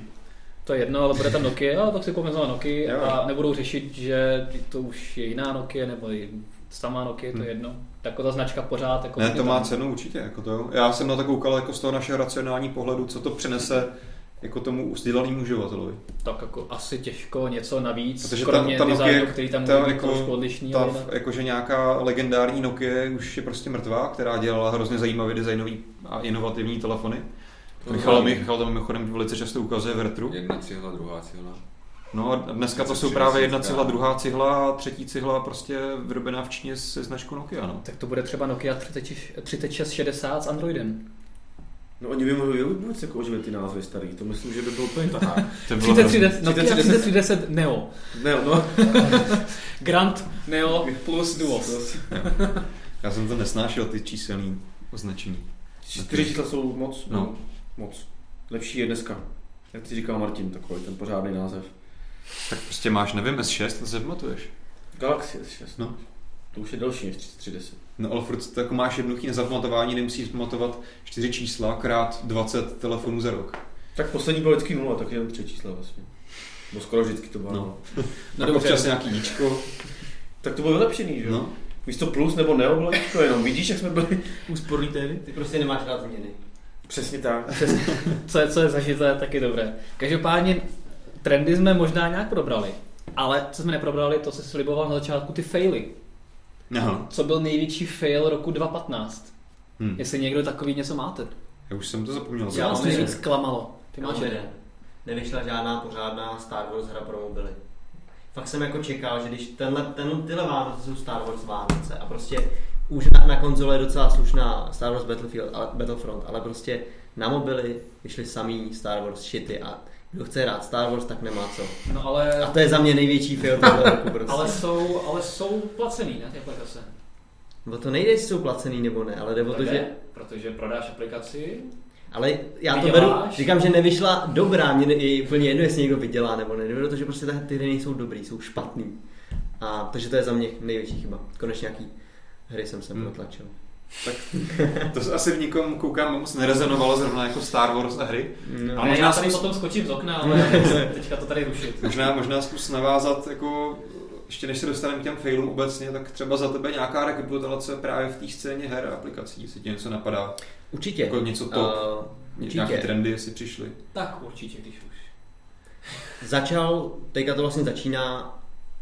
Speaker 3: To je jedno, ale bude tam Nokia, ale tak si koupím znova Nokia
Speaker 1: Jo.
Speaker 3: a nebudou řešit, že to už je jiná Nokia nebo je sama Nokia, to je jedno. Tak ta značka pořád. Jako
Speaker 1: Ne,
Speaker 3: je
Speaker 1: to
Speaker 3: tam.
Speaker 1: má cenu určitě. Jako to, jo. Já jsem na to koukal jako z toho našeho racionální pohledu, co to přinese jako tomu vzdělanému uživateli.
Speaker 3: Tak jako asi těžko něco navíc,
Speaker 1: Protože
Speaker 3: Protože
Speaker 1: ta-
Speaker 3: kromě
Speaker 1: ta
Speaker 3: ta,
Speaker 1: Nokia,
Speaker 3: designu, který tam
Speaker 1: ta
Speaker 3: může být
Speaker 1: jako-
Speaker 3: trošku odlišný.
Speaker 1: Ta,
Speaker 3: ale jinak-
Speaker 1: jakože nějaká legendární Nokia už je prostě mrtvá, která dělala hrozně zajímavý designový a inovativní telefony. Michal, Michal tam mimochodem velice často ukazuje v retru.
Speaker 4: Jedna cihla, druhá cihla.
Speaker 1: No a dneska to
Speaker 4: Co
Speaker 1: jsou
Speaker 4: si
Speaker 1: právě
Speaker 4: myslíš,
Speaker 1: jedna
Speaker 4: tak?
Speaker 1: cihla, druhá cihla, a třetí cihla prostě vyrobená v Číně se značkou Nokia, no.
Speaker 3: Tak to bude třeba Nokia 36- 3660 s Androidem.
Speaker 2: No oni by mohli vůbec jako oživit ty názvy starý, to myslím, že by byl úplně tak.
Speaker 1: To bylo
Speaker 3: 3310, Nokia
Speaker 2: 3310.
Speaker 3: 3310 Neo.
Speaker 2: Ne, no.
Speaker 3: Grand Neo plus
Speaker 2: no,
Speaker 3: Duos.
Speaker 1: Já jsem to nesnášel, ty číselný označení.
Speaker 2: Čtyři čísla jsou moc?
Speaker 1: No.
Speaker 2: Moc. Lepší je dneska. Jak ti říkal Martin, takový ten pořádný název.
Speaker 1: Tak prostě máš, nevím, S6, to se pamatuješ.
Speaker 2: Galaxy S6.
Speaker 1: No.
Speaker 2: To už je delší než 310.
Speaker 1: No ale furt to jako máš jednoduchý na zapamatování, nemusíš pamatovat čtyři čísla krát 20 telefonů za rok.
Speaker 2: Tak poslední byl vždycky nula, tak jenom tři čísla vlastně. No skoro vždycky to bylo.
Speaker 1: No.
Speaker 2: No.
Speaker 1: No tak občas nějaký díčko.
Speaker 2: Tak to bylo vylepšený, že jo? No.
Speaker 1: No.
Speaker 2: Místo plus nebo neo bylo to jenom. Vidíš, jak jsme byli úsporní tehdy?
Speaker 6: Ty prostě nemáš rád změny.
Speaker 2: Přesně tak.
Speaker 3: Přesně. co, je, co je zažité, tak je dobré. Každopádně trendy jsme možná nějak probrali, ale co jsme neprobrali, to se sliboval na začátku ty faily.
Speaker 1: Aha.
Speaker 3: Co byl největší fail roku 2015?
Speaker 1: Hm.
Speaker 3: Jestli někdo takový něco máte.
Speaker 1: Já už jsem to zapomněl.
Speaker 3: Hmm.
Speaker 6: Já
Speaker 3: Já
Speaker 1: Já
Speaker 6: mám
Speaker 3: vás
Speaker 6: jeden.
Speaker 3: nejvíc klamalo. Ty máš
Speaker 6: Mám
Speaker 3: jeden.
Speaker 6: jeden. Nevyšla žádná pořádná Star Wars hra pro mobily. Fakt jsem jako čekal, že když tenhle, ten, tyhle Vánoce jsou Star Wars Vánoce a prostě už na, na konzole je docela slušná Star Wars Battlefield, ale, Battlefront, ale prostě na mobily vyšly samý Star Wars shity a
Speaker 5: Kdo chce hrát Star Wars, tak nemá co.
Speaker 3: No ale,
Speaker 5: A to je za mě největší fail tohle roku prostě.
Speaker 3: ale, jsou, ale jsou placený, ne, ty aplikace.
Speaker 5: No to nejde, jestli jsou placený nebo ne, ale jde o to,
Speaker 3: Protože,
Speaker 5: že...
Speaker 3: protože prodáš aplikaci,
Speaker 5: Ale já to beru,
Speaker 3: Vyděláš?
Speaker 5: říkám, že nevyšla dobrá, mě ne- je úplně jedno, jestli někdo vydělá nebo ne. Jde o to, že prostě ta- ty hry nejsou dobrý, jsou špatný. A takže to je za mě největší chyba. Konečně nějaký hry jsem se
Speaker 1: Hmm.
Speaker 5: protlačil.
Speaker 1: To se asi v nikom, koukám, moc nerezonovalo zrovna jako Star Wars a hry.
Speaker 5: No.
Speaker 1: A
Speaker 3: Ne,
Speaker 1: možná
Speaker 3: já tady
Speaker 1: zkus,
Speaker 3: potom skočím z okna, ale nechci teďka to tady rušit.
Speaker 1: možná, možná zkus navázat, jako ještě než se dostaneme k těm failům obecně, tak třeba za tebe nějaká rekapitulace právě v té scéně her a aplikací, jestli ti něco napadá.
Speaker 5: Určitě.
Speaker 1: Jako něco top,
Speaker 5: Eh, určitě.
Speaker 1: nějaké trendy, jestli přišly.
Speaker 3: Tak určitě, když už.
Speaker 5: začal, teďka to vlastně začíná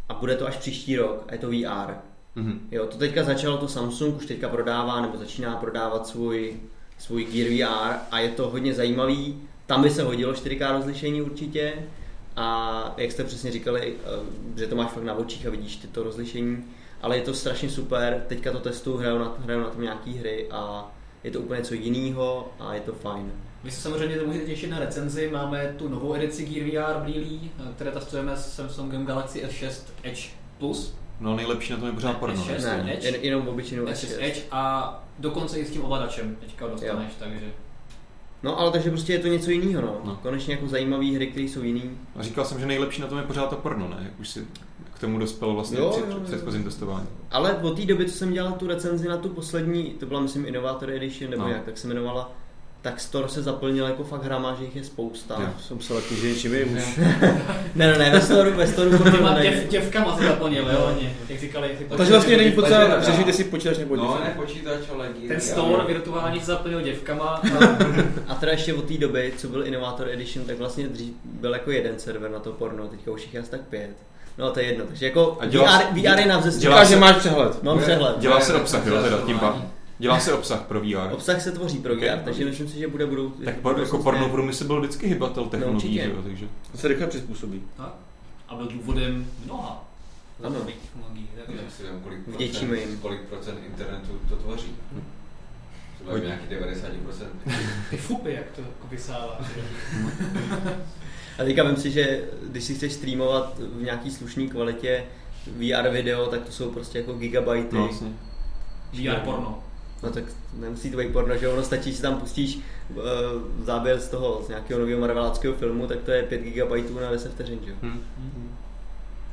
Speaker 5: a bude to až příští rok a je to VR.
Speaker 1: Mhm.
Speaker 5: Jo, to teďka začalo to Samsung, už teďka prodává nebo začíná prodávat svůj, svůj Gear VR a je to hodně zajímavý. Tam by se hodilo 4K rozlišení určitě a jak jste přesně říkali, eh, že to máš fakt na očích a vidíš ty to rozlišení, ale je to strašně super, teďka to testuju, hraju na, hraju na tom nějaký hry a je to úplně něco jiného a je to fajn.
Speaker 3: Vy se samozřejmě to můžete těšit na recenzi, máme tu novou edici Gear VR brýlí, které testujeme s Samsungem Galaxy S6 Edge Plus.
Speaker 1: No nejlepší na tom je pořád porno.
Speaker 3: Ještě?
Speaker 1: ne?
Speaker 5: Ne,
Speaker 3: Edge?
Speaker 5: jen, jenom obyčejnou
Speaker 3: S6
Speaker 5: S6.
Speaker 3: Edge a dokonce i s tím ovladačem teďka ho dostaneš, takže
Speaker 5: No ale takže prostě je to něco jiného, no.
Speaker 1: No.
Speaker 5: no. Konečně jako zajímavé hry, které jsou jiný.
Speaker 1: A říkal jsem, že nejlepší na tom je pořád to porno, ne? Jak už si k tomu dospěl vlastně
Speaker 5: Jo,
Speaker 1: při
Speaker 5: jo, jo.
Speaker 1: předchozím testování.
Speaker 5: Ale od té doby, co jsem dělal tu recenzi na tu poslední, to byla myslím Innovator Edition, nebo
Speaker 1: No.
Speaker 5: no. jak tak se jmenovala, tak store se zaplnil jako fakt hrama, že jich je spousta.
Speaker 1: Jo.
Speaker 7: Jsem se lepší, že něčím jim už.
Speaker 5: Ne, ne, ne, ve storu, ve storu
Speaker 3: Těma
Speaker 5: porno
Speaker 3: děv,
Speaker 5: není.
Speaker 3: děvkama se zaplnil, jo, oni, jak říkali. jak
Speaker 8: Takže vlastně není
Speaker 4: Takže
Speaker 8: potřeba
Speaker 4: dobrá.
Speaker 8: řešit, jestli počítač nebo
Speaker 4: No,
Speaker 8: no,
Speaker 4: ne počítač, ale díl.
Speaker 3: Ten
Speaker 4: já-
Speaker 3: store virtuální se zaplnil děvkama a
Speaker 5: A teda ještě od té doby, co byl Innovator Edition, tak vlastně dřív byl jako jeden server na to porno, teďka už jich je asi tak pět. No to je jedno, takže jako
Speaker 1: A dělá-
Speaker 5: VR, VR je na vzestupu.
Speaker 1: dělá-
Speaker 8: Říká, že máš přehled.
Speaker 5: Mám přehled.
Speaker 1: Dělá
Speaker 4: Ne,
Speaker 1: se
Speaker 4: ne,
Speaker 1: obsah,
Speaker 4: ne,
Speaker 1: jo,
Speaker 4: ne,
Speaker 1: teda
Speaker 4: ne,
Speaker 1: tím
Speaker 4: ne,
Speaker 1: pádem. Dělá se obsah pro VR.
Speaker 5: Obsah se tvoří pro
Speaker 1: Ok,
Speaker 5: VR, takže
Speaker 1: dobře.
Speaker 5: myslím si, že bude budou.
Speaker 1: Tak por- jako porno průmysl byl vždycky hybatel technologií,
Speaker 5: Prostě- určitě.
Speaker 1: že jo, takže...
Speaker 8: To se rychle přizpůsobí.
Speaker 3: a byl důvodem mnoha.
Speaker 5: Ano.
Speaker 3: Technologií, takže-
Speaker 4: Já si nevím, kolik
Speaker 5: Vděčíme jim.
Speaker 4: procent, kolik procent internetu to tvoří. Třeba
Speaker 1: Hodně.
Speaker 4: nějaký 90%.
Speaker 3: Ty fupy, jak to jako vysává.
Speaker 5: A teďka vím si, že když si chceš streamovat v nějaký slušné kvalitě VR video, tak to jsou prostě jako gigabajty.
Speaker 1: No, vlastně.
Speaker 3: VR porno.
Speaker 5: No tak nemusí to být porno, že ono stačí, si tam pustíš uh, záběr z toho, z nějakého nového marveláckého filmu, tak to je 5 GB na 10 vteřin, že jo?
Speaker 1: Hm.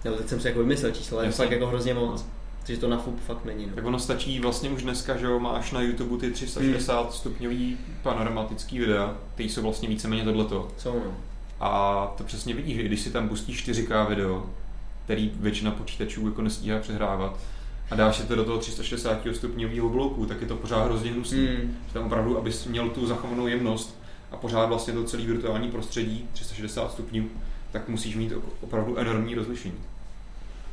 Speaker 5: Nebo teď jsem si jako vymyslel číslo, ale je to
Speaker 1: Jasně.
Speaker 5: fakt jako hrozně moc. Takže to na FUP fakt není, no.
Speaker 1: Tak ono stačí vlastně už dneska, že jo, máš na YouTube ty 360 stupňový panoramatický videa, ty jsou vlastně víceméně tohleto.
Speaker 5: Co no?
Speaker 1: A to přesně vidíš, že i když si tam pustíš 4K video, který většina počítačů jako nestíhá přehrávat, a dáš si to do toho 360 stupňového bloku, tak je to pořád hrozně hnusný.
Speaker 5: Hmm.
Speaker 1: Že tam opravdu, abys měl tu zachovanou jemnost a pořád vlastně to celý virtuální prostředí 360 stupňů, tak musíš mít o- opravdu enormní rozlišení.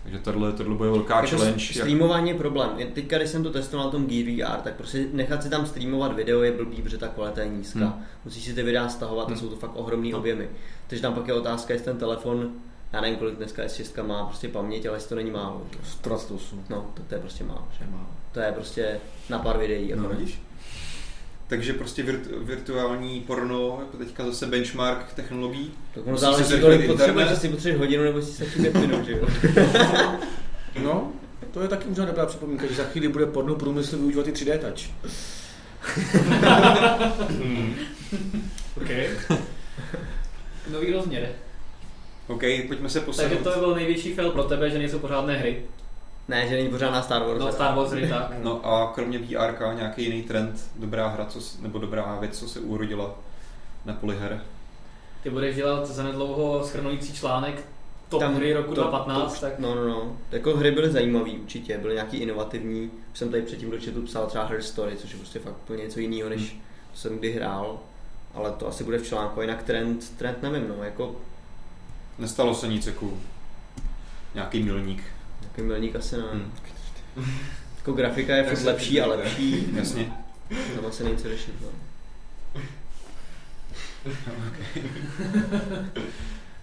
Speaker 1: Takže tohle, tohle bude velká
Speaker 5: Jako
Speaker 1: challenge.
Speaker 5: s- streamování je problém. Jen Teďka, když jsem to testoval na tom Gear VR, tak prostě nechat si tam streamovat video je blbý, protože ta kvalita je nízká.
Speaker 1: Hmm.
Speaker 5: Musíš si ty videa stahovat,
Speaker 1: Hmm.
Speaker 5: a jsou to fakt ohromné objemy. Takže tam pak je otázka, jestli ten telefon, já nevím, kolik dneska S6 má prostě paměť, ale jestli to není málo. Že? jo?
Speaker 8: 128.
Speaker 5: No, to, to je prostě málo. Že? To je prostě na pár videí. Jako
Speaker 1: no, vidíš? Takže prostě virtu, virtuální porno, jako teďka zase benchmark technologií.
Speaker 5: Tak ono
Speaker 1: Musíš si
Speaker 5: záleží,
Speaker 1: zrychlit
Speaker 5: kolik
Speaker 1: internet.
Speaker 5: potřebuješ, jestli potřebuješ hodinu nebo jestli stačí pět minut, že jo?
Speaker 8: No, to je taky možná dobrá připomínka, že za chvíli bude porno průmysl využívat i 3D touch.
Speaker 3: Okay. Nový rozměr.
Speaker 1: OK, pojďme se
Speaker 3: Takže
Speaker 1: posunout.
Speaker 3: to byl největší fail pro tebe, že nejsou pořádné hry.
Speaker 5: Ne, že není pořádná Star Wars.
Speaker 3: No Star Wars hry tak.
Speaker 1: No a kromě VR nějaký jiný trend, dobrá hra, co, s- nebo dobrá věc, co se urodila na poli her.
Speaker 3: Ty budeš dělat zanedlouho schrnující článek top Tam, hry roku
Speaker 5: to-
Speaker 3: 2015,
Speaker 5: to-
Speaker 3: tak
Speaker 5: No, no, no. Jako hry byly zajímavé určitě, byly nějaký inovativní. Už jsem tady předtím do chatu psal třeba Her Story, což je prostě fakt úplně něco jiného, než
Speaker 3: Hmm.
Speaker 5: co jsem kdy hrál. Ale to asi bude v článku, jinak trend, trend nevím, no, jako
Speaker 1: Nestalo se nic jako nějaký milník.
Speaker 5: nějaký milník asi ne.
Speaker 1: Hmm.
Speaker 5: Jako grafika je
Speaker 4: Tak
Speaker 5: fakt
Speaker 4: se
Speaker 5: lepší a
Speaker 4: přijdete.
Speaker 5: lepší,
Speaker 1: Jasně.
Speaker 5: tam asi není co řešit, no.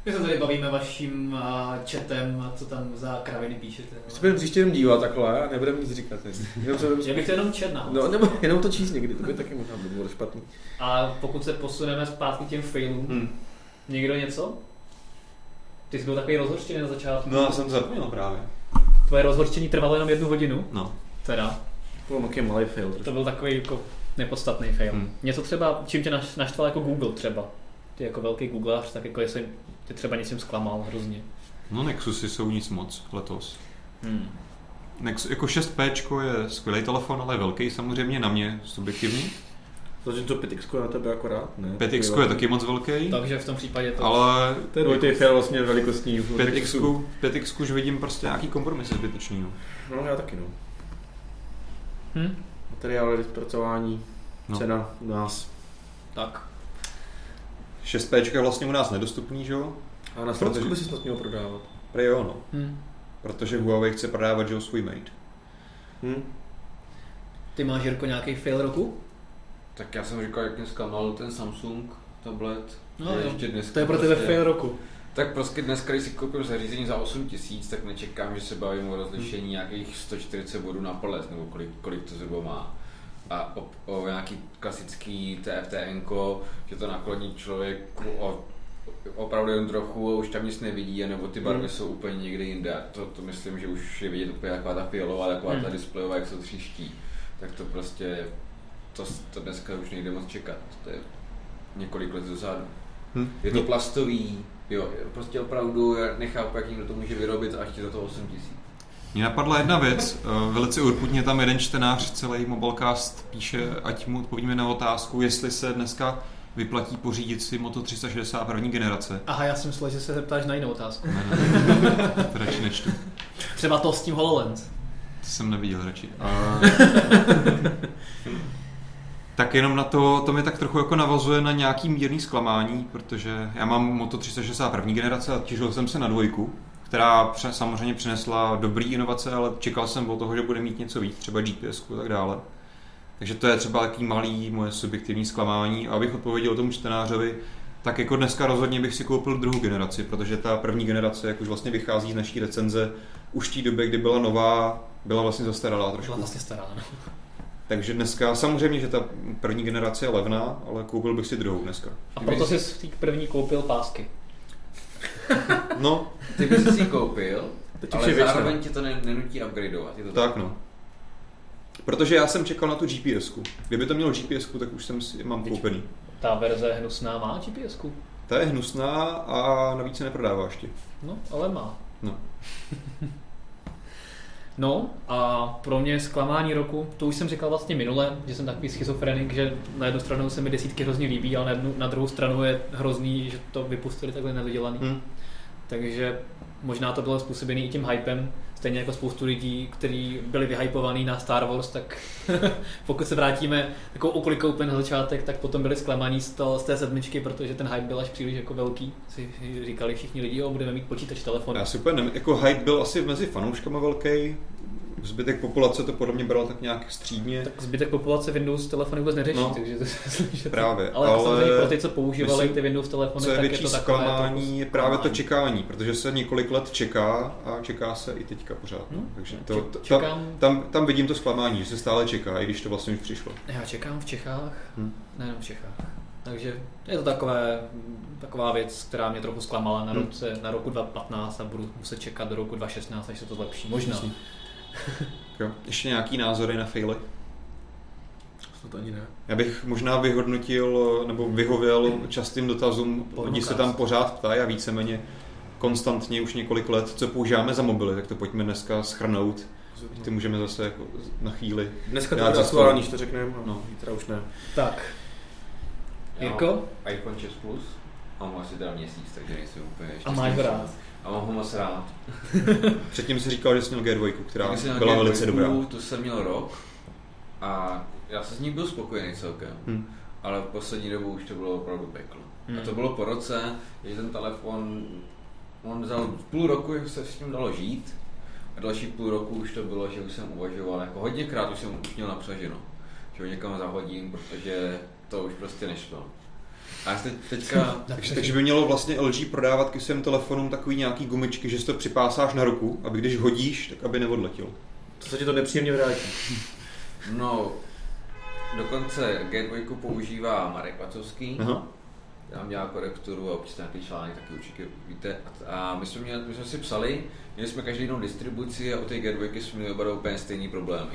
Speaker 3: my se tady bavíme vaším a, chatem a co tam za kraviny píšete. no.
Speaker 8: Se budeme příště jenom dívat takhle a nebudeme nic říkat. ne? Jenom se budeme...
Speaker 3: Já bych to jenom čet na
Speaker 8: No, nebo jenom to číst někdy, to by taky možná bylo špatný.
Speaker 3: A pokud se posuneme zpátky k těm failům,
Speaker 1: Hmm.
Speaker 3: Někdo něco? Ty jsi byl takový rozhorčený na začátku.
Speaker 1: No já jsem zapomněl právě.
Speaker 3: Tvoje rozhorčení trvalo jenom jednu hodinu,
Speaker 1: No.
Speaker 3: teda.
Speaker 2: To byl taky malý fail.
Speaker 3: To byl takový jako nepodstatný fail.
Speaker 1: Hmm.
Speaker 3: Hmm. Něco třeba, čím tě naš, naštval jako Google třeba. Ty jako velký googlář, tak jako jestli tě třeba něčím zklamal hrozně.
Speaker 1: No Nexusy jsou nic moc letos.
Speaker 3: Hmm.
Speaker 1: Nexus, jako 6P je skvělý telefon, ale je velký samozřejmě na mě subjektivně.
Speaker 2: Zatímco 5X je na tebe akorát, ne?
Speaker 1: 5X je taky moc velký,
Speaker 3: Takže v tom případě to...
Speaker 1: ale
Speaker 2: To je dvojitý fail vlastně velikostní.
Speaker 1: 5X, 5X už vidím prostě nějaký kompromisy zbytečný. No.
Speaker 2: No já taky no.
Speaker 3: Hm?
Speaker 2: Materiály, zpracování,
Speaker 1: No.
Speaker 2: no. cena u nás.
Speaker 3: Tak.
Speaker 1: 6P je vlastně u nás nedostupný, že jo?
Speaker 2: A na
Speaker 1: Protože-
Speaker 2: Slovensku by si snad měl prodávat.
Speaker 1: Prej jo, no.
Speaker 3: Hm.
Speaker 1: Protože Huawei chce prodávat, že jo, svůj Mate.
Speaker 2: Hm?
Speaker 3: Ty máš, Jirko, nějaký fail roku?
Speaker 4: Tak já jsem říkal, jak mě zklamal ten Samsung tablet.
Speaker 3: No
Speaker 4: že
Speaker 3: jo. Prostě-
Speaker 4: ještě dneska prostě-
Speaker 3: To je pro tebe fail roku.
Speaker 4: Tak prostě dneska, když si koupím zařízení za 8 tisíc, tak nečekám, že se bavím o rozlišení
Speaker 3: Hmm.
Speaker 4: nějakých 140 bodů na palec, nebo kolik, kolik to zhruba má. A o, o nějaký klasický TFTN, že to nakloní člověk o, opravdu jen trochu a už tam nic nevidí, nebo ty barvy
Speaker 2: Mm.
Speaker 3: Hmm.
Speaker 4: jsou úplně někde jinde. A To, to myslím, že už je vidět úplně taková ta fialová, taková ta
Speaker 3: Mm.
Speaker 4: displejová, jak jsou tříští. Tak to prostě, to, to dneska už nejde moc čekat. To je několik let dozadu.
Speaker 3: Hmm.
Speaker 1: Hm?
Speaker 4: Je to plastový, jo, prostě opravdu já nechápu, jak někdo to může vyrobit a ještě za to 8 tisíc.
Speaker 1: Mně napadla jedna věc, eh, velice urputně tam jeden čtenář celý mobilecast píše, ať mu odpovíme na otázku, jestli se dneska vyplatí pořídit si Moto 360 první generace.
Speaker 3: Aha, já jsem myslel, že se zeptáš na jinou otázku.
Speaker 1: Ne, ne, ne, to radši nečtu,
Speaker 3: Třeba to s tím HoloLens.
Speaker 1: to jsem neviděl radši. A... Tak jenom na to, to mi tak trochu jako navazuje na nějaký mírný zklamání, protože já mám Moto 360 první generace a těšil jsem se na dvojku, která pře- samozřejmě přinesla dobrý inovace, ale čekal jsem od toho, že bude mít něco víc, třeba GPS a tak dále. Takže to je třeba takový malý moje subjektivní zklamání. A abych odpověděl tomu čtenářovi, tak jako dneska rozhodně bych si koupil druhou generaci, protože ta první generace, jak už vlastně vychází z naší recenze, už v té době, kdy byla nová, byla vlastně zastaralá
Speaker 3: Byla
Speaker 1: trošku.
Speaker 3: vlastně stará, no.
Speaker 1: Takže dneska, samozřejmě, že ta první generace je levná, ale koupil bych si druhou dneska.
Speaker 3: A proto jsi v té první koupil pásky.
Speaker 1: No,
Speaker 4: Ty bys si ji koupil,
Speaker 2: Teď už
Speaker 4: ale
Speaker 2: je věčná.
Speaker 4: zároveň tě to ne, nenutí upgradeovat. Je to tak.
Speaker 1: tak no. Protože já jsem čekal na tu gps -ku. Kdyby to mělo gps -ku, tak už jsem si, mám koupený.
Speaker 3: Ta verze hnusná má gps -ku.
Speaker 1: Ta je hnusná a navíc se neprodává ještě.
Speaker 3: No, ale má.
Speaker 1: No.
Speaker 3: No a pro mě zklamání roku, to už jsem říkal vlastně minule, že jsem takový schizofrenik, že na jednu stranu se mi desítky hrozně líbí, ale na, jednu, na druhou stranu je hrozný, že to vypustili takhle nedodělaný.
Speaker 1: Hm.
Speaker 3: Takže možná to bylo způsobené i tím hypem, stejně jako spoustu lidí, kteří byli vyhypovaní na Star Wars, tak pokud se vrátíme takovou okolikou úplně na začátek, tak potom byli zklamaní z, to, z té sedmičky, protože ten hype byl až příliš jako velký. Si říkali všichni lidi, jo, budeme mít počítač, telefon.
Speaker 1: Já si úplně nevím, jako hype byl asi mezi fanouškama velký, zbytek populace to podobně bral tak nějak střídně.
Speaker 3: Tak zbytek populace Windows telefony vůbec neřeší,
Speaker 1: No.
Speaker 3: no, takže to se že to-
Speaker 1: Právě,
Speaker 3: Ale,
Speaker 1: ale
Speaker 3: ale samozřejmě pro ty, co používali
Speaker 1: myslím,
Speaker 3: myslím, ty Windows telefony,
Speaker 1: Co je
Speaker 3: tak
Speaker 1: větší
Speaker 3: je to jako- takové
Speaker 1: zklamání, je právě to
Speaker 3: zklamání.
Speaker 1: čekání, protože se několik let čeká a čeká se i teďka pořád. No?
Speaker 3: Hm.
Speaker 1: Takže
Speaker 3: Č-
Speaker 1: to, to, tam,
Speaker 3: čekám,
Speaker 1: tam, tam vidím to zklamání, že se stále čeká, i když to vlastně už přišlo.
Speaker 3: já čekám v Čechách,
Speaker 1: Hm.
Speaker 3: nejenom v Čechách. Takže je to takové, taková věc, která mě trochu zklamala na,
Speaker 1: Hm.
Speaker 3: roce, na roku 2015 a budu muset čekat do roku 2016, až se to zlepší. Možná.
Speaker 1: Jasně. Jo. Ještě nějaký názory na faily?
Speaker 2: Snad ani ne.
Speaker 1: Já bych možná vyhodnotil nebo vyhověl častým dotazům, lidi se tam pořád ptají a víceméně konstantně už několik let, co používáme za mobily, tak to pojďme dneska schrnout.
Speaker 2: No.
Speaker 1: Ty můžeme zase jako na chvíli.
Speaker 2: Dneska to
Speaker 1: Já
Speaker 2: bude
Speaker 1: za
Speaker 2: aktuální,
Speaker 1: to.
Speaker 2: když to řekneme,
Speaker 1: No.
Speaker 2: no. zítra už ne.
Speaker 3: Tak,
Speaker 4: Já
Speaker 3: Jirko,
Speaker 4: mám iPhone 6 Plus a mám ho asi teda měsíc, takže nejsem úplně
Speaker 3: a
Speaker 4: šťastný.
Speaker 3: máš ho rád.
Speaker 4: A mám ho moc rád.
Speaker 1: Předtím si říkal, že jsi měl G2, která
Speaker 4: Taky jsem měl
Speaker 1: byla
Speaker 4: G2,
Speaker 1: velice dobrá.
Speaker 4: Tu jsem měl rok a já jsem s ní byl spokojený celkem.
Speaker 1: Hm.
Speaker 4: Ale v poslední dobu už to bylo opravdu peklo.
Speaker 3: Hmm.
Speaker 4: A to bylo po roce, že ten telefon, on za půl roku se s tím dalo žít a další půl roku už to bylo, že už jsem uvažoval, jako hodněkrát už jsem už měl napřaženo, že ho někam zahodím, protože to už prostě nešlo. A já se teď, teďka,
Speaker 1: Takže, takže by mělo vlastně LG prodávat k svým telefonům takový nějaký gumičky, že si to připásáš na ruku, aby když hodíš, tak aby neodletěl.
Speaker 2: To se ti to nepříjemně vrátí.
Speaker 4: no, dokonce G2 používá Marek Pacovský,
Speaker 1: Aha.
Speaker 4: tam dělá korekturu a občas nějaký článek, taky určitě víte. A my jsme, měli, my jsme si psali, měli jsme každý jinou distribuci a u té Getwicky jsme měli oba úplně stejné problémy.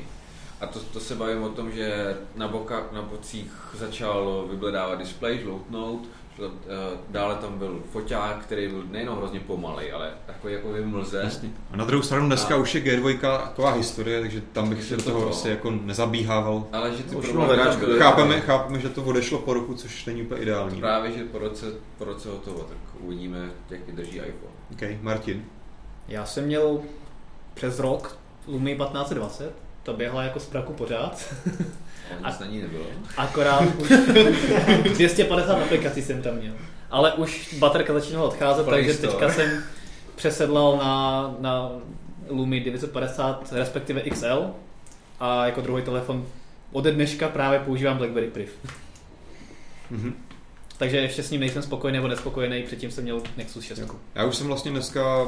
Speaker 4: A to, to se bavím o tom, že na, boka, na bocích začal vybledávat displej, žloutnout, šlo- eh, dále tam byl foťák, který byl nejenom hrozně pomalej, ale takový jako vymlze.
Speaker 1: Jasně. A na druhou stranu dneska
Speaker 4: A-
Speaker 1: už je G2 taková historie, takže tam bych se do
Speaker 4: Takže to
Speaker 1: toho
Speaker 4: bylo.
Speaker 1: asi jako nezabíhával.
Speaker 4: Ale že ty
Speaker 2: Už
Speaker 4: problémy
Speaker 2: mluvenáčko,
Speaker 4: tam byly.
Speaker 1: no, Chápeme, chápeme, že to odešlo po roku, což není úplně ideální.
Speaker 4: Právě, že po roce, po roce hotovo, tak uvidíme, jak vydrží iPhone.
Speaker 1: OK, Martin.
Speaker 3: Já jsem měl přes rok Lumii 1520, to běhla jako z praku pořád,
Speaker 4: A nic na ní nebylo.
Speaker 3: akorát už 250 aplikací jsem tam měl. Ale už baterka začínala odcházet,
Speaker 4: Play
Speaker 3: takže
Speaker 4: Store.
Speaker 3: teďka jsem přesedlal na, na Lumi 950, respektive XL a jako druhý telefon ode dneška právě používám BlackBerry Priv.
Speaker 1: Mhm.
Speaker 3: Takže ještě s ním nejsem spokojený nebo nespokojený, předtím jsem měl Nexus 6.
Speaker 1: Jo. Já už jsem vlastně dneska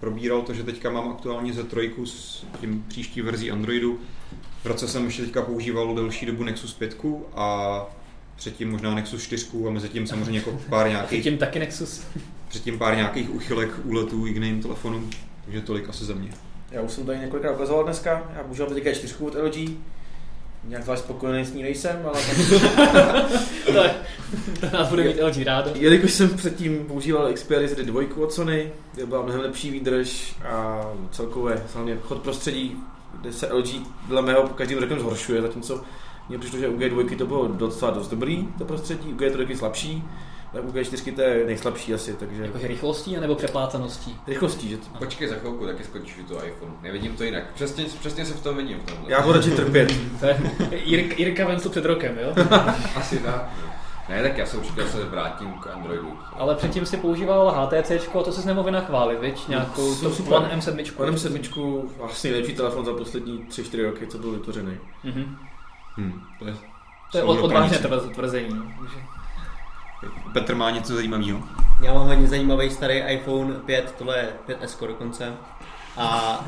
Speaker 1: probíral to, že teďka mám aktuálně ze trojku s tím příští verzí Androidu. V roce jsem ještě teďka používal delší dobu Nexus 5 a předtím možná Nexus 4 a mezi tím samozřejmě jako pár nějakých,
Speaker 3: Předtím taky Nexus.
Speaker 1: předtím pár nějakých uchylek, úletů i k jiným telefonům. Takže tolik asi ze mě.
Speaker 2: Já už jsem tady několikrát ukazoval dneska, já používám teďka čtyřku od LG, nějak zvlášť spokojený s ní nejsem, ale
Speaker 3: To, to nás bude mít LG rádo.
Speaker 2: jelikož jsem předtím používal Xperia tedy dvojku od Sony, kde byla mnohem lepší výdrž a celkově hlavně chod prostředí, kde se LG dle mého každým rokem zhoršuje, zatímco mně přišlo, že u G2 to bylo docela dost dobrý, to prostředí, u G3 slabší, tak u G4 to je nejslabší asi, takže
Speaker 3: Jakože rychlostí anebo přeplácaností?
Speaker 2: rychlostí, že to...
Speaker 4: Počkej za chvilku, taky skončíš u toho iPhone. Nevidím to jinak. Přesně, přesně se v tom vidím. V tomhle.
Speaker 2: Já ho radši trpět.
Speaker 3: To je Jirka, Jirka Vencl před rokem, jo?
Speaker 4: Asi tak. Ne, tak já se určitě se vrátím k Androidu.
Speaker 3: Ale předtím si používal HTC, a to se nemohl vynachválit, viď? Nějakou
Speaker 2: Jsem
Speaker 3: to
Speaker 2: super.
Speaker 3: One M7.
Speaker 2: Kolem sedmičku vlastně nejlepší telefon za poslední 3-4 roky, co byl vytvořený.
Speaker 3: Mhm.
Speaker 1: Hm, to je,
Speaker 3: To je
Speaker 1: jsou
Speaker 3: od, odvážné
Speaker 1: doplňující.
Speaker 3: tvrz- tvrzení. no. Takže
Speaker 1: Petr má něco zajímavého.
Speaker 5: Já mám hodně zajímavý starý iPhone 5, tohle je 5S dokonce. A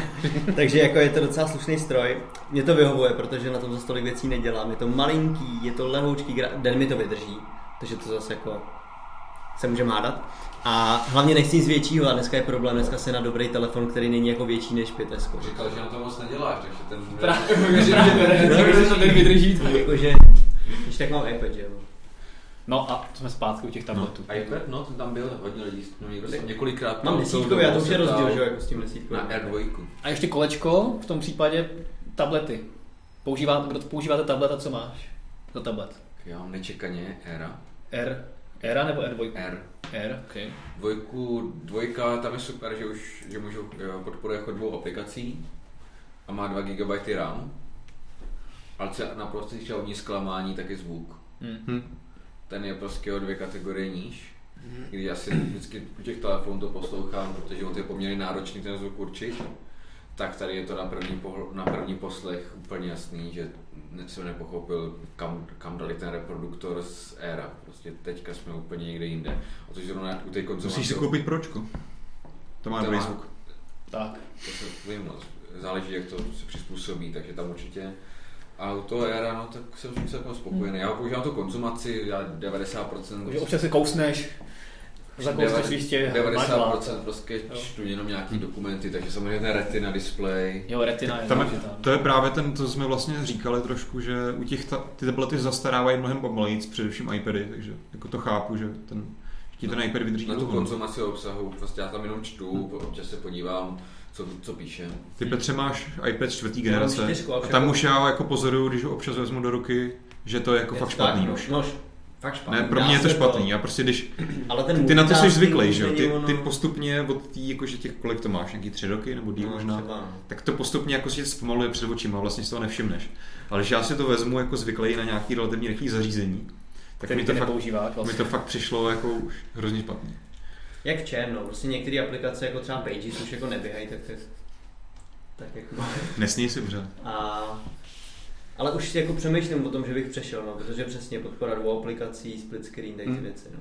Speaker 5: takže jako je to docela slušný stroj. Mě to vyhovuje, protože na tom zase tolik věcí nedělám. Je to malinký, je to lehoučký, gra- den mi to vydrží. Takže to zase jako se může hádat. A hlavně nechci nic většího a dneska je problém, dneska se na dobrý telefon, který není jako větší než 5S.
Speaker 4: Říkal, že na to moc neděláš, takže ten...
Speaker 3: Právě, že to den vydrží.
Speaker 5: Jakože, když tak mám iPad, že jo.
Speaker 3: No a jsme zpátky u těch tabletů.
Speaker 4: iPad, no, ten tam byl hodně lidí. No, někdo jsem několikrát...
Speaker 5: Mám desítku, já to už je rozdíl, že jo, jako s tím desítkou.
Speaker 4: Na R2.
Speaker 3: A ještě kolečko, v tom případě tablety. Používá, kdo používáte tablet a co máš? Za tablet.
Speaker 4: Já mám nečekaně Era.
Speaker 3: R. Era nebo R2?
Speaker 4: R.
Speaker 3: R, okay.
Speaker 4: Dvojku, dvojka, tam je super, že už že můžu, eh, podporuje jako dvou aplikací a má 2 GB RAM. Ale co je naprosto žalobní zklamání, tak je zvuk.
Speaker 1: Hm.
Speaker 4: Ten je prostě o dvě kategorie níž. Když asi vždycky u těch telefonů to poslouchám, protože on je poměrně náročný ten zvuk určit, tak tady je to na první, pohl- na první poslech úplně jasný, že ne- jsem nepochopil, kam, kam dali ten reproduktor z éra. Prostě teďka jsme úplně někde jinde. A to, že zrovna u té konzoláře...
Speaker 1: Musíš si koupit pročko. To má
Speaker 4: To
Speaker 1: dobrý
Speaker 4: má.
Speaker 1: zvuk.
Speaker 3: Tak.
Speaker 4: To se vím moc. Záleží, jak to se přizpůsobí, takže tam určitě. A u toho Era, no, tak jsem s tím celkem spokojený. Já používám tu konzumaci, já 90%...
Speaker 3: Takže Hmm. občas si kousneš, zakousneš lístě, máš
Speaker 4: 90%
Speaker 3: vládce.
Speaker 4: prostě
Speaker 3: Jo.
Speaker 4: čtu jenom nějaký dokumenty, takže samozřejmě ten retina display.
Speaker 3: Jo, retina je
Speaker 1: Tam je,
Speaker 3: důležitá.
Speaker 1: to je právě ten, to jsme vlastně říkali trošku, že u těch ta, ty tablety zastarávají mnohem pomalejíc, především iPady, takže jako to chápu, že ten, že ti ten iPad vydrží
Speaker 4: Na tu
Speaker 1: dlouho.
Speaker 4: konzumaci obsahu, prostě já tam jenom čtu, občas se podívám, co, co píše.
Speaker 1: Ty Petře máš iPad čtvrtý
Speaker 5: Já mám
Speaker 1: generace
Speaker 5: čtyřku a
Speaker 1: a tam už já jako pozoruju, když ho občas vezmu do ruky, že to je jako fakt špatný už.
Speaker 5: No, fakt špatný.
Speaker 1: Ne, pro
Speaker 5: Dá
Speaker 1: mě je to
Speaker 5: se
Speaker 1: špatný, já prostě když,
Speaker 5: Ale ten
Speaker 1: ty na to jsi
Speaker 5: multitasking
Speaker 1: zvyklý,
Speaker 5: už
Speaker 1: že jo,
Speaker 5: není
Speaker 1: ty,
Speaker 5: ono-
Speaker 1: ty postupně od tý, jakože těch kolik to máš, nějaký tři roky nebo díl
Speaker 5: No,
Speaker 1: možná,
Speaker 5: třeba, no.
Speaker 1: tak to postupně jako si to zpomaluje před očima, vlastně si toho nevšimneš. Ale když já si to vezmu jako zvyklý na nějaký relativně rychlý zařízení, tak
Speaker 3: Který
Speaker 1: mi
Speaker 3: ty
Speaker 1: to, fakt,
Speaker 3: nepoužívá.
Speaker 1: mi
Speaker 3: Vlastně.
Speaker 1: to fakt přišlo jako už hrozně špatný.
Speaker 5: Jak v čem, no, prostě některé aplikace, jako třeba Pages, už jako neběhají, tak to je- tak jako...
Speaker 1: Nesní si pořád.
Speaker 5: A... Ale už jako přemýšlím o tom, že bych přešel, no, protože přesně podpora dvou aplikací, split screen, tady ty
Speaker 1: Hmm.
Speaker 5: věci, no.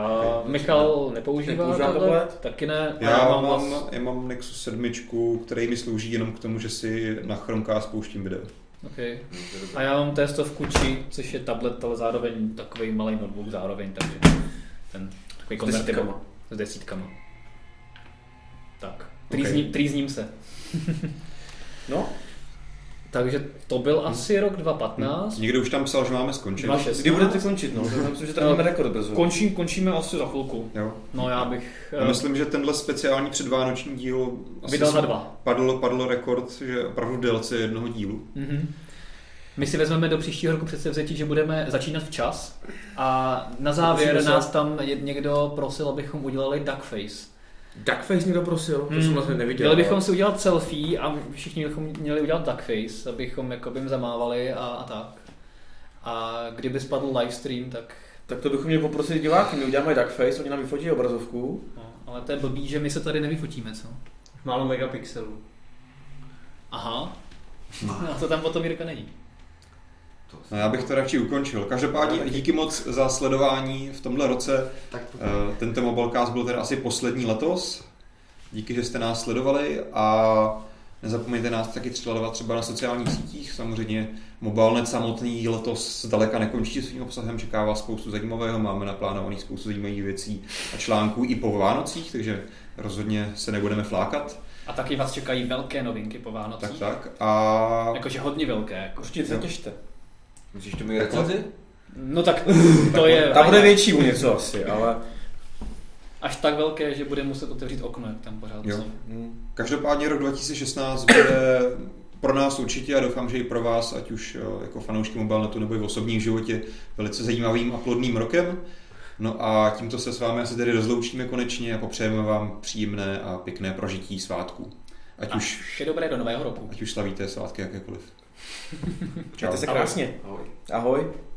Speaker 3: A Michal nepoužívá
Speaker 2: Nepoužívá
Speaker 3: tablet?
Speaker 2: tablet?
Speaker 3: Taky ne. A
Speaker 1: Já, mám,
Speaker 3: vlast-
Speaker 1: já mám Nexus 7, který mi slouží jenom k tomu, že si na Chromecast pouštím video.
Speaker 3: Okay.
Speaker 4: No, to je dobré.
Speaker 3: A já mám testovku Či, což je tablet, ale zároveň takový malý notebook zároveň, takže ten takový
Speaker 4: S
Speaker 3: konvertibil.
Speaker 4: desítkama.
Speaker 3: S desítkama. Tak, trýzním, okay. trýzním se.
Speaker 2: No,
Speaker 3: Takže to byl asi rok 2015.
Speaker 1: Někdo už tam psal, že máme skončit.
Speaker 3: 2016.
Speaker 2: kdy budete končit, no? Já myslím, že tady
Speaker 3: No.
Speaker 2: máme rekord brzo.
Speaker 3: Končím, končíme asi za chvilku.
Speaker 1: Jo.
Speaker 3: No já bych
Speaker 1: Já
Speaker 3: eh,
Speaker 1: myslím, že tenhle speciální předvánoční díl asi
Speaker 3: vydal za dva.
Speaker 1: Padl, padl rekord, že opravdu v délce jednoho dílu.
Speaker 3: Mhm. My si vezmeme do příštího roku přece vzetí, že budeme začínat včas a na závěr
Speaker 2: Pokusíme se.
Speaker 3: nás tam jed- někdo prosil, abychom udělali duckface.
Speaker 2: Duckface někdo prosil, to jsem
Speaker 3: Hmm.
Speaker 2: vlastně neviděl.
Speaker 3: Měli
Speaker 2: ale-
Speaker 3: bychom si udělat selfie a všichni bychom měli udělat duckface, abychom jako jim zamávali a, a tak. A kdyby spadl livestream, tak...
Speaker 2: Tak to bychom měli poprosit diváky, my uděláme duckface, oni nám vyfotí obrazovku.
Speaker 3: No, ale to je blbý, že my se tady nevyfotíme, co?
Speaker 6: Málo megapixelů.
Speaker 3: Aha. No, to tam potom Jirka není.
Speaker 1: No, já bych to radši ukončil. Každopádně díky moc za sledování v tomhle roce.
Speaker 6: Tak to
Speaker 1: Eh, Tento Mobilecast byl teda asi poslední letos. Díky, že jste nás sledovali a nezapomeňte nás taky sledovat třeba na sociálních sítích. Samozřejmě Mobilnet samotný letos zdaleka nekončí svým obsahem, čeká vás spoustu zajímavého, máme naplánovaných spoustu zajímavých věcí a článků i po Vánocích, takže rozhodně se nebudeme flákat.
Speaker 3: A taky vás čekají velké novinky po
Speaker 1: Tak,
Speaker 3: Vánocích.
Speaker 1: tak. A
Speaker 3: Jakože hodně velké. Jako.
Speaker 2: Určitě Prostě se těšte.
Speaker 4: Musíš to mít recenzi?
Speaker 3: No tak to je...
Speaker 2: Ta bude větší u něco asi, ale
Speaker 3: Až tak velké, že bude muset otevřít okno, jak tam pořád
Speaker 1: Jo.
Speaker 3: jsou.
Speaker 1: Každopádně rok 2016 bude pro nás určitě a doufám, že i pro vás, ať už eh, jako fanoušky mobilnetu nebo i v osobním životě, velice zajímavým a plodným rokem. No a tímto se s vámi asi tedy rozloučíme konečně a popřejeme vám příjemné a pěkné prožití svátků. Ať,
Speaker 3: A
Speaker 1: už,
Speaker 3: vše dobré do nového roku.
Speaker 1: ať už slavíte svátky jakékoliv. Čau.
Speaker 2: to se krásně.
Speaker 4: Ahoj.
Speaker 2: Ahoj.